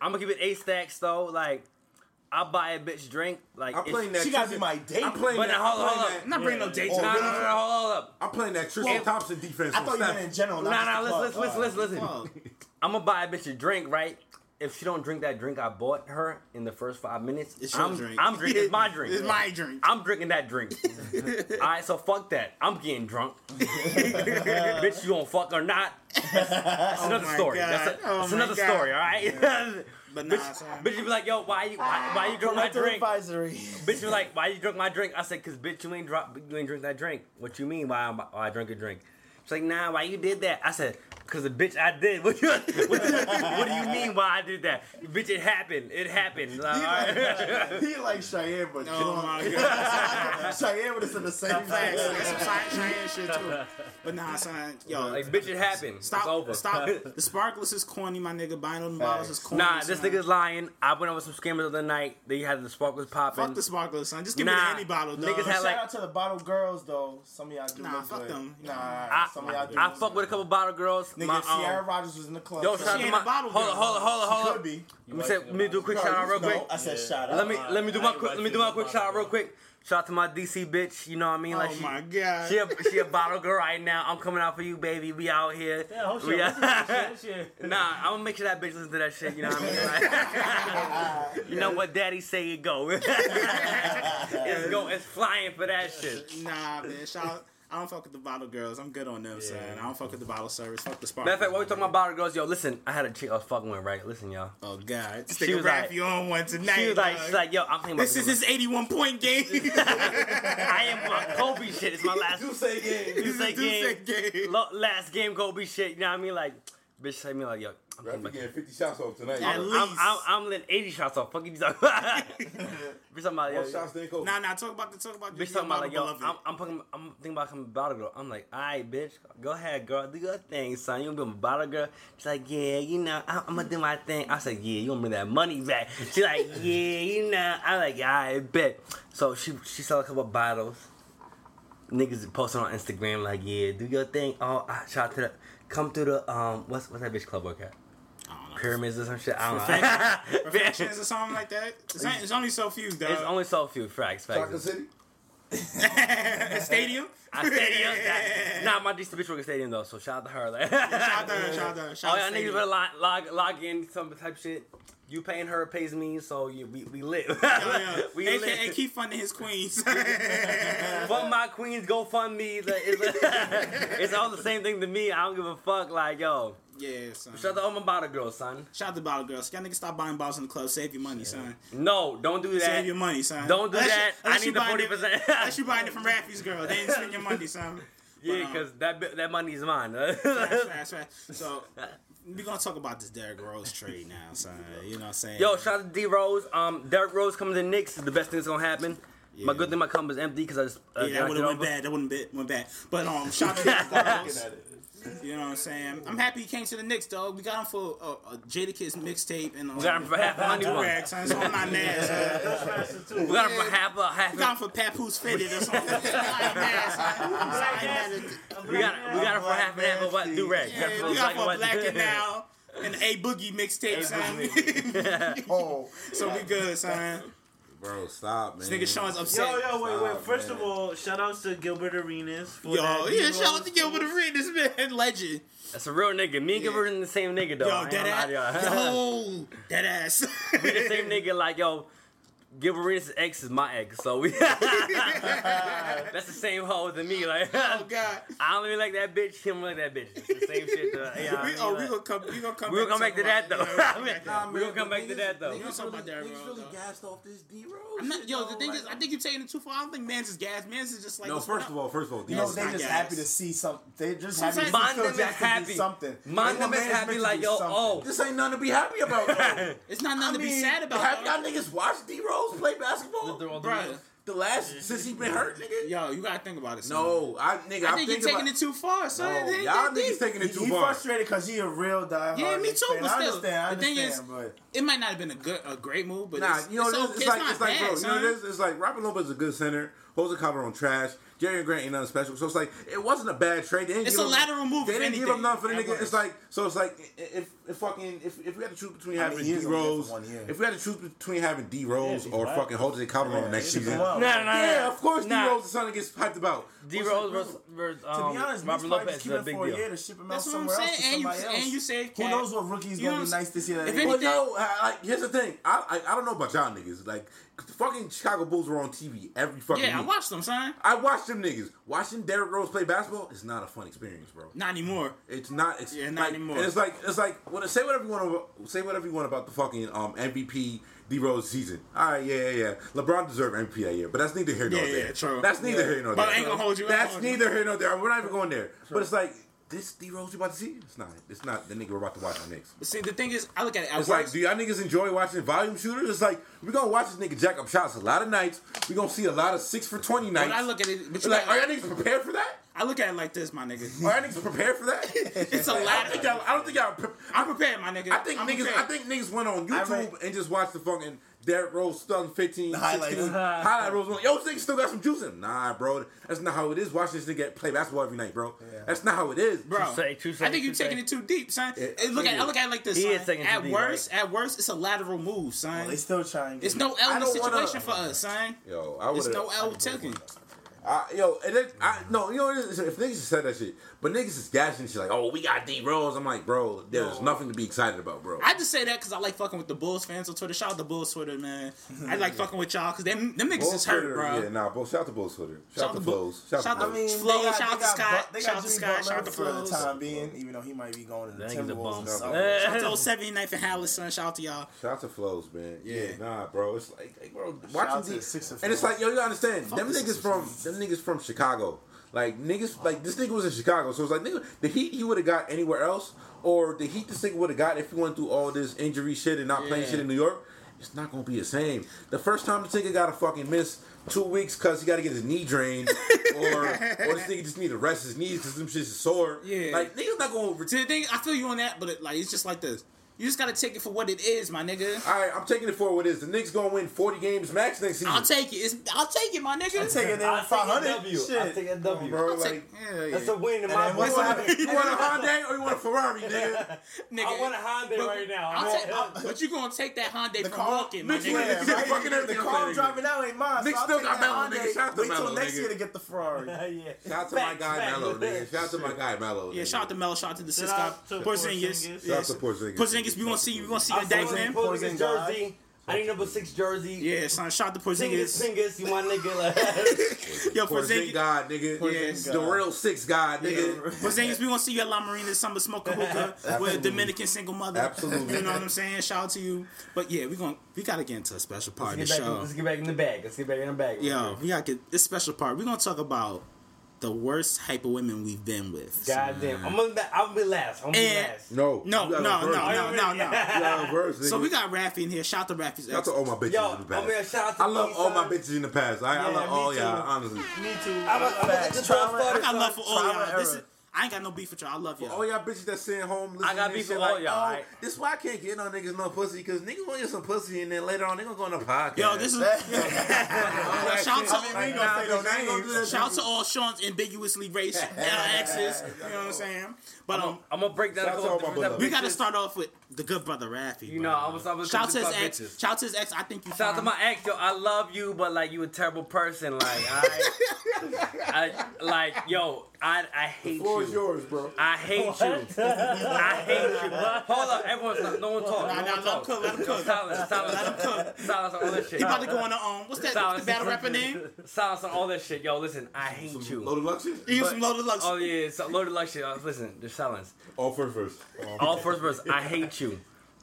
Speaker 2: I'm gonna keep it eight stacks though. Like, I buy a bitch drink. Like,
Speaker 3: I'm
Speaker 2: it's-
Speaker 3: playing that. Tristan- I'm playing
Speaker 2: But
Speaker 3: that.
Speaker 2: now,
Speaker 3: I'm
Speaker 2: hold, hold
Speaker 3: playing
Speaker 2: up.
Speaker 3: that-
Speaker 2: No, no, no, no, hold up.
Speaker 3: I'm playing that Tristan
Speaker 2: Well,
Speaker 3: Thompson defense. on Steph.
Speaker 2: Nah, nah, listen, listen, listen, listen, listen. I'm gonna buy a bitch a drink, right? If she don't drink that drink I bought her in the first five minutes,
Speaker 8: It's your
Speaker 2: I'm,
Speaker 8: drink.
Speaker 2: I'm drinking it's my drink.
Speaker 8: It's my drink.
Speaker 2: I'm drinking that drink. All right, so fuck that. I'm getting drunk. bitch, you gonna fuck or not? That's
Speaker 8: Oh
Speaker 2: another
Speaker 8: my
Speaker 2: story.
Speaker 8: God.
Speaker 2: That's, a,
Speaker 8: Oh
Speaker 2: that's
Speaker 8: my
Speaker 2: another
Speaker 8: God.
Speaker 2: story. All right.
Speaker 8: But nah,
Speaker 2: bitch,
Speaker 8: son.
Speaker 2: bitch, you be like, yo, why you why, why you drunk my
Speaker 9: Parental
Speaker 2: drink?
Speaker 9: Advisory.
Speaker 2: bitch was like, "Why you drink my drink?" I said, "Cause bitch, you ain't drop, you ain't drink that drink." What you mean? Why, I- why I drunk a drink? She's like, "Nah, why you did that?" I said, "Cause the bitch I did." What, you, what, you- what do you mean? Why I did that? Bitch, it happened. It happened. Like,
Speaker 9: He
Speaker 2: all
Speaker 9: like,
Speaker 2: right.
Speaker 9: he like Cheyenne, but
Speaker 8: Oh my
Speaker 9: God. Cheyenne with us in the same
Speaker 8: Facts. That's some
Speaker 9: class.
Speaker 8: science- science shit too. But nah, son, yo,
Speaker 2: Like, bitch, it happened.
Speaker 8: Stop,
Speaker 2: It's over.
Speaker 8: stop. The sparkless is corny, my nigga. Buying them bottles is corny.
Speaker 2: Nah, this
Speaker 8: son.
Speaker 2: nigga's lying. I went over some scammers the other night. They had the sparklers popping.
Speaker 8: Fuck the sparklers, son. Just give me
Speaker 2: Nah,
Speaker 8: the any bottle, dog.
Speaker 2: niggas had
Speaker 9: Shout
Speaker 2: like
Speaker 9: out to the bottle girls though. Some of y'all do
Speaker 8: Nah,
Speaker 9: look
Speaker 8: fuck
Speaker 9: good.
Speaker 8: them.
Speaker 9: Nah,
Speaker 2: I,
Speaker 9: some of y'all do.
Speaker 2: I
Speaker 9: look
Speaker 2: fuck with a couple bottle girls.
Speaker 9: Nigga,
Speaker 2: my,
Speaker 9: if Sierra
Speaker 2: um,
Speaker 9: Rodgers was in the club.
Speaker 2: Yo,
Speaker 9: so-
Speaker 2: shout out to my. Hold on, hold on, hold on, hold on.
Speaker 9: Could be.
Speaker 2: Let me, say, let me do a quick
Speaker 9: No,
Speaker 2: shout out real
Speaker 9: no,
Speaker 2: quick.
Speaker 9: I said shout out.
Speaker 2: Let me let me do my
Speaker 9: I ain't
Speaker 2: quick let me
Speaker 9: watching
Speaker 2: do my quick shout out real quick. Shout out to my DC bitch. You know what I mean? Like
Speaker 8: Oh
Speaker 2: she,
Speaker 8: my God.
Speaker 2: she a, she a bottle girl right now. I'm coming out for you, baby. We out here.
Speaker 14: Yeah, whole shit.
Speaker 2: We
Speaker 14: Listen to that shit, that shit.
Speaker 2: nah, I'm gonna make sure that bitch listen to that shit. You know what I mean? Like, you know what daddy say? It go. it's go. It's flying for that shit.
Speaker 8: Nah, man. Shout out. I don't fuck with the bottle girls. I'm good on them, son. I don't fuck with the bottle service. Fuck the
Speaker 2: Matter
Speaker 8: sparklers.
Speaker 2: of fact, while we talking about bottle girls, yo, listen, I had a chick I was fucking with, right? Listen, y'all.
Speaker 8: Oh God, This nigga rap you on one tonight.
Speaker 2: She was like,
Speaker 8: dog.
Speaker 2: she's like, yo, I'm thinking about
Speaker 8: this is his 81 point game.
Speaker 2: I am on Kobe shit. It's my last Duce game. Duce
Speaker 8: This is
Speaker 2: game. Lo- last game Kobe shit. You know what I mean? Like, bitch, say me like, yo. I'm
Speaker 3: Rap be getting 50 shots off tonight.
Speaker 2: I'm,
Speaker 3: yo.
Speaker 2: I'm, I'm, I'm letting 80 shots off. Fuck you. bitch, talking about, yo,
Speaker 3: More shots than Kobe.
Speaker 8: Nah, nah. Talk about the talk about the
Speaker 2: Bitch talking about like, yo,
Speaker 8: beloved.
Speaker 2: I'm, I'm, fucking, I'm thinking about coming bottle girl. I'm like, all right, bitch, go ahead, girl, do your thing, son. You gonna be my bottle girl? She's like, yeah, you know, I, I'm gonna do my thing. I said, yeah, you gonna bring that money back? She's like, yeah, you know. I like, all right, bet. So she she sold a couple bottles. Niggas posting on Instagram like, yeah, do your thing. Oh, I shout out to the, come through the um, what's what's that bitch club work at? Pyramids or some shit. I don't know.
Speaker 8: Perfections or something like that. It's, ain't- it's only so few, dog.
Speaker 2: It's only so few facts. facts.
Speaker 8: Chocolate City? stadium.
Speaker 2: I stadium. nah, my DC bitch work at stadium though, so shout out to her. Like,
Speaker 8: shout out to her, shout out to her, shout
Speaker 2: All
Speaker 8: out to
Speaker 2: Oh, y'all niggas
Speaker 8: stadium.
Speaker 2: better log, log log in some type shit. You paying her pays me, so you, we we lit. we
Speaker 8: AKA
Speaker 2: lit.
Speaker 8: keep funding his queens.
Speaker 2: Fund my queens, go fund me. Like, It's, it's all the same thing to me. I don't give a fuck. Like yo,
Speaker 8: yeah, son.
Speaker 2: shout out to all my bottle girls, son.
Speaker 8: Shout out to bottle girls. Y'all niggas stop buying bottles in the club. Save your money, son.
Speaker 2: No, don't do that.
Speaker 8: Save your money, son.
Speaker 2: Don't do
Speaker 8: Unless you-
Speaker 2: that. I
Speaker 8: unless
Speaker 2: need
Speaker 8: you
Speaker 2: the
Speaker 8: buying
Speaker 2: forty
Speaker 8: it-
Speaker 2: percent.
Speaker 8: Unless you buying it from Raffy's girl, they ain't spend your money, son.
Speaker 2: Yeah, because that bi- that money's mine.
Speaker 8: That's right, that's right. So we gonna talk about this Derrick Rose trade now, son. You know what I'm saying?
Speaker 2: Yo, uh, shout out to D Rose. Um, Derrick Rose coming to the Knicks is the best thing that's gonna happen. My good thing my cup is empty because I just uh,
Speaker 8: yeah, that would have went bad. That wouldn't been went bad. But um, shout out to Derrick Rose. You know what I'm saying? I'm happy he came to the Knicks, dog. We got him for a, a Jadakiss mixtape and um,
Speaker 2: We got him for half a honey bun.
Speaker 8: Durag, son, so I'm not mad. son.
Speaker 2: We got him for half a half.
Speaker 8: We got him for Papoose fitted or something.
Speaker 2: We got we got him for half and half of what do rag.
Speaker 8: Yeah, we got for Black and Now and A Boogie mixtape, son. so we good, son.
Speaker 3: Bro, stop, man.
Speaker 8: This nigga Sean's upset.
Speaker 15: Yo, yo, wait, wait.
Speaker 3: Stop,
Speaker 15: First
Speaker 3: man.
Speaker 15: of all, shout outs to Gilbert Arenas. For
Speaker 8: Yo,
Speaker 15: that
Speaker 8: yeah,
Speaker 15: D-Rose
Speaker 8: shout out to Gilbert Arenas, man. Legend.
Speaker 2: That's a real nigga. Me and Gilbert in the same nigga though.
Speaker 8: Yo,
Speaker 2: I ain't
Speaker 8: dead
Speaker 2: gonna lie to y'all.
Speaker 8: ass. Yo, dead ass.
Speaker 2: We the same nigga. Like yo, Gilberitas' ex is my ex, so we. that's the same hoe to me. Like, oh god, I don't really like that bitch. Him like that bitch. It's the same shit. To, yeah, I
Speaker 8: we,
Speaker 2: mean,
Speaker 8: oh,
Speaker 2: like-
Speaker 8: we gonna come. We gonna come.
Speaker 2: we gonna come back to that though.
Speaker 8: Nah,
Speaker 2: we
Speaker 8: man,
Speaker 2: gonna come back to that though.
Speaker 8: niggas
Speaker 2: We gonna-
Speaker 8: really-
Speaker 2: niggas
Speaker 8: niggas
Speaker 2: really-
Speaker 8: really
Speaker 3: gassed off this D road.
Speaker 8: I'm not, yo, the thing is, I think you're taking it too far. I don't think Mans is gas. Mans is just like.
Speaker 3: No,
Speaker 8: what's
Speaker 3: first
Speaker 8: up?
Speaker 3: of all, first of all,
Speaker 8: You
Speaker 9: No,
Speaker 8: know,
Speaker 9: they
Speaker 8: I
Speaker 9: just
Speaker 8: guess.
Speaker 9: happy to see something. They just happy to see
Speaker 8: Sometimes-
Speaker 9: Phil
Speaker 8: Mind them is
Speaker 9: Jackson do
Speaker 8: happy.
Speaker 9: something.
Speaker 8: Mind them is happy like, yo, oh.
Speaker 3: This ain't nothing to be happy about. though.
Speaker 8: It's not nothing to be
Speaker 3: mean,
Speaker 8: sad about.
Speaker 3: Have y'all niggas watched D Rose play basketball?
Speaker 8: Bruh.
Speaker 3: The last since he been hurt, nigga.
Speaker 8: Yo, you gotta think about it. son.
Speaker 3: No, I nigga,
Speaker 8: I
Speaker 3: I'm
Speaker 8: think you're
Speaker 3: thinking
Speaker 8: taking
Speaker 3: about-
Speaker 8: it too far. So
Speaker 3: No,
Speaker 8: that- that-
Speaker 3: y'all
Speaker 8: that-
Speaker 3: niggas taking it too
Speaker 9: He
Speaker 3: far.
Speaker 9: frustrated because he a real diehard.
Speaker 8: Yeah, me
Speaker 9: Knicks
Speaker 8: too.
Speaker 9: fan.
Speaker 8: But
Speaker 9: I
Speaker 8: still,
Speaker 9: understand. I
Speaker 8: the thing
Speaker 9: understand,
Speaker 8: is,
Speaker 9: but
Speaker 8: it might not have been a good a great move, but
Speaker 3: Nah,
Speaker 8: it's,
Speaker 3: you know
Speaker 8: it's,
Speaker 3: it's,
Speaker 8: okay.
Speaker 3: it's like
Speaker 8: not
Speaker 3: it's like
Speaker 8: bad,
Speaker 3: bro, you know
Speaker 8: son.
Speaker 3: what it is? It's like Robert Lopez is a good center. Jose Calderon on trash. Jerry Grant ain't nothing special. So it's like it wasn't a bad trade. They didn't
Speaker 8: It's
Speaker 3: give
Speaker 8: a
Speaker 3: up-
Speaker 8: lateral move,
Speaker 3: They
Speaker 8: if
Speaker 3: didn't give up
Speaker 8: anything,
Speaker 3: nothing for the
Speaker 8: at
Speaker 3: nigga. It's
Speaker 8: worst.
Speaker 3: like so it's like i- if if fucking if, if we had to choose between
Speaker 9: I
Speaker 3: having
Speaker 9: mean, he
Speaker 3: D
Speaker 9: is only there for
Speaker 3: Rose,
Speaker 9: one year.
Speaker 3: if we had to choose between having D Rose
Speaker 9: he's
Speaker 3: or
Speaker 9: black.
Speaker 3: fucking Jose Calderon
Speaker 9: Yeah,
Speaker 3: next
Speaker 9: he's
Speaker 3: season,
Speaker 9: wild.
Speaker 2: Nah, nah, nah.
Speaker 3: yeah, of course
Speaker 2: Nah.
Speaker 3: D Rose is something that gets hyped about.
Speaker 2: D Rose versus, versus
Speaker 9: to
Speaker 2: um,
Speaker 9: be honest, Knicks
Speaker 2: Robert
Speaker 9: probably
Speaker 2: Lopez
Speaker 9: just
Speaker 2: is
Speaker 9: keep
Speaker 2: a
Speaker 9: him
Speaker 2: big
Speaker 9: for a
Speaker 2: deal.
Speaker 9: year to ship him
Speaker 8: That's
Speaker 9: out
Speaker 8: what I'm
Speaker 9: somewhere else
Speaker 8: saying,
Speaker 9: to
Speaker 8: and you-
Speaker 9: somebody else.
Speaker 8: and you save
Speaker 9: Who
Speaker 8: cap.
Speaker 9: knows what rookie's
Speaker 8: You know
Speaker 9: gonna
Speaker 8: what
Speaker 9: be
Speaker 8: I'm
Speaker 9: nice this year?
Speaker 8: saying? If
Speaker 9: They-
Speaker 8: any-
Speaker 3: But no, I, I, here's the thing. I, I I don't know about y'all niggas. Like the fucking Chicago Bulls were on TV every fucking.
Speaker 8: Yeah, I
Speaker 3: week.
Speaker 8: watched them, son.
Speaker 3: I watched them niggas. Watching Derrick Rose play basketball is not a fun experience, bro.
Speaker 8: Not anymore.
Speaker 3: It's not. It's
Speaker 8: Yeah, not
Speaker 3: like,
Speaker 8: anymore.
Speaker 3: and it's like it's like what, say whatever you want. About, say whatever you want about the fucking um MVP D Rose season. All right, yeah, yeah, yeah. LeBron deserved MVP that year, but that's neither here nor
Speaker 8: Yeah,
Speaker 3: there.
Speaker 8: yeah, true.
Speaker 3: That's neither
Speaker 8: Yeah.
Speaker 3: here nor
Speaker 8: But I
Speaker 3: there.
Speaker 8: ain't gonna hold you- I ain't
Speaker 3: That's
Speaker 8: gonna hold you.
Speaker 3: neither here nor there. We're not even going there. But it's like this D Rose you about to see. It's not. It's not the nigga we're about to watch on next.
Speaker 8: But see, the thing is, I look at it. I
Speaker 3: It's like, do y'all niggas enjoy watching volume shooters? It's like we're gonna watch this nigga jack up shots a lot of nights. We're gonna see a lot of six for twenty nights.
Speaker 8: When I look at it, but
Speaker 3: It's
Speaker 8: you
Speaker 3: like,
Speaker 8: got-
Speaker 3: are y'all niggas prepared for that?
Speaker 8: I look at it like this, my nigga.
Speaker 3: Are y'all niggas prepared for that?
Speaker 8: It's a
Speaker 3: I don't
Speaker 8: ladder.
Speaker 3: think y'all. I don't think y'all. Pre-
Speaker 8: I'm prepared, my nigga.
Speaker 3: I think
Speaker 8: I'm
Speaker 3: niggas.
Speaker 8: prepared.
Speaker 3: I think niggas went on YouTube and just watched the fucking Derrick Rose 2015
Speaker 9: highlights.
Speaker 3: 16, highlight Rose. Yo, this nigga still got some juice in. him. Nah, bro, that's not how it is. Watch this nigga play basketball every night, bro. That's not how it is,
Speaker 8: Bro, I think you're
Speaker 3: you
Speaker 8: taking it too deep, son.
Speaker 3: It-
Speaker 8: And look
Speaker 3: it
Speaker 8: at I
Speaker 3: is.
Speaker 8: look at it like this.
Speaker 3: He
Speaker 8: son.
Speaker 3: is taking it too
Speaker 8: at
Speaker 3: deep,
Speaker 8: worst, at worst, it's a lateral move, son.
Speaker 9: They still trying.
Speaker 8: it's no
Speaker 3: I
Speaker 8: L in this
Speaker 3: don't wanna-
Speaker 8: situation for us, son.
Speaker 3: Yo, I
Speaker 8: It's
Speaker 3: would've-
Speaker 8: no L taken.
Speaker 3: I, yo, and then I no, you know what it is? If niggas just said that shit, but niggas is gashing shit like, oh, we got D Rose. I'm like, bro, there's nothing to be excited about, bro.
Speaker 8: I just say that because I like fucking with the Bulls fans on Twitter. Shout out the Bulls Twitter, man. I like fucking with y'all because them, them niggas
Speaker 3: Bulls
Speaker 8: is hurt,
Speaker 3: Twitter,
Speaker 8: bro.
Speaker 3: Yeah, nah, Bulls. Shout out to Bulls Twitter. Shout, out to
Speaker 8: Bull-
Speaker 3: Bulls. Shout, out to Bulls.
Speaker 9: I mean, they
Speaker 8: Flo,
Speaker 9: got-
Speaker 8: shout
Speaker 9: they
Speaker 8: out to
Speaker 9: got
Speaker 8: Scott,
Speaker 9: Bu- they
Speaker 8: shout
Speaker 9: got
Speaker 8: out to
Speaker 9: Jimmy
Speaker 8: Scott, shout out
Speaker 9: Butler
Speaker 8: to
Speaker 9: for the
Speaker 8: Flos.
Speaker 9: time being, even though he might be going to the
Speaker 2: That nigga's a
Speaker 9: Timberwolves.
Speaker 2: bum.
Speaker 9: and stuff.
Speaker 8: Shout out to 79th and Hallis, son. Shout out to y'all.
Speaker 3: Shout out to Flows, man. Yeah,
Speaker 8: Yeah.
Speaker 3: nah, bro. It's like, like bro,
Speaker 9: out
Speaker 3: watching
Speaker 9: to
Speaker 3: D-
Speaker 9: the Sixer
Speaker 3: and it's
Speaker 9: fans.
Speaker 3: like, yo, you gotta understand?
Speaker 9: Fuck
Speaker 3: them
Speaker 9: the
Speaker 3: niggas
Speaker 9: Sixer
Speaker 3: from them niggas from Chicago. Like niggas, like this nigga was in Chicago, so it's like nigga, the heat he would have got anywhere else, or the heat this nigga would have got if he went through all this injury shit and not playing
Speaker 8: Yeah.
Speaker 3: shit in New York. It's not gonna be the same. The first time this nigga gotta fucking miss two weeks because he gotta get his knee drained, or or this nigga just need to rest his knees because them shits is sore.
Speaker 8: Yeah.
Speaker 3: like niggas not gonna. Ret-
Speaker 8: See, the thing, I feel you on that, but it, like it's just like this. You just gotta take it for what it is, my nigga.
Speaker 3: all right, I'm taking it for what it is. The Knicks gonna win 40 games max next season.
Speaker 8: I'll take it. It's, I'll take it, my nigga.
Speaker 9: I'm taking
Speaker 8: I'll
Speaker 9: them 500.
Speaker 14: W. I'll
Speaker 9: Shit.
Speaker 14: take a W.
Speaker 3: bro.
Speaker 8: take-
Speaker 3: Like,
Speaker 8: Hell yeah.
Speaker 21: That's a win in
Speaker 9: And
Speaker 21: my
Speaker 9: then what's
Speaker 21: book.
Speaker 3: you want
Speaker 9: happening?
Speaker 3: a Hyundai or you want a Ferrari, nigga?
Speaker 8: nigga.
Speaker 14: I want a Hyundai
Speaker 8: But-
Speaker 14: right now.
Speaker 8: I'll
Speaker 14: man.
Speaker 8: take, I'll- but you gonna take that Hyundai from
Speaker 9: car-
Speaker 8: walking, my
Speaker 3: Mitch
Speaker 8: nigga.
Speaker 3: Lennon.
Speaker 9: Yeah,
Speaker 3: Niggas
Speaker 9: right?
Speaker 3: fucking everything
Speaker 9: The
Speaker 3: up
Speaker 9: car
Speaker 3: there,
Speaker 9: I'm
Speaker 3: nigga.
Speaker 9: driving now ain't mine.
Speaker 3: Nick
Speaker 9: so I'll
Speaker 3: still
Speaker 9: take
Speaker 3: got
Speaker 9: that
Speaker 3: Mello, nigga.
Speaker 9: Hyundai.
Speaker 3: Shout out to
Speaker 9: Wait
Speaker 3: Mello,
Speaker 9: till next
Speaker 3: nigga.
Speaker 9: year to get the Ferrari.
Speaker 14: yeah.
Speaker 3: Shout out to my
Speaker 14: Facts,
Speaker 3: guy
Speaker 14: facts.
Speaker 3: Mello, nigga. Shout out to my guy Mello.
Speaker 8: Yeah,
Speaker 3: nigga.
Speaker 8: shout out to Melo, shout out to the
Speaker 15: Shout
Speaker 8: Cisco,
Speaker 15: out to
Speaker 8: Porzingis.
Speaker 15: Porzingis.
Speaker 3: Shout out to
Speaker 8: Yes.
Speaker 3: Porzingis.
Speaker 8: Porzingis, we gonna see, we gonna see your day, man.
Speaker 14: Pull this
Speaker 9: Porzingis
Speaker 14: jersey. I need number six jersey.
Speaker 8: Yeah, son, shout out to
Speaker 14: Singus,
Speaker 8: Porzingis.
Speaker 14: Singus, you my nigga. Like,
Speaker 8: Yo,
Speaker 3: Porzingis
Speaker 8: Porzingis,
Speaker 3: God, nigga.
Speaker 8: Porzingis.
Speaker 3: The real six God, nigga.
Speaker 8: Porzingis, we gonna see you at La Marina this summer smoking hookah with a Dominican single mother.
Speaker 3: Absolutely.
Speaker 8: you know what I'm saying. Shout out to you. But yeah, we gonna we gotta get into a special part of the
Speaker 14: let's, get back,
Speaker 8: show.
Speaker 14: let's get back in the bag. Let's get back in the bag.
Speaker 8: Yo, we gotta get this special part. We're gonna talk about the worst hype of women we've been with.
Speaker 14: God damn. I'm gonna, I'm gonna be last. I'm gonna be
Speaker 8: And-
Speaker 14: last.
Speaker 3: No.
Speaker 8: No,
Speaker 3: Oh, you
Speaker 8: no,
Speaker 3: got
Speaker 8: no,
Speaker 3: on first, nigga.
Speaker 8: no, no, no.
Speaker 3: You got on first,
Speaker 8: So
Speaker 3: nigga.
Speaker 8: we got Raffy in here. Shout out to Raffy's
Speaker 3: Shout out
Speaker 8: ex.
Speaker 3: to all my bitches
Speaker 14: Yo,
Speaker 3: in the
Speaker 14: I mean,
Speaker 3: past.
Speaker 14: shout out to
Speaker 3: I love
Speaker 14: these,
Speaker 3: all my
Speaker 14: uh,
Speaker 3: bitches in the past. I, I
Speaker 14: Yeah,
Speaker 3: love
Speaker 14: me
Speaker 3: all y'all,
Speaker 14: too.
Speaker 3: honestly.
Speaker 15: Me too.
Speaker 14: I'm gonna I'm gonna let
Speaker 9: Facts.
Speaker 14: the ball
Speaker 9: Trauma
Speaker 14: start.
Speaker 8: I got love for all
Speaker 9: Trauma
Speaker 8: y'all. This is,
Speaker 9: era.
Speaker 8: I ain't got no beef with y'all. I love y'all.
Speaker 3: All y'all bitches that's sitting home listening
Speaker 14: got
Speaker 3: to
Speaker 14: beef
Speaker 3: shit
Speaker 14: with all
Speaker 3: like,
Speaker 14: y'all,
Speaker 3: oh,
Speaker 14: alright.
Speaker 3: this why I can't get no niggas no pussy, because niggas want to get some pussy, and then later on, they going to go on a podcast.
Speaker 8: Yo, this is shout out to
Speaker 9: I mean, we gonna say
Speaker 3: Nah,
Speaker 9: no
Speaker 3: bitch, I ain't gonna do that.
Speaker 9: names.
Speaker 8: shout out to all Sean's ambiguously racial exes. You know what I'm saying? But um,
Speaker 14: I'm gonna break down
Speaker 3: Shout
Speaker 14: a
Speaker 3: out
Speaker 14: couple
Speaker 3: to all my
Speaker 14: different type of
Speaker 3: brothers.
Speaker 8: we gotta start off with the good brother Raffy.
Speaker 14: You know, I was, I was
Speaker 8: shout out to his
Speaker 14: talking
Speaker 8: ex.
Speaker 14: bitches.
Speaker 8: Shout out to his ex. I think you.
Speaker 14: Shout out to
Speaker 8: fine.
Speaker 14: my ex, yo. I love you, but like you a terrible person. Like I, I like yo.
Speaker 2: I, I hate
Speaker 3: floor
Speaker 2: you.
Speaker 3: is yours, bro.
Speaker 2: I hate
Speaker 3: What?
Speaker 2: you. I hate you. Hold up, everyone's not, no one talk.
Speaker 8: Nah,
Speaker 2: no
Speaker 8: nah,
Speaker 2: one
Speaker 8: let
Speaker 2: talk.
Speaker 8: him cook, let him cook.
Speaker 2: Silence, silence,
Speaker 8: Let him cook.
Speaker 2: silence on all this shit.
Speaker 8: He about to go on the, um, what's that- the battle rapper name?
Speaker 2: Silence on all that shit, yo. Listen, I hate you.
Speaker 3: Loaded Lux shit?
Speaker 8: He was some Loaded Lux.
Speaker 2: Oh yeah, so loaded Lux shit. Uh, Listen, there's silence.
Speaker 3: All first verse.
Speaker 2: All first verse. I hate you,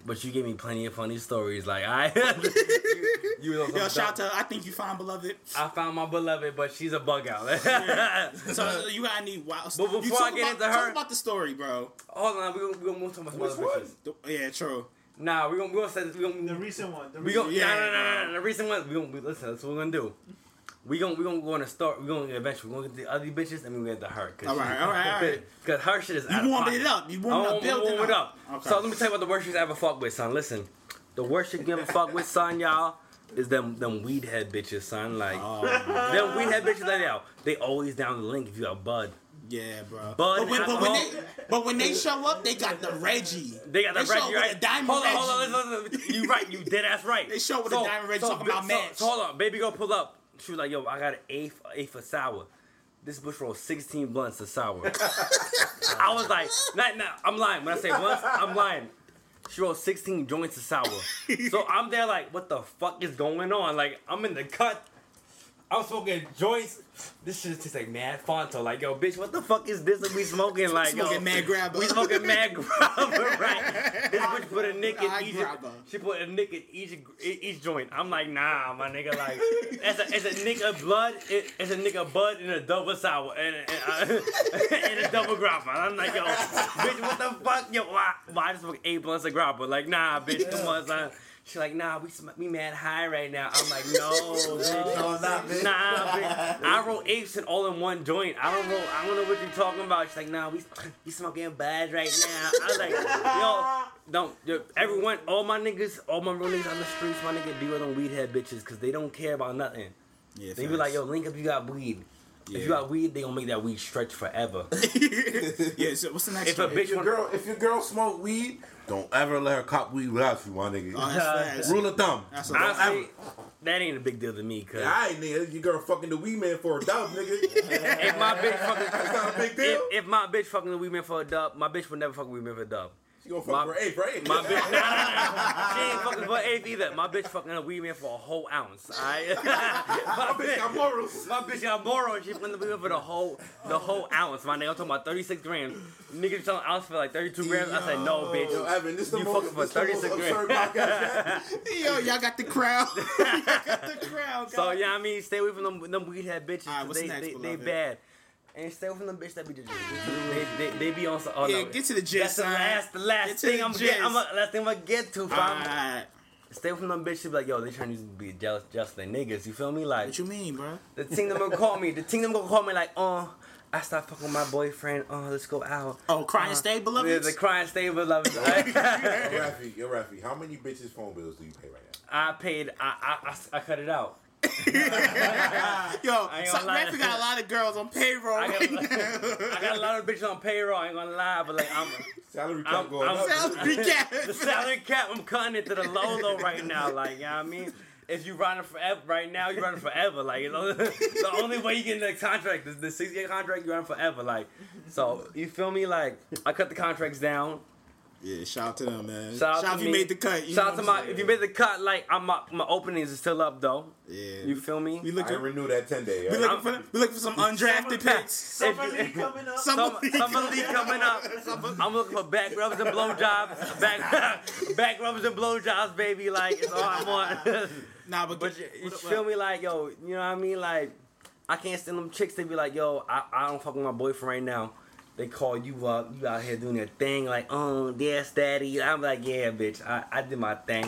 Speaker 2: but you gave me plenty of funny stories. Like I, you, you know,
Speaker 8: Yo, shout out to I think you find beloved.
Speaker 2: I found my beloved, but she's a bug out.
Speaker 8: so you gotta need wild
Speaker 2: But
Speaker 8: stuff.
Speaker 2: before
Speaker 8: you talk
Speaker 2: I get
Speaker 8: about,
Speaker 2: into her-
Speaker 8: talk about the story, bro.
Speaker 2: Hold on, we gonna, we gonna move to my
Speaker 8: Which
Speaker 2: mother
Speaker 8: one?
Speaker 2: bitches.
Speaker 8: Yeah, true.
Speaker 2: Nah, we gonna we gonna say this. We gonna, the recent one.
Speaker 8: the
Speaker 2: we gonna
Speaker 8: recent-
Speaker 2: yeah,
Speaker 8: Yeah.
Speaker 2: no, no, no, no, The recent one. We gonna we, listen. That's what we're gonna do. We gonna we gonna go on a start. We gonna eventually we gonna get the other bitches and we gonna get the her.
Speaker 8: All right, all right, all right.
Speaker 2: Because her shit is
Speaker 8: You
Speaker 2: out of
Speaker 8: warming
Speaker 2: pocket.
Speaker 8: it up. You warming
Speaker 2: I
Speaker 8: up,
Speaker 2: want-
Speaker 8: building
Speaker 2: warm it
Speaker 8: up.
Speaker 2: up.
Speaker 8: Okay.
Speaker 2: So let me tell you about the worst shit I ever fucked with, son. Listen, the worst shit you ever fuck with, son, y'all. Is them them weed head bitches, son? Like
Speaker 8: Oh,
Speaker 2: them weed head bitches, like yo, they always down the link if you got bud.
Speaker 8: Yeah, bro.
Speaker 2: Bud.
Speaker 8: But when, but when
Speaker 2: alcohol.
Speaker 8: they but when they show up, they got the Reggie.
Speaker 2: They got the
Speaker 8: show up
Speaker 2: Reggie
Speaker 8: with
Speaker 2: right.
Speaker 8: a diamond
Speaker 2: hold on,
Speaker 8: Reggie.
Speaker 2: hold on, listen, listen, listen. You right, you dead ass right. They
Speaker 8: show with the diamond Reggie talking about
Speaker 2: so,
Speaker 8: match.
Speaker 2: So hold on, baby girl pull up. She was like, yo, I got an eighth eighth of sour. This bush rolled 16 blunts of sour. I was like, not now. I'm lying. When I say blunts, I'm lying. She rolled 16 joints of sour. So I'm there like, what the fuck is going on? Like, I'm in the cut. I'm smoking joints. This shit tastes like mad Fonto. Like, yo, bitch, what the fuck is this that we smoking? Like, yo,
Speaker 8: Smoking Mad Grabber.
Speaker 2: We smoking mad grabber, right? This bitch put a nick in
Speaker 8: Eye
Speaker 2: each.
Speaker 8: grabber.
Speaker 2: She put a nick in each each joint. I'm like, nah, my nigga. Like, it's a, it's a nick of blood. It, it's a nick of bud and a double sour and, and, uh, and a double grappa. I'm like, yo, bitch, what the fuck? Yo, why why I just smoke eight blunts of grappa? Like, nah, bitch, come on, son. She like, nah, we sm- we mad high right now. I'm like, no, bitch.
Speaker 9: No, not, bitch.
Speaker 2: nah, bitch. I roll apes and all in one joint. I don't know. I don't know what you're talking about. She's like, nah, we you smoking bud right now. I was like, yo, don't. Yo, everyone, all my niggas, all my real niggas on the streets, my nigga, be with them weed head bitches, cause they don't care about nothing.
Speaker 8: Yeah,
Speaker 2: they be like, yo, link up, you got weed. If you got weed, they gonna make that weed stretch forever.
Speaker 8: yeah, so what's the next
Speaker 2: If a
Speaker 8: one?
Speaker 2: bitch
Speaker 3: Your
Speaker 2: want
Speaker 3: girl, if your girl smoke weed, don't ever let her cop weed without you, my nigga.
Speaker 2: Oh, that's facts.
Speaker 3: Rule of thumb.
Speaker 2: Honestly, that ain't a big deal to me, cause
Speaker 3: I ain't nigga. Your girl fucking the weed man for a dub, nigga.
Speaker 2: if my bitch fucking, If, if my bitch fucking the weed man for a dub, my bitch would never fuck a weed man for a dub.
Speaker 3: She gonna
Speaker 2: My-
Speaker 3: fuck for eight, right?
Speaker 2: My bitch, she ain't fucking for eighth either. My bitch fucking a weed man for a whole ounce. Alright? my, bitch got
Speaker 3: morals.
Speaker 2: My bitch got morals. She fucking the weed man for the whole the whole ounce. My nigga, I'm talking about 36 grams. Nigga telling ounce for like 32 grams. I said no, bitch.
Speaker 3: Yo, Evan, this the
Speaker 2: you
Speaker 3: most-
Speaker 2: fucking for
Speaker 3: this the most
Speaker 2: 36
Speaker 3: absurd
Speaker 2: grams.
Speaker 8: Yo, y'all got the crowd.
Speaker 2: So yeah, I mean, stay away from them, them weed head bitches. 'cause
Speaker 8: what's
Speaker 2: they,
Speaker 8: next,
Speaker 2: they, they
Speaker 8: beloved?
Speaker 2: bad. And stay away from them bitches that be just they, they, they be on some. Oh,
Speaker 8: yeah,
Speaker 2: no.
Speaker 8: get to the gist.
Speaker 2: That's the
Speaker 8: son.
Speaker 2: last, the last
Speaker 8: Get to
Speaker 2: thing
Speaker 8: the
Speaker 2: I'm get,
Speaker 8: gist.
Speaker 2: I'm a, last thing I'm gonna get to. Fam.
Speaker 8: Alright.
Speaker 2: Stay away from them bitches. Be like, yo, they trying to be jealous, jealous of their niggas. You feel me? Like, what
Speaker 8: you mean, bro?
Speaker 2: The team them gonna call me. The team them gonna call me like, oh. I stopped fucking with my boyfriend. Oh, let's go out.
Speaker 8: Oh, cry and
Speaker 2: Uh,
Speaker 8: stay, beloved?
Speaker 2: Yeah, the cry and stay, beloved.
Speaker 3: yo, Rafi, yo, Rafi, how many bitches' phone bills do you pay right now?
Speaker 2: I paid. I I, I, I cut it out.
Speaker 8: Yo,
Speaker 2: I ain't
Speaker 8: so
Speaker 2: gonna lie.
Speaker 8: Rappy got a lot of girls on payroll.
Speaker 2: I got,
Speaker 8: right
Speaker 2: I got a lot of bitches on payroll. I ain't gonna lie, but like I'm
Speaker 3: salary
Speaker 2: cap I'm,
Speaker 8: going up. Salary cap.
Speaker 2: the salary cap. I'm cutting it to the low low right now. Like you know what I mean, if you running forever right now, you running forever. Like you know, the only way you get the contract, the, the six year contract, you running forever. Like so, you feel me? Like I cut the contracts down.
Speaker 8: Yeah, shout out to them, man.
Speaker 2: Shout out to
Speaker 8: if you
Speaker 2: me.
Speaker 8: made the cut. You
Speaker 2: Shout out
Speaker 8: know what I'm
Speaker 2: to my.
Speaker 8: saying?
Speaker 2: If you made the cut, like I'm my, my openings is still up though.
Speaker 8: Yeah.
Speaker 2: You feel me? We
Speaker 8: looking- I
Speaker 3: renew that ten day.
Speaker 8: We looking, for, we looking for some undrafted picks.
Speaker 2: Summer league coming
Speaker 8: up.
Speaker 2: Summer, summer league coming up. I'm looking for back rubs and blowjobs. Back back rubs and blowjobs, baby. Like it's all I want.
Speaker 8: nah, but,
Speaker 2: you, you feel me? Like yo, you know what I mean? Like I can't stand them chicks. They be like, yo, I, I don't fuck with my boyfriend right now. They call you up. You out here doing your thing. Like, oh, yes, daddy. I'm like, yeah, bitch. I, I did my thing.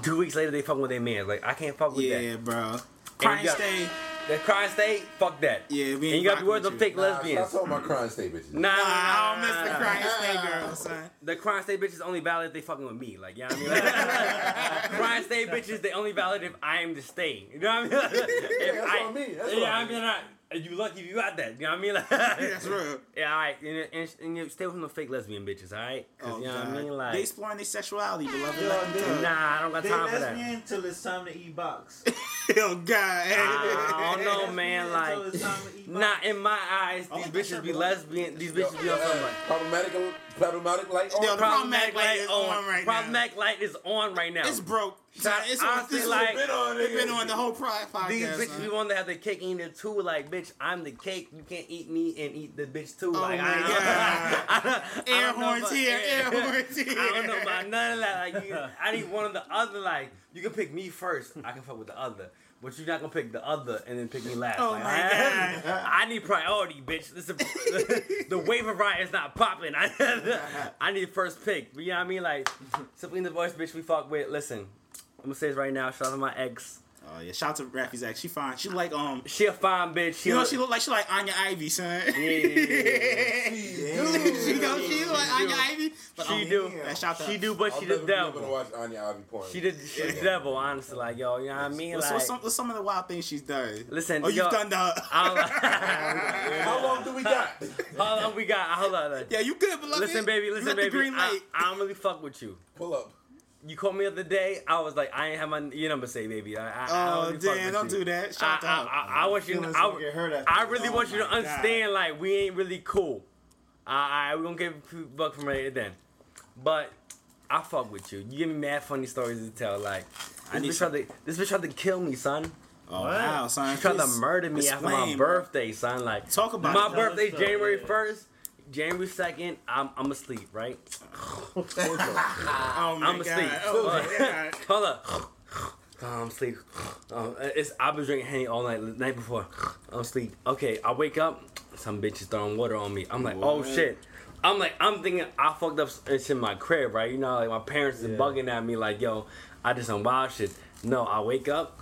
Speaker 2: Two weeks later, they fucking with their man. Like, I can't fuck with that.
Speaker 8: Yeah, bro. Cry and stay.
Speaker 2: The cry and stay. Fuck that. Yeah,
Speaker 8: we
Speaker 2: And
Speaker 8: ain't
Speaker 2: you got
Speaker 8: rocking
Speaker 2: to be
Speaker 8: with
Speaker 2: worth them
Speaker 8: you.
Speaker 2: thick
Speaker 8: Nah,
Speaker 2: lesbians.
Speaker 3: stop talking about cry and stay bitches.
Speaker 2: Nah, nah,
Speaker 8: I
Speaker 2: nah,
Speaker 8: don't miss the
Speaker 2: nah,
Speaker 8: cry and
Speaker 2: nah.
Speaker 8: stay girl, son.
Speaker 2: The cry and stay bitches only valid if they fucking with me. Like, you know what I mean? Like, cry and stay bitches, they only valid if I am the stay. You know what I mean?
Speaker 3: Yeah, that's
Speaker 2: I,
Speaker 3: what I mean, that's
Speaker 2: yeah,
Speaker 3: what I
Speaker 2: I mean, I, you lucky if you got that. You know what I mean? Like, That's
Speaker 8: real.
Speaker 2: Yeah, all right. And, and, and you stay with no fake lesbian bitches, all right? 'Cause
Speaker 8: Oh,
Speaker 2: you know
Speaker 8: God.
Speaker 2: what I mean? Like,
Speaker 8: they exploring their sexuality, beloved.
Speaker 2: Yo,
Speaker 8: Let them
Speaker 2: dude.
Speaker 8: do it.
Speaker 2: Nah, I don't got
Speaker 15: They
Speaker 2: time for that.
Speaker 15: lesbian till it's time to eat box.
Speaker 8: oh God.
Speaker 2: I don't know, man.
Speaker 15: Lesbian
Speaker 2: Like, not in my eyes. These bitches be lesbian. These bitches be on something like
Speaker 3: problematic, problematic light.
Speaker 2: Oh,
Speaker 3: on.
Speaker 2: problematic light is on. right problematic light is on right now.
Speaker 8: It's broke.
Speaker 2: So
Speaker 8: It's on-
Speaker 2: honestly,
Speaker 8: it's
Speaker 2: like
Speaker 8: been on it. It's been on the whole Pride podcast,
Speaker 2: These bitches
Speaker 8: man.
Speaker 2: be wanting to have the cake eating it too. Like, bitch, I'm the cake. You can't eat me and eat the bitch too.
Speaker 8: Oh
Speaker 2: like,
Speaker 8: my
Speaker 2: I don't- I
Speaker 8: Air
Speaker 2: don't know
Speaker 8: horns
Speaker 2: about-
Speaker 8: here, air horns here.
Speaker 2: I don't know about none of that. Like, you, I need one or the other. Like, you can pick me first. I can fuck with the other. But you're not gonna pick the other and then pick me last.
Speaker 8: Oh
Speaker 2: Like,
Speaker 8: my
Speaker 2: I,
Speaker 8: God.
Speaker 2: I need priority, bitch. This is, the waiver right is not popping. I, I need first pick. You know what I mean? Like, simply the voice, bitch. We fuck with. Listen, I'm gonna say this right now. Shout out to my ex.
Speaker 8: Oh yeah, shout out to Raffy's ex. She fine. She like um.
Speaker 2: She a fine bitch. She
Speaker 8: you know
Speaker 2: look-
Speaker 8: she look like she like Anya Ivy, son. Yeah, she go, she look like Anya Ivy. But
Speaker 2: She
Speaker 8: um,
Speaker 2: do.
Speaker 8: yeah, shout out.
Speaker 2: She do, but she
Speaker 8: does.
Speaker 2: the devil.
Speaker 3: Watch Anya Ivy porn.
Speaker 2: She the, she the devil, honestly. Like, yo, you know what I mean?
Speaker 8: What's,
Speaker 2: Like,
Speaker 8: what's some, what's some of the wild things she's done?
Speaker 2: Listen,
Speaker 8: oh, you've
Speaker 2: yo,
Speaker 8: done the.
Speaker 2: How
Speaker 3: long do we got?
Speaker 2: How long we got? Hold on.
Speaker 8: Yeah, you good, beloved.
Speaker 2: Listen, baby.
Speaker 8: You
Speaker 2: Listen,
Speaker 8: got the
Speaker 2: baby.
Speaker 8: green
Speaker 2: I,
Speaker 8: light.
Speaker 2: I don't really fuck with you.
Speaker 3: Pull up.
Speaker 2: You called me the other day. I was like, I ain't have my your number saved, baby. I, I, I
Speaker 8: Oh,
Speaker 2: don't really fuck
Speaker 8: damn,
Speaker 2: with
Speaker 8: don't
Speaker 2: you.
Speaker 8: do that. Shout
Speaker 2: I,
Speaker 8: out.
Speaker 2: I, I, I want you. To,
Speaker 8: Feelings
Speaker 2: I,
Speaker 8: gonna get hurt after
Speaker 2: I
Speaker 8: this.
Speaker 2: really
Speaker 8: Oh
Speaker 2: want you to
Speaker 8: my God.
Speaker 2: understand, like, we ain't really cool. I, I we gonna give a buck from right then, but I fuck with you. You give me mad funny stories to tell. Like,
Speaker 8: I need
Speaker 2: this bitch tried to this bitch tried to kill me, son.
Speaker 8: Oh, wow, son.
Speaker 2: She tried to
Speaker 8: Please
Speaker 2: murder me after my
Speaker 8: explain, bro.
Speaker 2: birthday, son. Like,
Speaker 8: Talk about
Speaker 2: my
Speaker 8: it.
Speaker 2: birthday's
Speaker 8: Tell us, though,
Speaker 2: January
Speaker 8: yeah.
Speaker 2: first. January second, I'm I'm asleep, right?
Speaker 8: Oh my
Speaker 2: I'm asleep.
Speaker 8: God. Oh my God.
Speaker 2: Hold up. Oh, I'm asleep. Um, it's I've been drinking honey all night, the night before. I'm asleep. Okay, I wake up. Some bitches throwing water on me. I'm like, oh
Speaker 14: What?
Speaker 2: shit. I'm like, I'm thinking I fucked up. It's in my crib, right? You know, like my parents is bugging at me, like, yo, I did some wild shit. No, I wake up.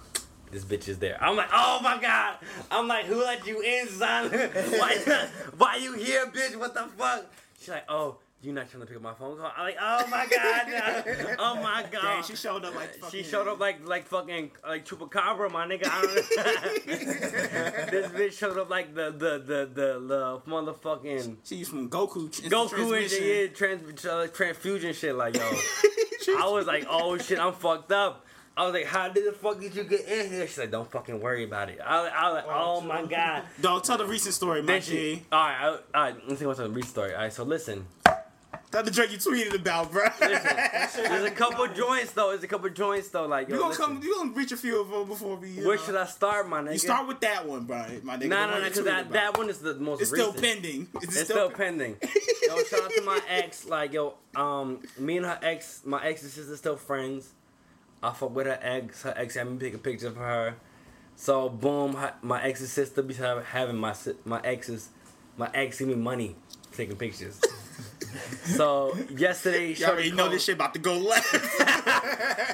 Speaker 2: This bitch is there. I'm like, oh my god. I'm like, who let you in, son? why, why you here, bitch? What the fuck? She's like, oh, you not trying to pick up my phone call? I'm like, oh my god. oh my god.
Speaker 8: Dang, she showed up like
Speaker 2: She
Speaker 8: fucking-
Speaker 2: showed up like like fucking like chupacabra, my nigga. I don't this bitch showed up like the the the the, the motherfucking.
Speaker 8: She used from Goku.
Speaker 2: Goku and
Speaker 8: transmission.
Speaker 2: shit, yeah, trans, uh, transfusion shit. Like yo, I was like, oh shit, I'm fucked up. I was like, how did the fuck did you get in here? She's like, don't fucking worry about it. I, was- I was like, oh my god.
Speaker 8: Dog, tell the recent story, my
Speaker 2: Then she-
Speaker 8: G.
Speaker 2: all right, all right. Let's see what's on the read story. All right, so listen.
Speaker 8: That the drink you tweeted about, bro.
Speaker 2: There's a couple joints though. There's a couple joints though. Like yo,
Speaker 8: you gonna
Speaker 2: listen.
Speaker 8: come? You gonna reach a few of them before we? you
Speaker 2: Where
Speaker 8: know.
Speaker 2: should I start, my nigga?
Speaker 8: You start with that one, bro. My nigga. the
Speaker 2: No, no,
Speaker 8: one
Speaker 2: no,
Speaker 8: you
Speaker 2: because
Speaker 8: tweeted
Speaker 2: that,
Speaker 8: about.
Speaker 2: that one is the most
Speaker 8: It's still
Speaker 2: recent.
Speaker 8: pending.
Speaker 2: It's,
Speaker 8: It's
Speaker 2: still,
Speaker 8: still
Speaker 2: pending. yo, shout out to my ex. Like, yo, um, me and her ex, my ex's sister still friends. I fuck with her ex. Her ex had me take a picture of her. So, boom, her, my ex's sister be ha- having my si- my ex's, my ex gave me money taking pictures. so, yesterday,
Speaker 8: You already know this shit about to go left.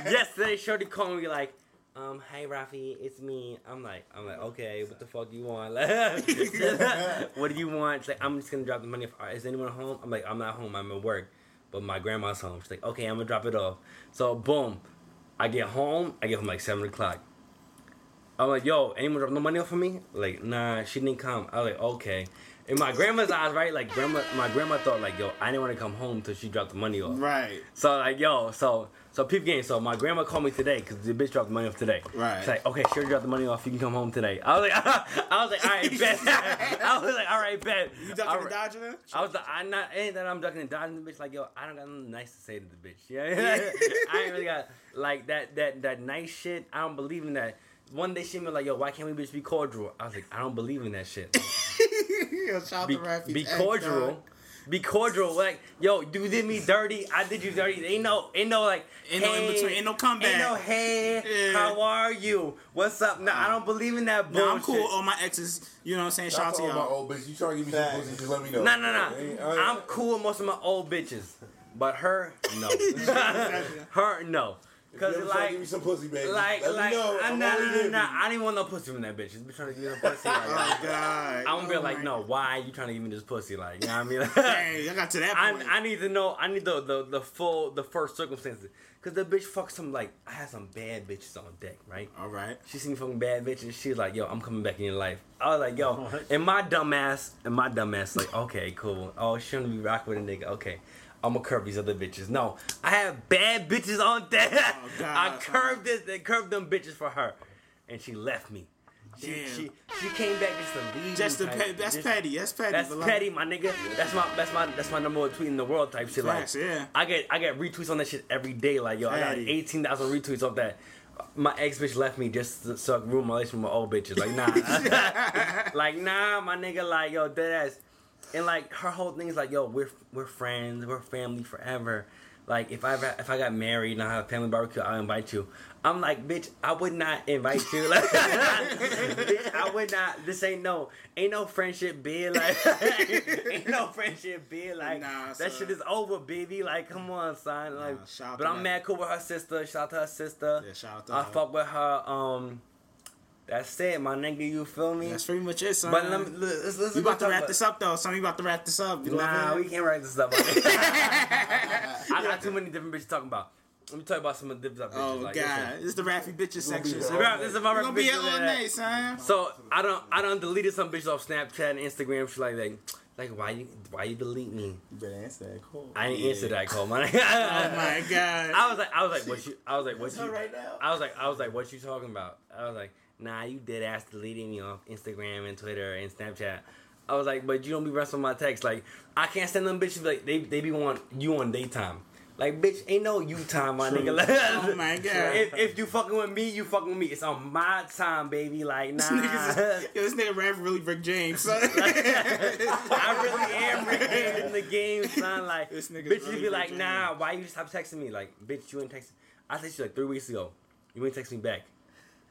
Speaker 2: yesterday, Shorty called me like, um, hey Rafi, it's me. I'm like, I'm like, okay, what the fuck you want? Like, what do you want? She's like, I'm just gonna drop the money. Off. Is anyone home? I'm like, I'm not home. I'm at work, but my grandma's home. She's like, okay, I'm gonna drop it off. So boom, I get home. I get home like seven o'clock. I'm like, yo, anyone drop no money off for me? Like, nah, she didn't come. I was like, okay. In my grandma's eyes, right? Like, grandma, my grandma thought like, yo, I didn't want to come home till she dropped the money off.
Speaker 8: Right.
Speaker 2: So like, yo, so so peep game. So my grandma called me today because the bitch dropped the money off today.
Speaker 8: Right.
Speaker 2: She's like, okay, sure, dropped the money off. You can come home today. I was like, I was like, all right, bet. I was like, all right, bet.
Speaker 8: You ducking
Speaker 2: All
Speaker 8: and
Speaker 2: right.
Speaker 8: dodging her?
Speaker 2: I was like, I'm not ain't that I'm ducking and dodging the bitch. Like, yo, I don't got nothing nice to say to the bitch. Yeah,
Speaker 8: Yeah.
Speaker 2: I ain't really got like that that that nice shit. I don't believe in that. One day she be like, yo, why can't we bitch be cordial? I was like, I don't believe in that shit.
Speaker 8: Yo, shout out
Speaker 2: Be,
Speaker 8: to Rafi.
Speaker 2: be cordial. Be cordial. Like, yo, you did me dirty. I did you dirty. Ain't no, ain't no like,
Speaker 8: Ain't no in
Speaker 2: hey,
Speaker 8: between. Ain't no comeback.
Speaker 2: Ain't no hey,
Speaker 8: Yeah.
Speaker 2: how are you? What's up? No, I don't believe in that bullshit.
Speaker 8: No, I'm cool. All my exes, you know what I'm saying? Shout out to
Speaker 3: all
Speaker 8: y'all.
Speaker 3: my old bitch. You trying to give me some pussy? Just let me know.
Speaker 2: No, no, no. I'm cool with most of my old bitches, but her, no. her, no.
Speaker 3: If
Speaker 2: Cause
Speaker 3: you ever try to
Speaker 2: like,
Speaker 3: give me some pussy, baby,
Speaker 2: like,
Speaker 3: let me
Speaker 2: like, uh,
Speaker 3: know.
Speaker 2: I'm
Speaker 3: I'm
Speaker 2: not,
Speaker 3: only
Speaker 2: no, no,
Speaker 3: here
Speaker 2: no,
Speaker 3: for you.
Speaker 2: I didn't want no pussy from that bitch. This bitch trying to give me some pussy. Like, oh god! I'm gonna be like, no, why you trying to give me this pussy? Like, you know what I mean? Like,
Speaker 8: Dang, I got to that point.
Speaker 2: I, need to know. I need the, the the full the first circumstances. Cause the bitch fucked some like I had some bad bitches on deck, right? All right. She seen fucking bad bitches. She's like, yo, I'm coming back in your life. I was like, yo, and my dumb ass, and my dumb ass, like, okay, cool. Oh, she shouldn't be rocking with a nigga. Okay. I'm gonna curb these other bitches. No, I have bad bitches on deck.
Speaker 8: Oh,
Speaker 2: I curved this, they curved them bitches for her, and she left me. She,
Speaker 8: Damn.
Speaker 2: she she came back just to leave.
Speaker 8: Just
Speaker 2: me
Speaker 8: to
Speaker 2: type-
Speaker 8: pay- that's
Speaker 2: just-
Speaker 8: petty, that's petty,
Speaker 2: That's
Speaker 8: beloved.
Speaker 2: petty, my nigga. That's my that's my that's my number one tweet in the world type shit. Like,
Speaker 8: Facts, yeah.
Speaker 2: I get I get retweets on that shit every day. Like, yo, I got
Speaker 8: Petty.
Speaker 2: eighteen thousand retweets off that. My ex bitch left me just to suck ruin my relationship with my old bitches. Like, nah, like nah, my nigga. Like, yo, dead ass. And like her whole thing is like, yo, we're we're friends, we're family forever. Like if I ever- if I got married and I have a family barbecue, I'll invite you. I'm like, bitch, I would not invite you. Like, bitch, I would not. This ain't no ain't no friendship, bitch. Like, ain't no friendship, bitch. Like that
Speaker 8: son.
Speaker 2: shit is over, baby. Like, come on, son. Like,
Speaker 8: shout out
Speaker 2: but
Speaker 8: to
Speaker 2: I'm
Speaker 8: that.
Speaker 2: mad cool with her sister. Shout out to her sister. Yeah,
Speaker 8: shout out to
Speaker 2: I
Speaker 8: her.
Speaker 2: fuck with her. Um, that's it, my nigga. You feel me? That's
Speaker 8: pretty much it, son.
Speaker 2: But let me, let's, let's
Speaker 8: you about to
Speaker 2: talk
Speaker 8: wrap this up though. Son, you about to wrap this up. You
Speaker 2: Nah,
Speaker 8: love it?
Speaker 2: we can't wrap this up. I got too many different bitches talking about. Let me tell you about some of the different bitches.
Speaker 8: Oh
Speaker 2: like,
Speaker 8: god,
Speaker 2: listen.
Speaker 8: it's the rappy bitches
Speaker 2: We'll be
Speaker 8: section.
Speaker 2: here
Speaker 8: son.
Speaker 2: all night. This is my
Speaker 8: We gonna be
Speaker 2: rappy
Speaker 8: here
Speaker 2: bitches
Speaker 8: all
Speaker 2: that-
Speaker 8: night, son.
Speaker 2: So I don't, I don't deleted some bitches off Snapchat and Instagram. She's like, like, like why you, why you delete me? You better answer that call. I ain't
Speaker 8: Yeah.
Speaker 2: answer that call, man.
Speaker 8: Oh, my God.
Speaker 2: I was like, I was like, what you? I was like, what
Speaker 8: Tell
Speaker 2: you?
Speaker 8: right now.
Speaker 2: I was like, I was like, what you talking about? I was like, nah, you dead ass deleting me off Instagram and Twitter and Snapchat. I was like, but you don't be wrestling my text. Like, I can't send them bitches. Like, they they be on you on daytime. Like, bitch, ain't no you time, my
Speaker 8: True.
Speaker 2: nigga. Like,
Speaker 8: Oh, my God.
Speaker 2: If, if you fucking with me, you fucking with me. It's on my time, baby. Like, nah.
Speaker 8: This nigga's- Yo, this nigga rap really Rick James. son.
Speaker 2: I really am Rick James in the game, son. Like, this bitch,
Speaker 8: nigga's
Speaker 2: you
Speaker 8: really
Speaker 2: be like,
Speaker 8: Rick
Speaker 2: nah, why you stop texting me? Like, bitch, you ain't text. I texted you like three weeks ago. You ain't text me back.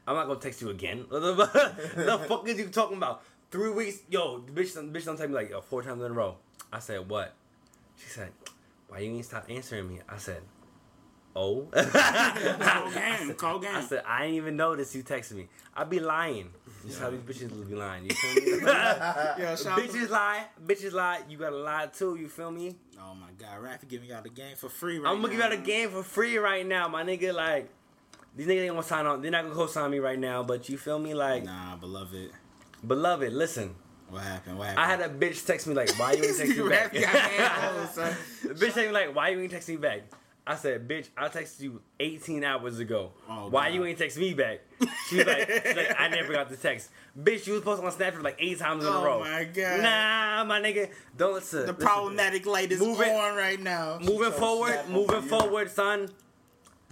Speaker 2: I'm not gonna text you again. the fuck is you talking about? Three weeks, yo, the bitch, the bitch, don't text me like yo, four times in a row. I said what? She said, why you ain't stop answering me? I said, oh.
Speaker 8: Cold game, cold game.
Speaker 2: I said, I ain't even notice you texted me. I be lying. You see how these bitches be lying. You feel me?
Speaker 8: Yeah, shout out to-
Speaker 2: bitches lie. Bitches lie. You gotta lie too. You feel me?
Speaker 8: Oh my god, Raffy giving y'all the game for free right
Speaker 2: I'm looking
Speaker 8: now.
Speaker 2: at a game for free right now, my nigga. Like, these niggas ain't gonna sign on. They're not gonna co-sign me right now. But you feel me? Like,
Speaker 8: nah, beloved.
Speaker 2: Beloved, listen.
Speaker 8: What happened? What happened?
Speaker 2: I had a bitch text me like, "Why you ain't text me back?"
Speaker 8: Raffy got handles, son.
Speaker 2: The bitch text me like, "Why you ain't text me back?" I said, "Bitch, I texted you 18 hours ago.
Speaker 8: Oh,
Speaker 2: Why you ain't text me back?" She was like, she's like, "I never got the text." Bitch, you was posting on Snapchat like eight times in
Speaker 8: Oh
Speaker 2: a row.
Speaker 8: my God.
Speaker 2: Nah, my nigga, don't listen.
Speaker 8: The
Speaker 2: listen.
Speaker 8: problematic light is
Speaker 2: Moving-
Speaker 8: on right now.
Speaker 2: Moving forward, moving
Speaker 8: Yeah.
Speaker 2: forward, son.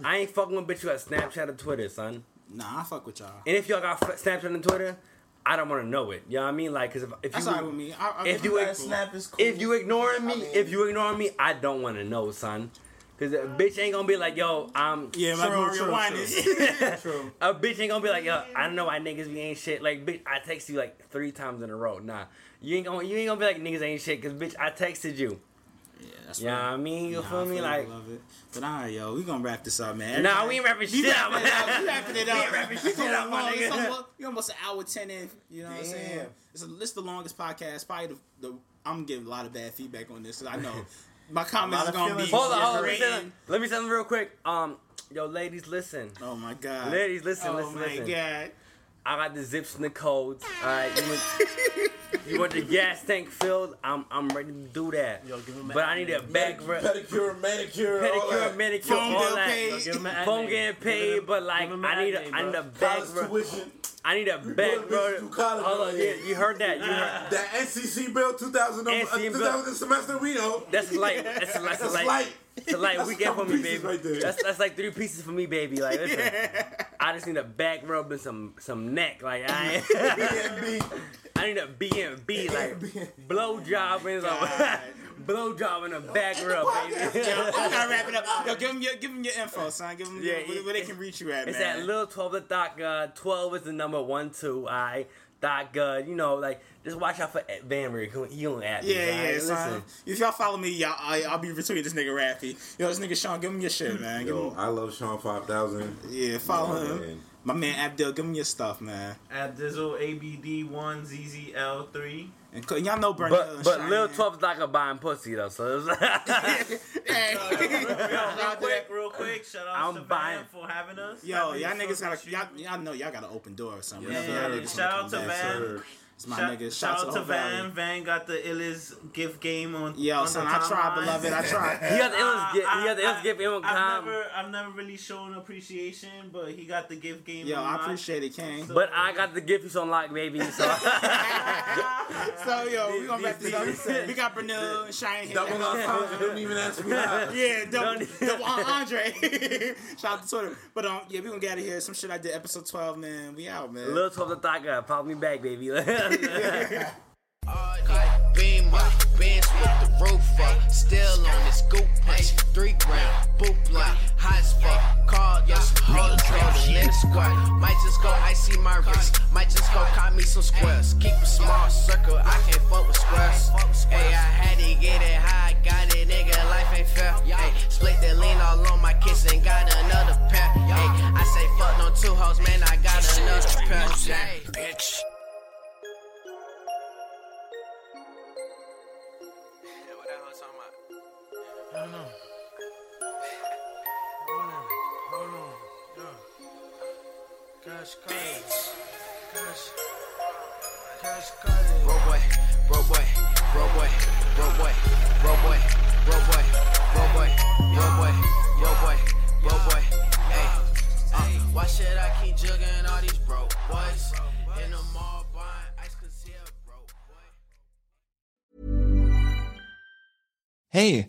Speaker 2: I ain't fucking with bitch you got Snapchat or Twitter, son.
Speaker 8: Nah, I fuck with y'all.
Speaker 2: And if y'all got f- Snapchat and Twitter, I don't want to know it. You know what I mean? Like, cause if, if
Speaker 8: That's
Speaker 2: you
Speaker 8: all right with me. I- I-
Speaker 2: if you
Speaker 8: that
Speaker 2: ig-
Speaker 8: Snap is cool.
Speaker 2: if you ignoring me, if you ignoring me, I don't want to know, son. Cause a bitch ain't gonna be like, yo, I'm
Speaker 8: Yeah, like True, Mario true, Winans.
Speaker 2: true. a bitch ain't gonna be like, yo, I know why niggas be ain't shit. Like, bitch, I text you like three times in a row. Nah, you ain't gonna you ain't gonna be like niggas ain't shit. Cause bitch, I texted you.
Speaker 8: Yeah, that's
Speaker 2: Yeah, I mean,
Speaker 8: Nah,
Speaker 2: you feel
Speaker 8: I
Speaker 2: me?
Speaker 8: you,
Speaker 2: Like-
Speaker 8: love it. But all right, yo, we gonna wrap this up, man.
Speaker 2: Nah, we ain't wrapping
Speaker 8: We
Speaker 2: shit up.
Speaker 8: wrapping it up. We wrapping it
Speaker 2: We
Speaker 8: up.
Speaker 2: ain't wrapping shit
Speaker 8: It's
Speaker 2: up, my
Speaker 8: long. It's
Speaker 2: nigga.
Speaker 8: almost, we almost an hour ten in. You know what I'm saying?
Speaker 2: Damn.
Speaker 8: It's, a, it's the longest podcast. Probably the, the I'm getting a lot of bad feedback on this. 'cause I know my comments is gonna be
Speaker 2: Hold on, hold on. Let me, say,
Speaker 8: grating.
Speaker 2: let me say something real quick. Um, yo, ladies, listen.
Speaker 8: Oh my god.
Speaker 2: Ladies, listen,
Speaker 8: Oh
Speaker 2: listen,
Speaker 8: my
Speaker 2: listen.
Speaker 8: God.
Speaker 2: I got the zips and the codes. All right, you want, you want the gas tank filled? I'm I'm ready to do that. Yo, give
Speaker 14: an
Speaker 2: but I need a back rub.
Speaker 3: Pedicure, manicure,
Speaker 2: pedicure,
Speaker 3: all that.
Speaker 2: manicure, all that.
Speaker 3: Yo, give 'em an ad
Speaker 2: Phone
Speaker 3: name.
Speaker 2: getting
Speaker 3: Give 'em
Speaker 2: paid,
Speaker 3: a-
Speaker 2: but like
Speaker 3: give 'em an
Speaker 2: I need
Speaker 3: ad
Speaker 2: a,
Speaker 3: name,
Speaker 2: I need
Speaker 3: bro.
Speaker 2: a back
Speaker 3: College
Speaker 2: rub.
Speaker 3: tuition.
Speaker 2: I need a back rub. Hold on, yeah, you heard that? You heard
Speaker 3: that NCC bill 2000 over- uh,
Speaker 2: NCC bill.
Speaker 3: 2000 semester we know.
Speaker 2: That's light. That's, a light. That's a light. It's a light
Speaker 3: That's a
Speaker 2: weekend for
Speaker 3: couple
Speaker 2: me,
Speaker 3: pieces
Speaker 2: baby.
Speaker 3: right there.
Speaker 2: that's that's like three pieces for me, baby. Like, listen, I just need a back rub and some some neck. Like, I ain't. I need a B and B, like blow job and like blow job and a back rub, baby.
Speaker 8: Yo, I'm gonna wrap it up. Yo, give them your give 'em your info, son. Give them
Speaker 2: Yeah,
Speaker 8: your, where,
Speaker 2: it-
Speaker 8: where they can reach you at,
Speaker 2: It's
Speaker 8: man.
Speaker 2: at Lil 12 the Doc. Uh, 12 is the number one, two. I Dot Gun, you know, like just watch out for Ed Van Rick. He he gonna add.
Speaker 8: Yeah, yeah. Listen, if y'all follow me, y'all, I, I'll be retweeting this nigga Raffy. Yo, this nigga Sean, give him your shit, man. Give
Speaker 3: Mm. Yo,
Speaker 8: him,
Speaker 3: I love Sean Five Thousand.
Speaker 8: yeah, follow him. My man Abdel, give him your stuff, man.
Speaker 15: Abdizzle ABD one ZZL three.
Speaker 8: And c- y'all know Bernie Hill
Speaker 2: But
Speaker 8: and
Speaker 2: but
Speaker 8: Cheyenne.
Speaker 2: Lil Twelve's not gonna buy him pussy though, so it's
Speaker 15: real quick, real quick. Shout out
Speaker 8: I'm
Speaker 15: to Van
Speaker 8: buying-
Speaker 15: for having us.
Speaker 8: Yo, y'all
Speaker 15: Happy
Speaker 8: niggas gotta y'all, y'all know y'all got an open door or something.
Speaker 15: Yeah,
Speaker 8: Y'all
Speaker 15: yeah,
Speaker 8: niggas
Speaker 15: yeah. Shout
Speaker 8: wanna come
Speaker 15: out to
Speaker 8: back.
Speaker 15: Van.
Speaker 8: It's my
Speaker 15: Shout,
Speaker 8: nigga.
Speaker 15: shout out to Van.
Speaker 8: Van.
Speaker 15: Van got the illest gift game on.
Speaker 8: Yo,
Speaker 15: on
Speaker 8: son,
Speaker 15: the
Speaker 8: I tried,
Speaker 15: timeline.
Speaker 8: beloved, I tried.
Speaker 2: He got the illest gift- he got the illest gift game on
Speaker 15: I've
Speaker 2: time.
Speaker 15: never, I've never really shown appreciation, but he got the gift game.
Speaker 8: Yo,
Speaker 15: on
Speaker 8: I
Speaker 15: mine.
Speaker 8: appreciate it, King.
Speaker 2: But I got the gift piece on lock, baby. So
Speaker 8: so yo, we gonna wrap this up. We got Brunel and Cheyenne.
Speaker 3: Double ensemble, don't even ask me how.
Speaker 8: Yeah, double, double uh, Andre. Shout out to Twitter. But um, yeah, we gonna get out of here. Some shit I did episode twelve, man. We out, man.
Speaker 2: e-, Lil Twelve the Thought Gun, pop me back, baby.
Speaker 22: Beam up, Benz with the roof up. Still on this scoop punch. Three ground, boot block, hot as fuck. Called y'all some hoes, rollin' in the squad. Might just go icy my wrist. Might just go cop me some squares. Keep a small circle, I can't fuck with squares. Hey, I had to get it high, got it, nigga. Life ain't fair. Hey, split the lean all on my kiss and got another pair. Hey, I say fuck no two hoes, man. I got another pair. Bitch. Cash cards. Cash. Cash cards. Bro boy, bro boy, bro boy, bro boy, bro boy, bro boy, bro boy, bro boy, bro boy, bro boy. Hey, uh, why should I keep jugging all these broke boys in the mall buying ice? Cause he a broke boy.
Speaker 23: Hey,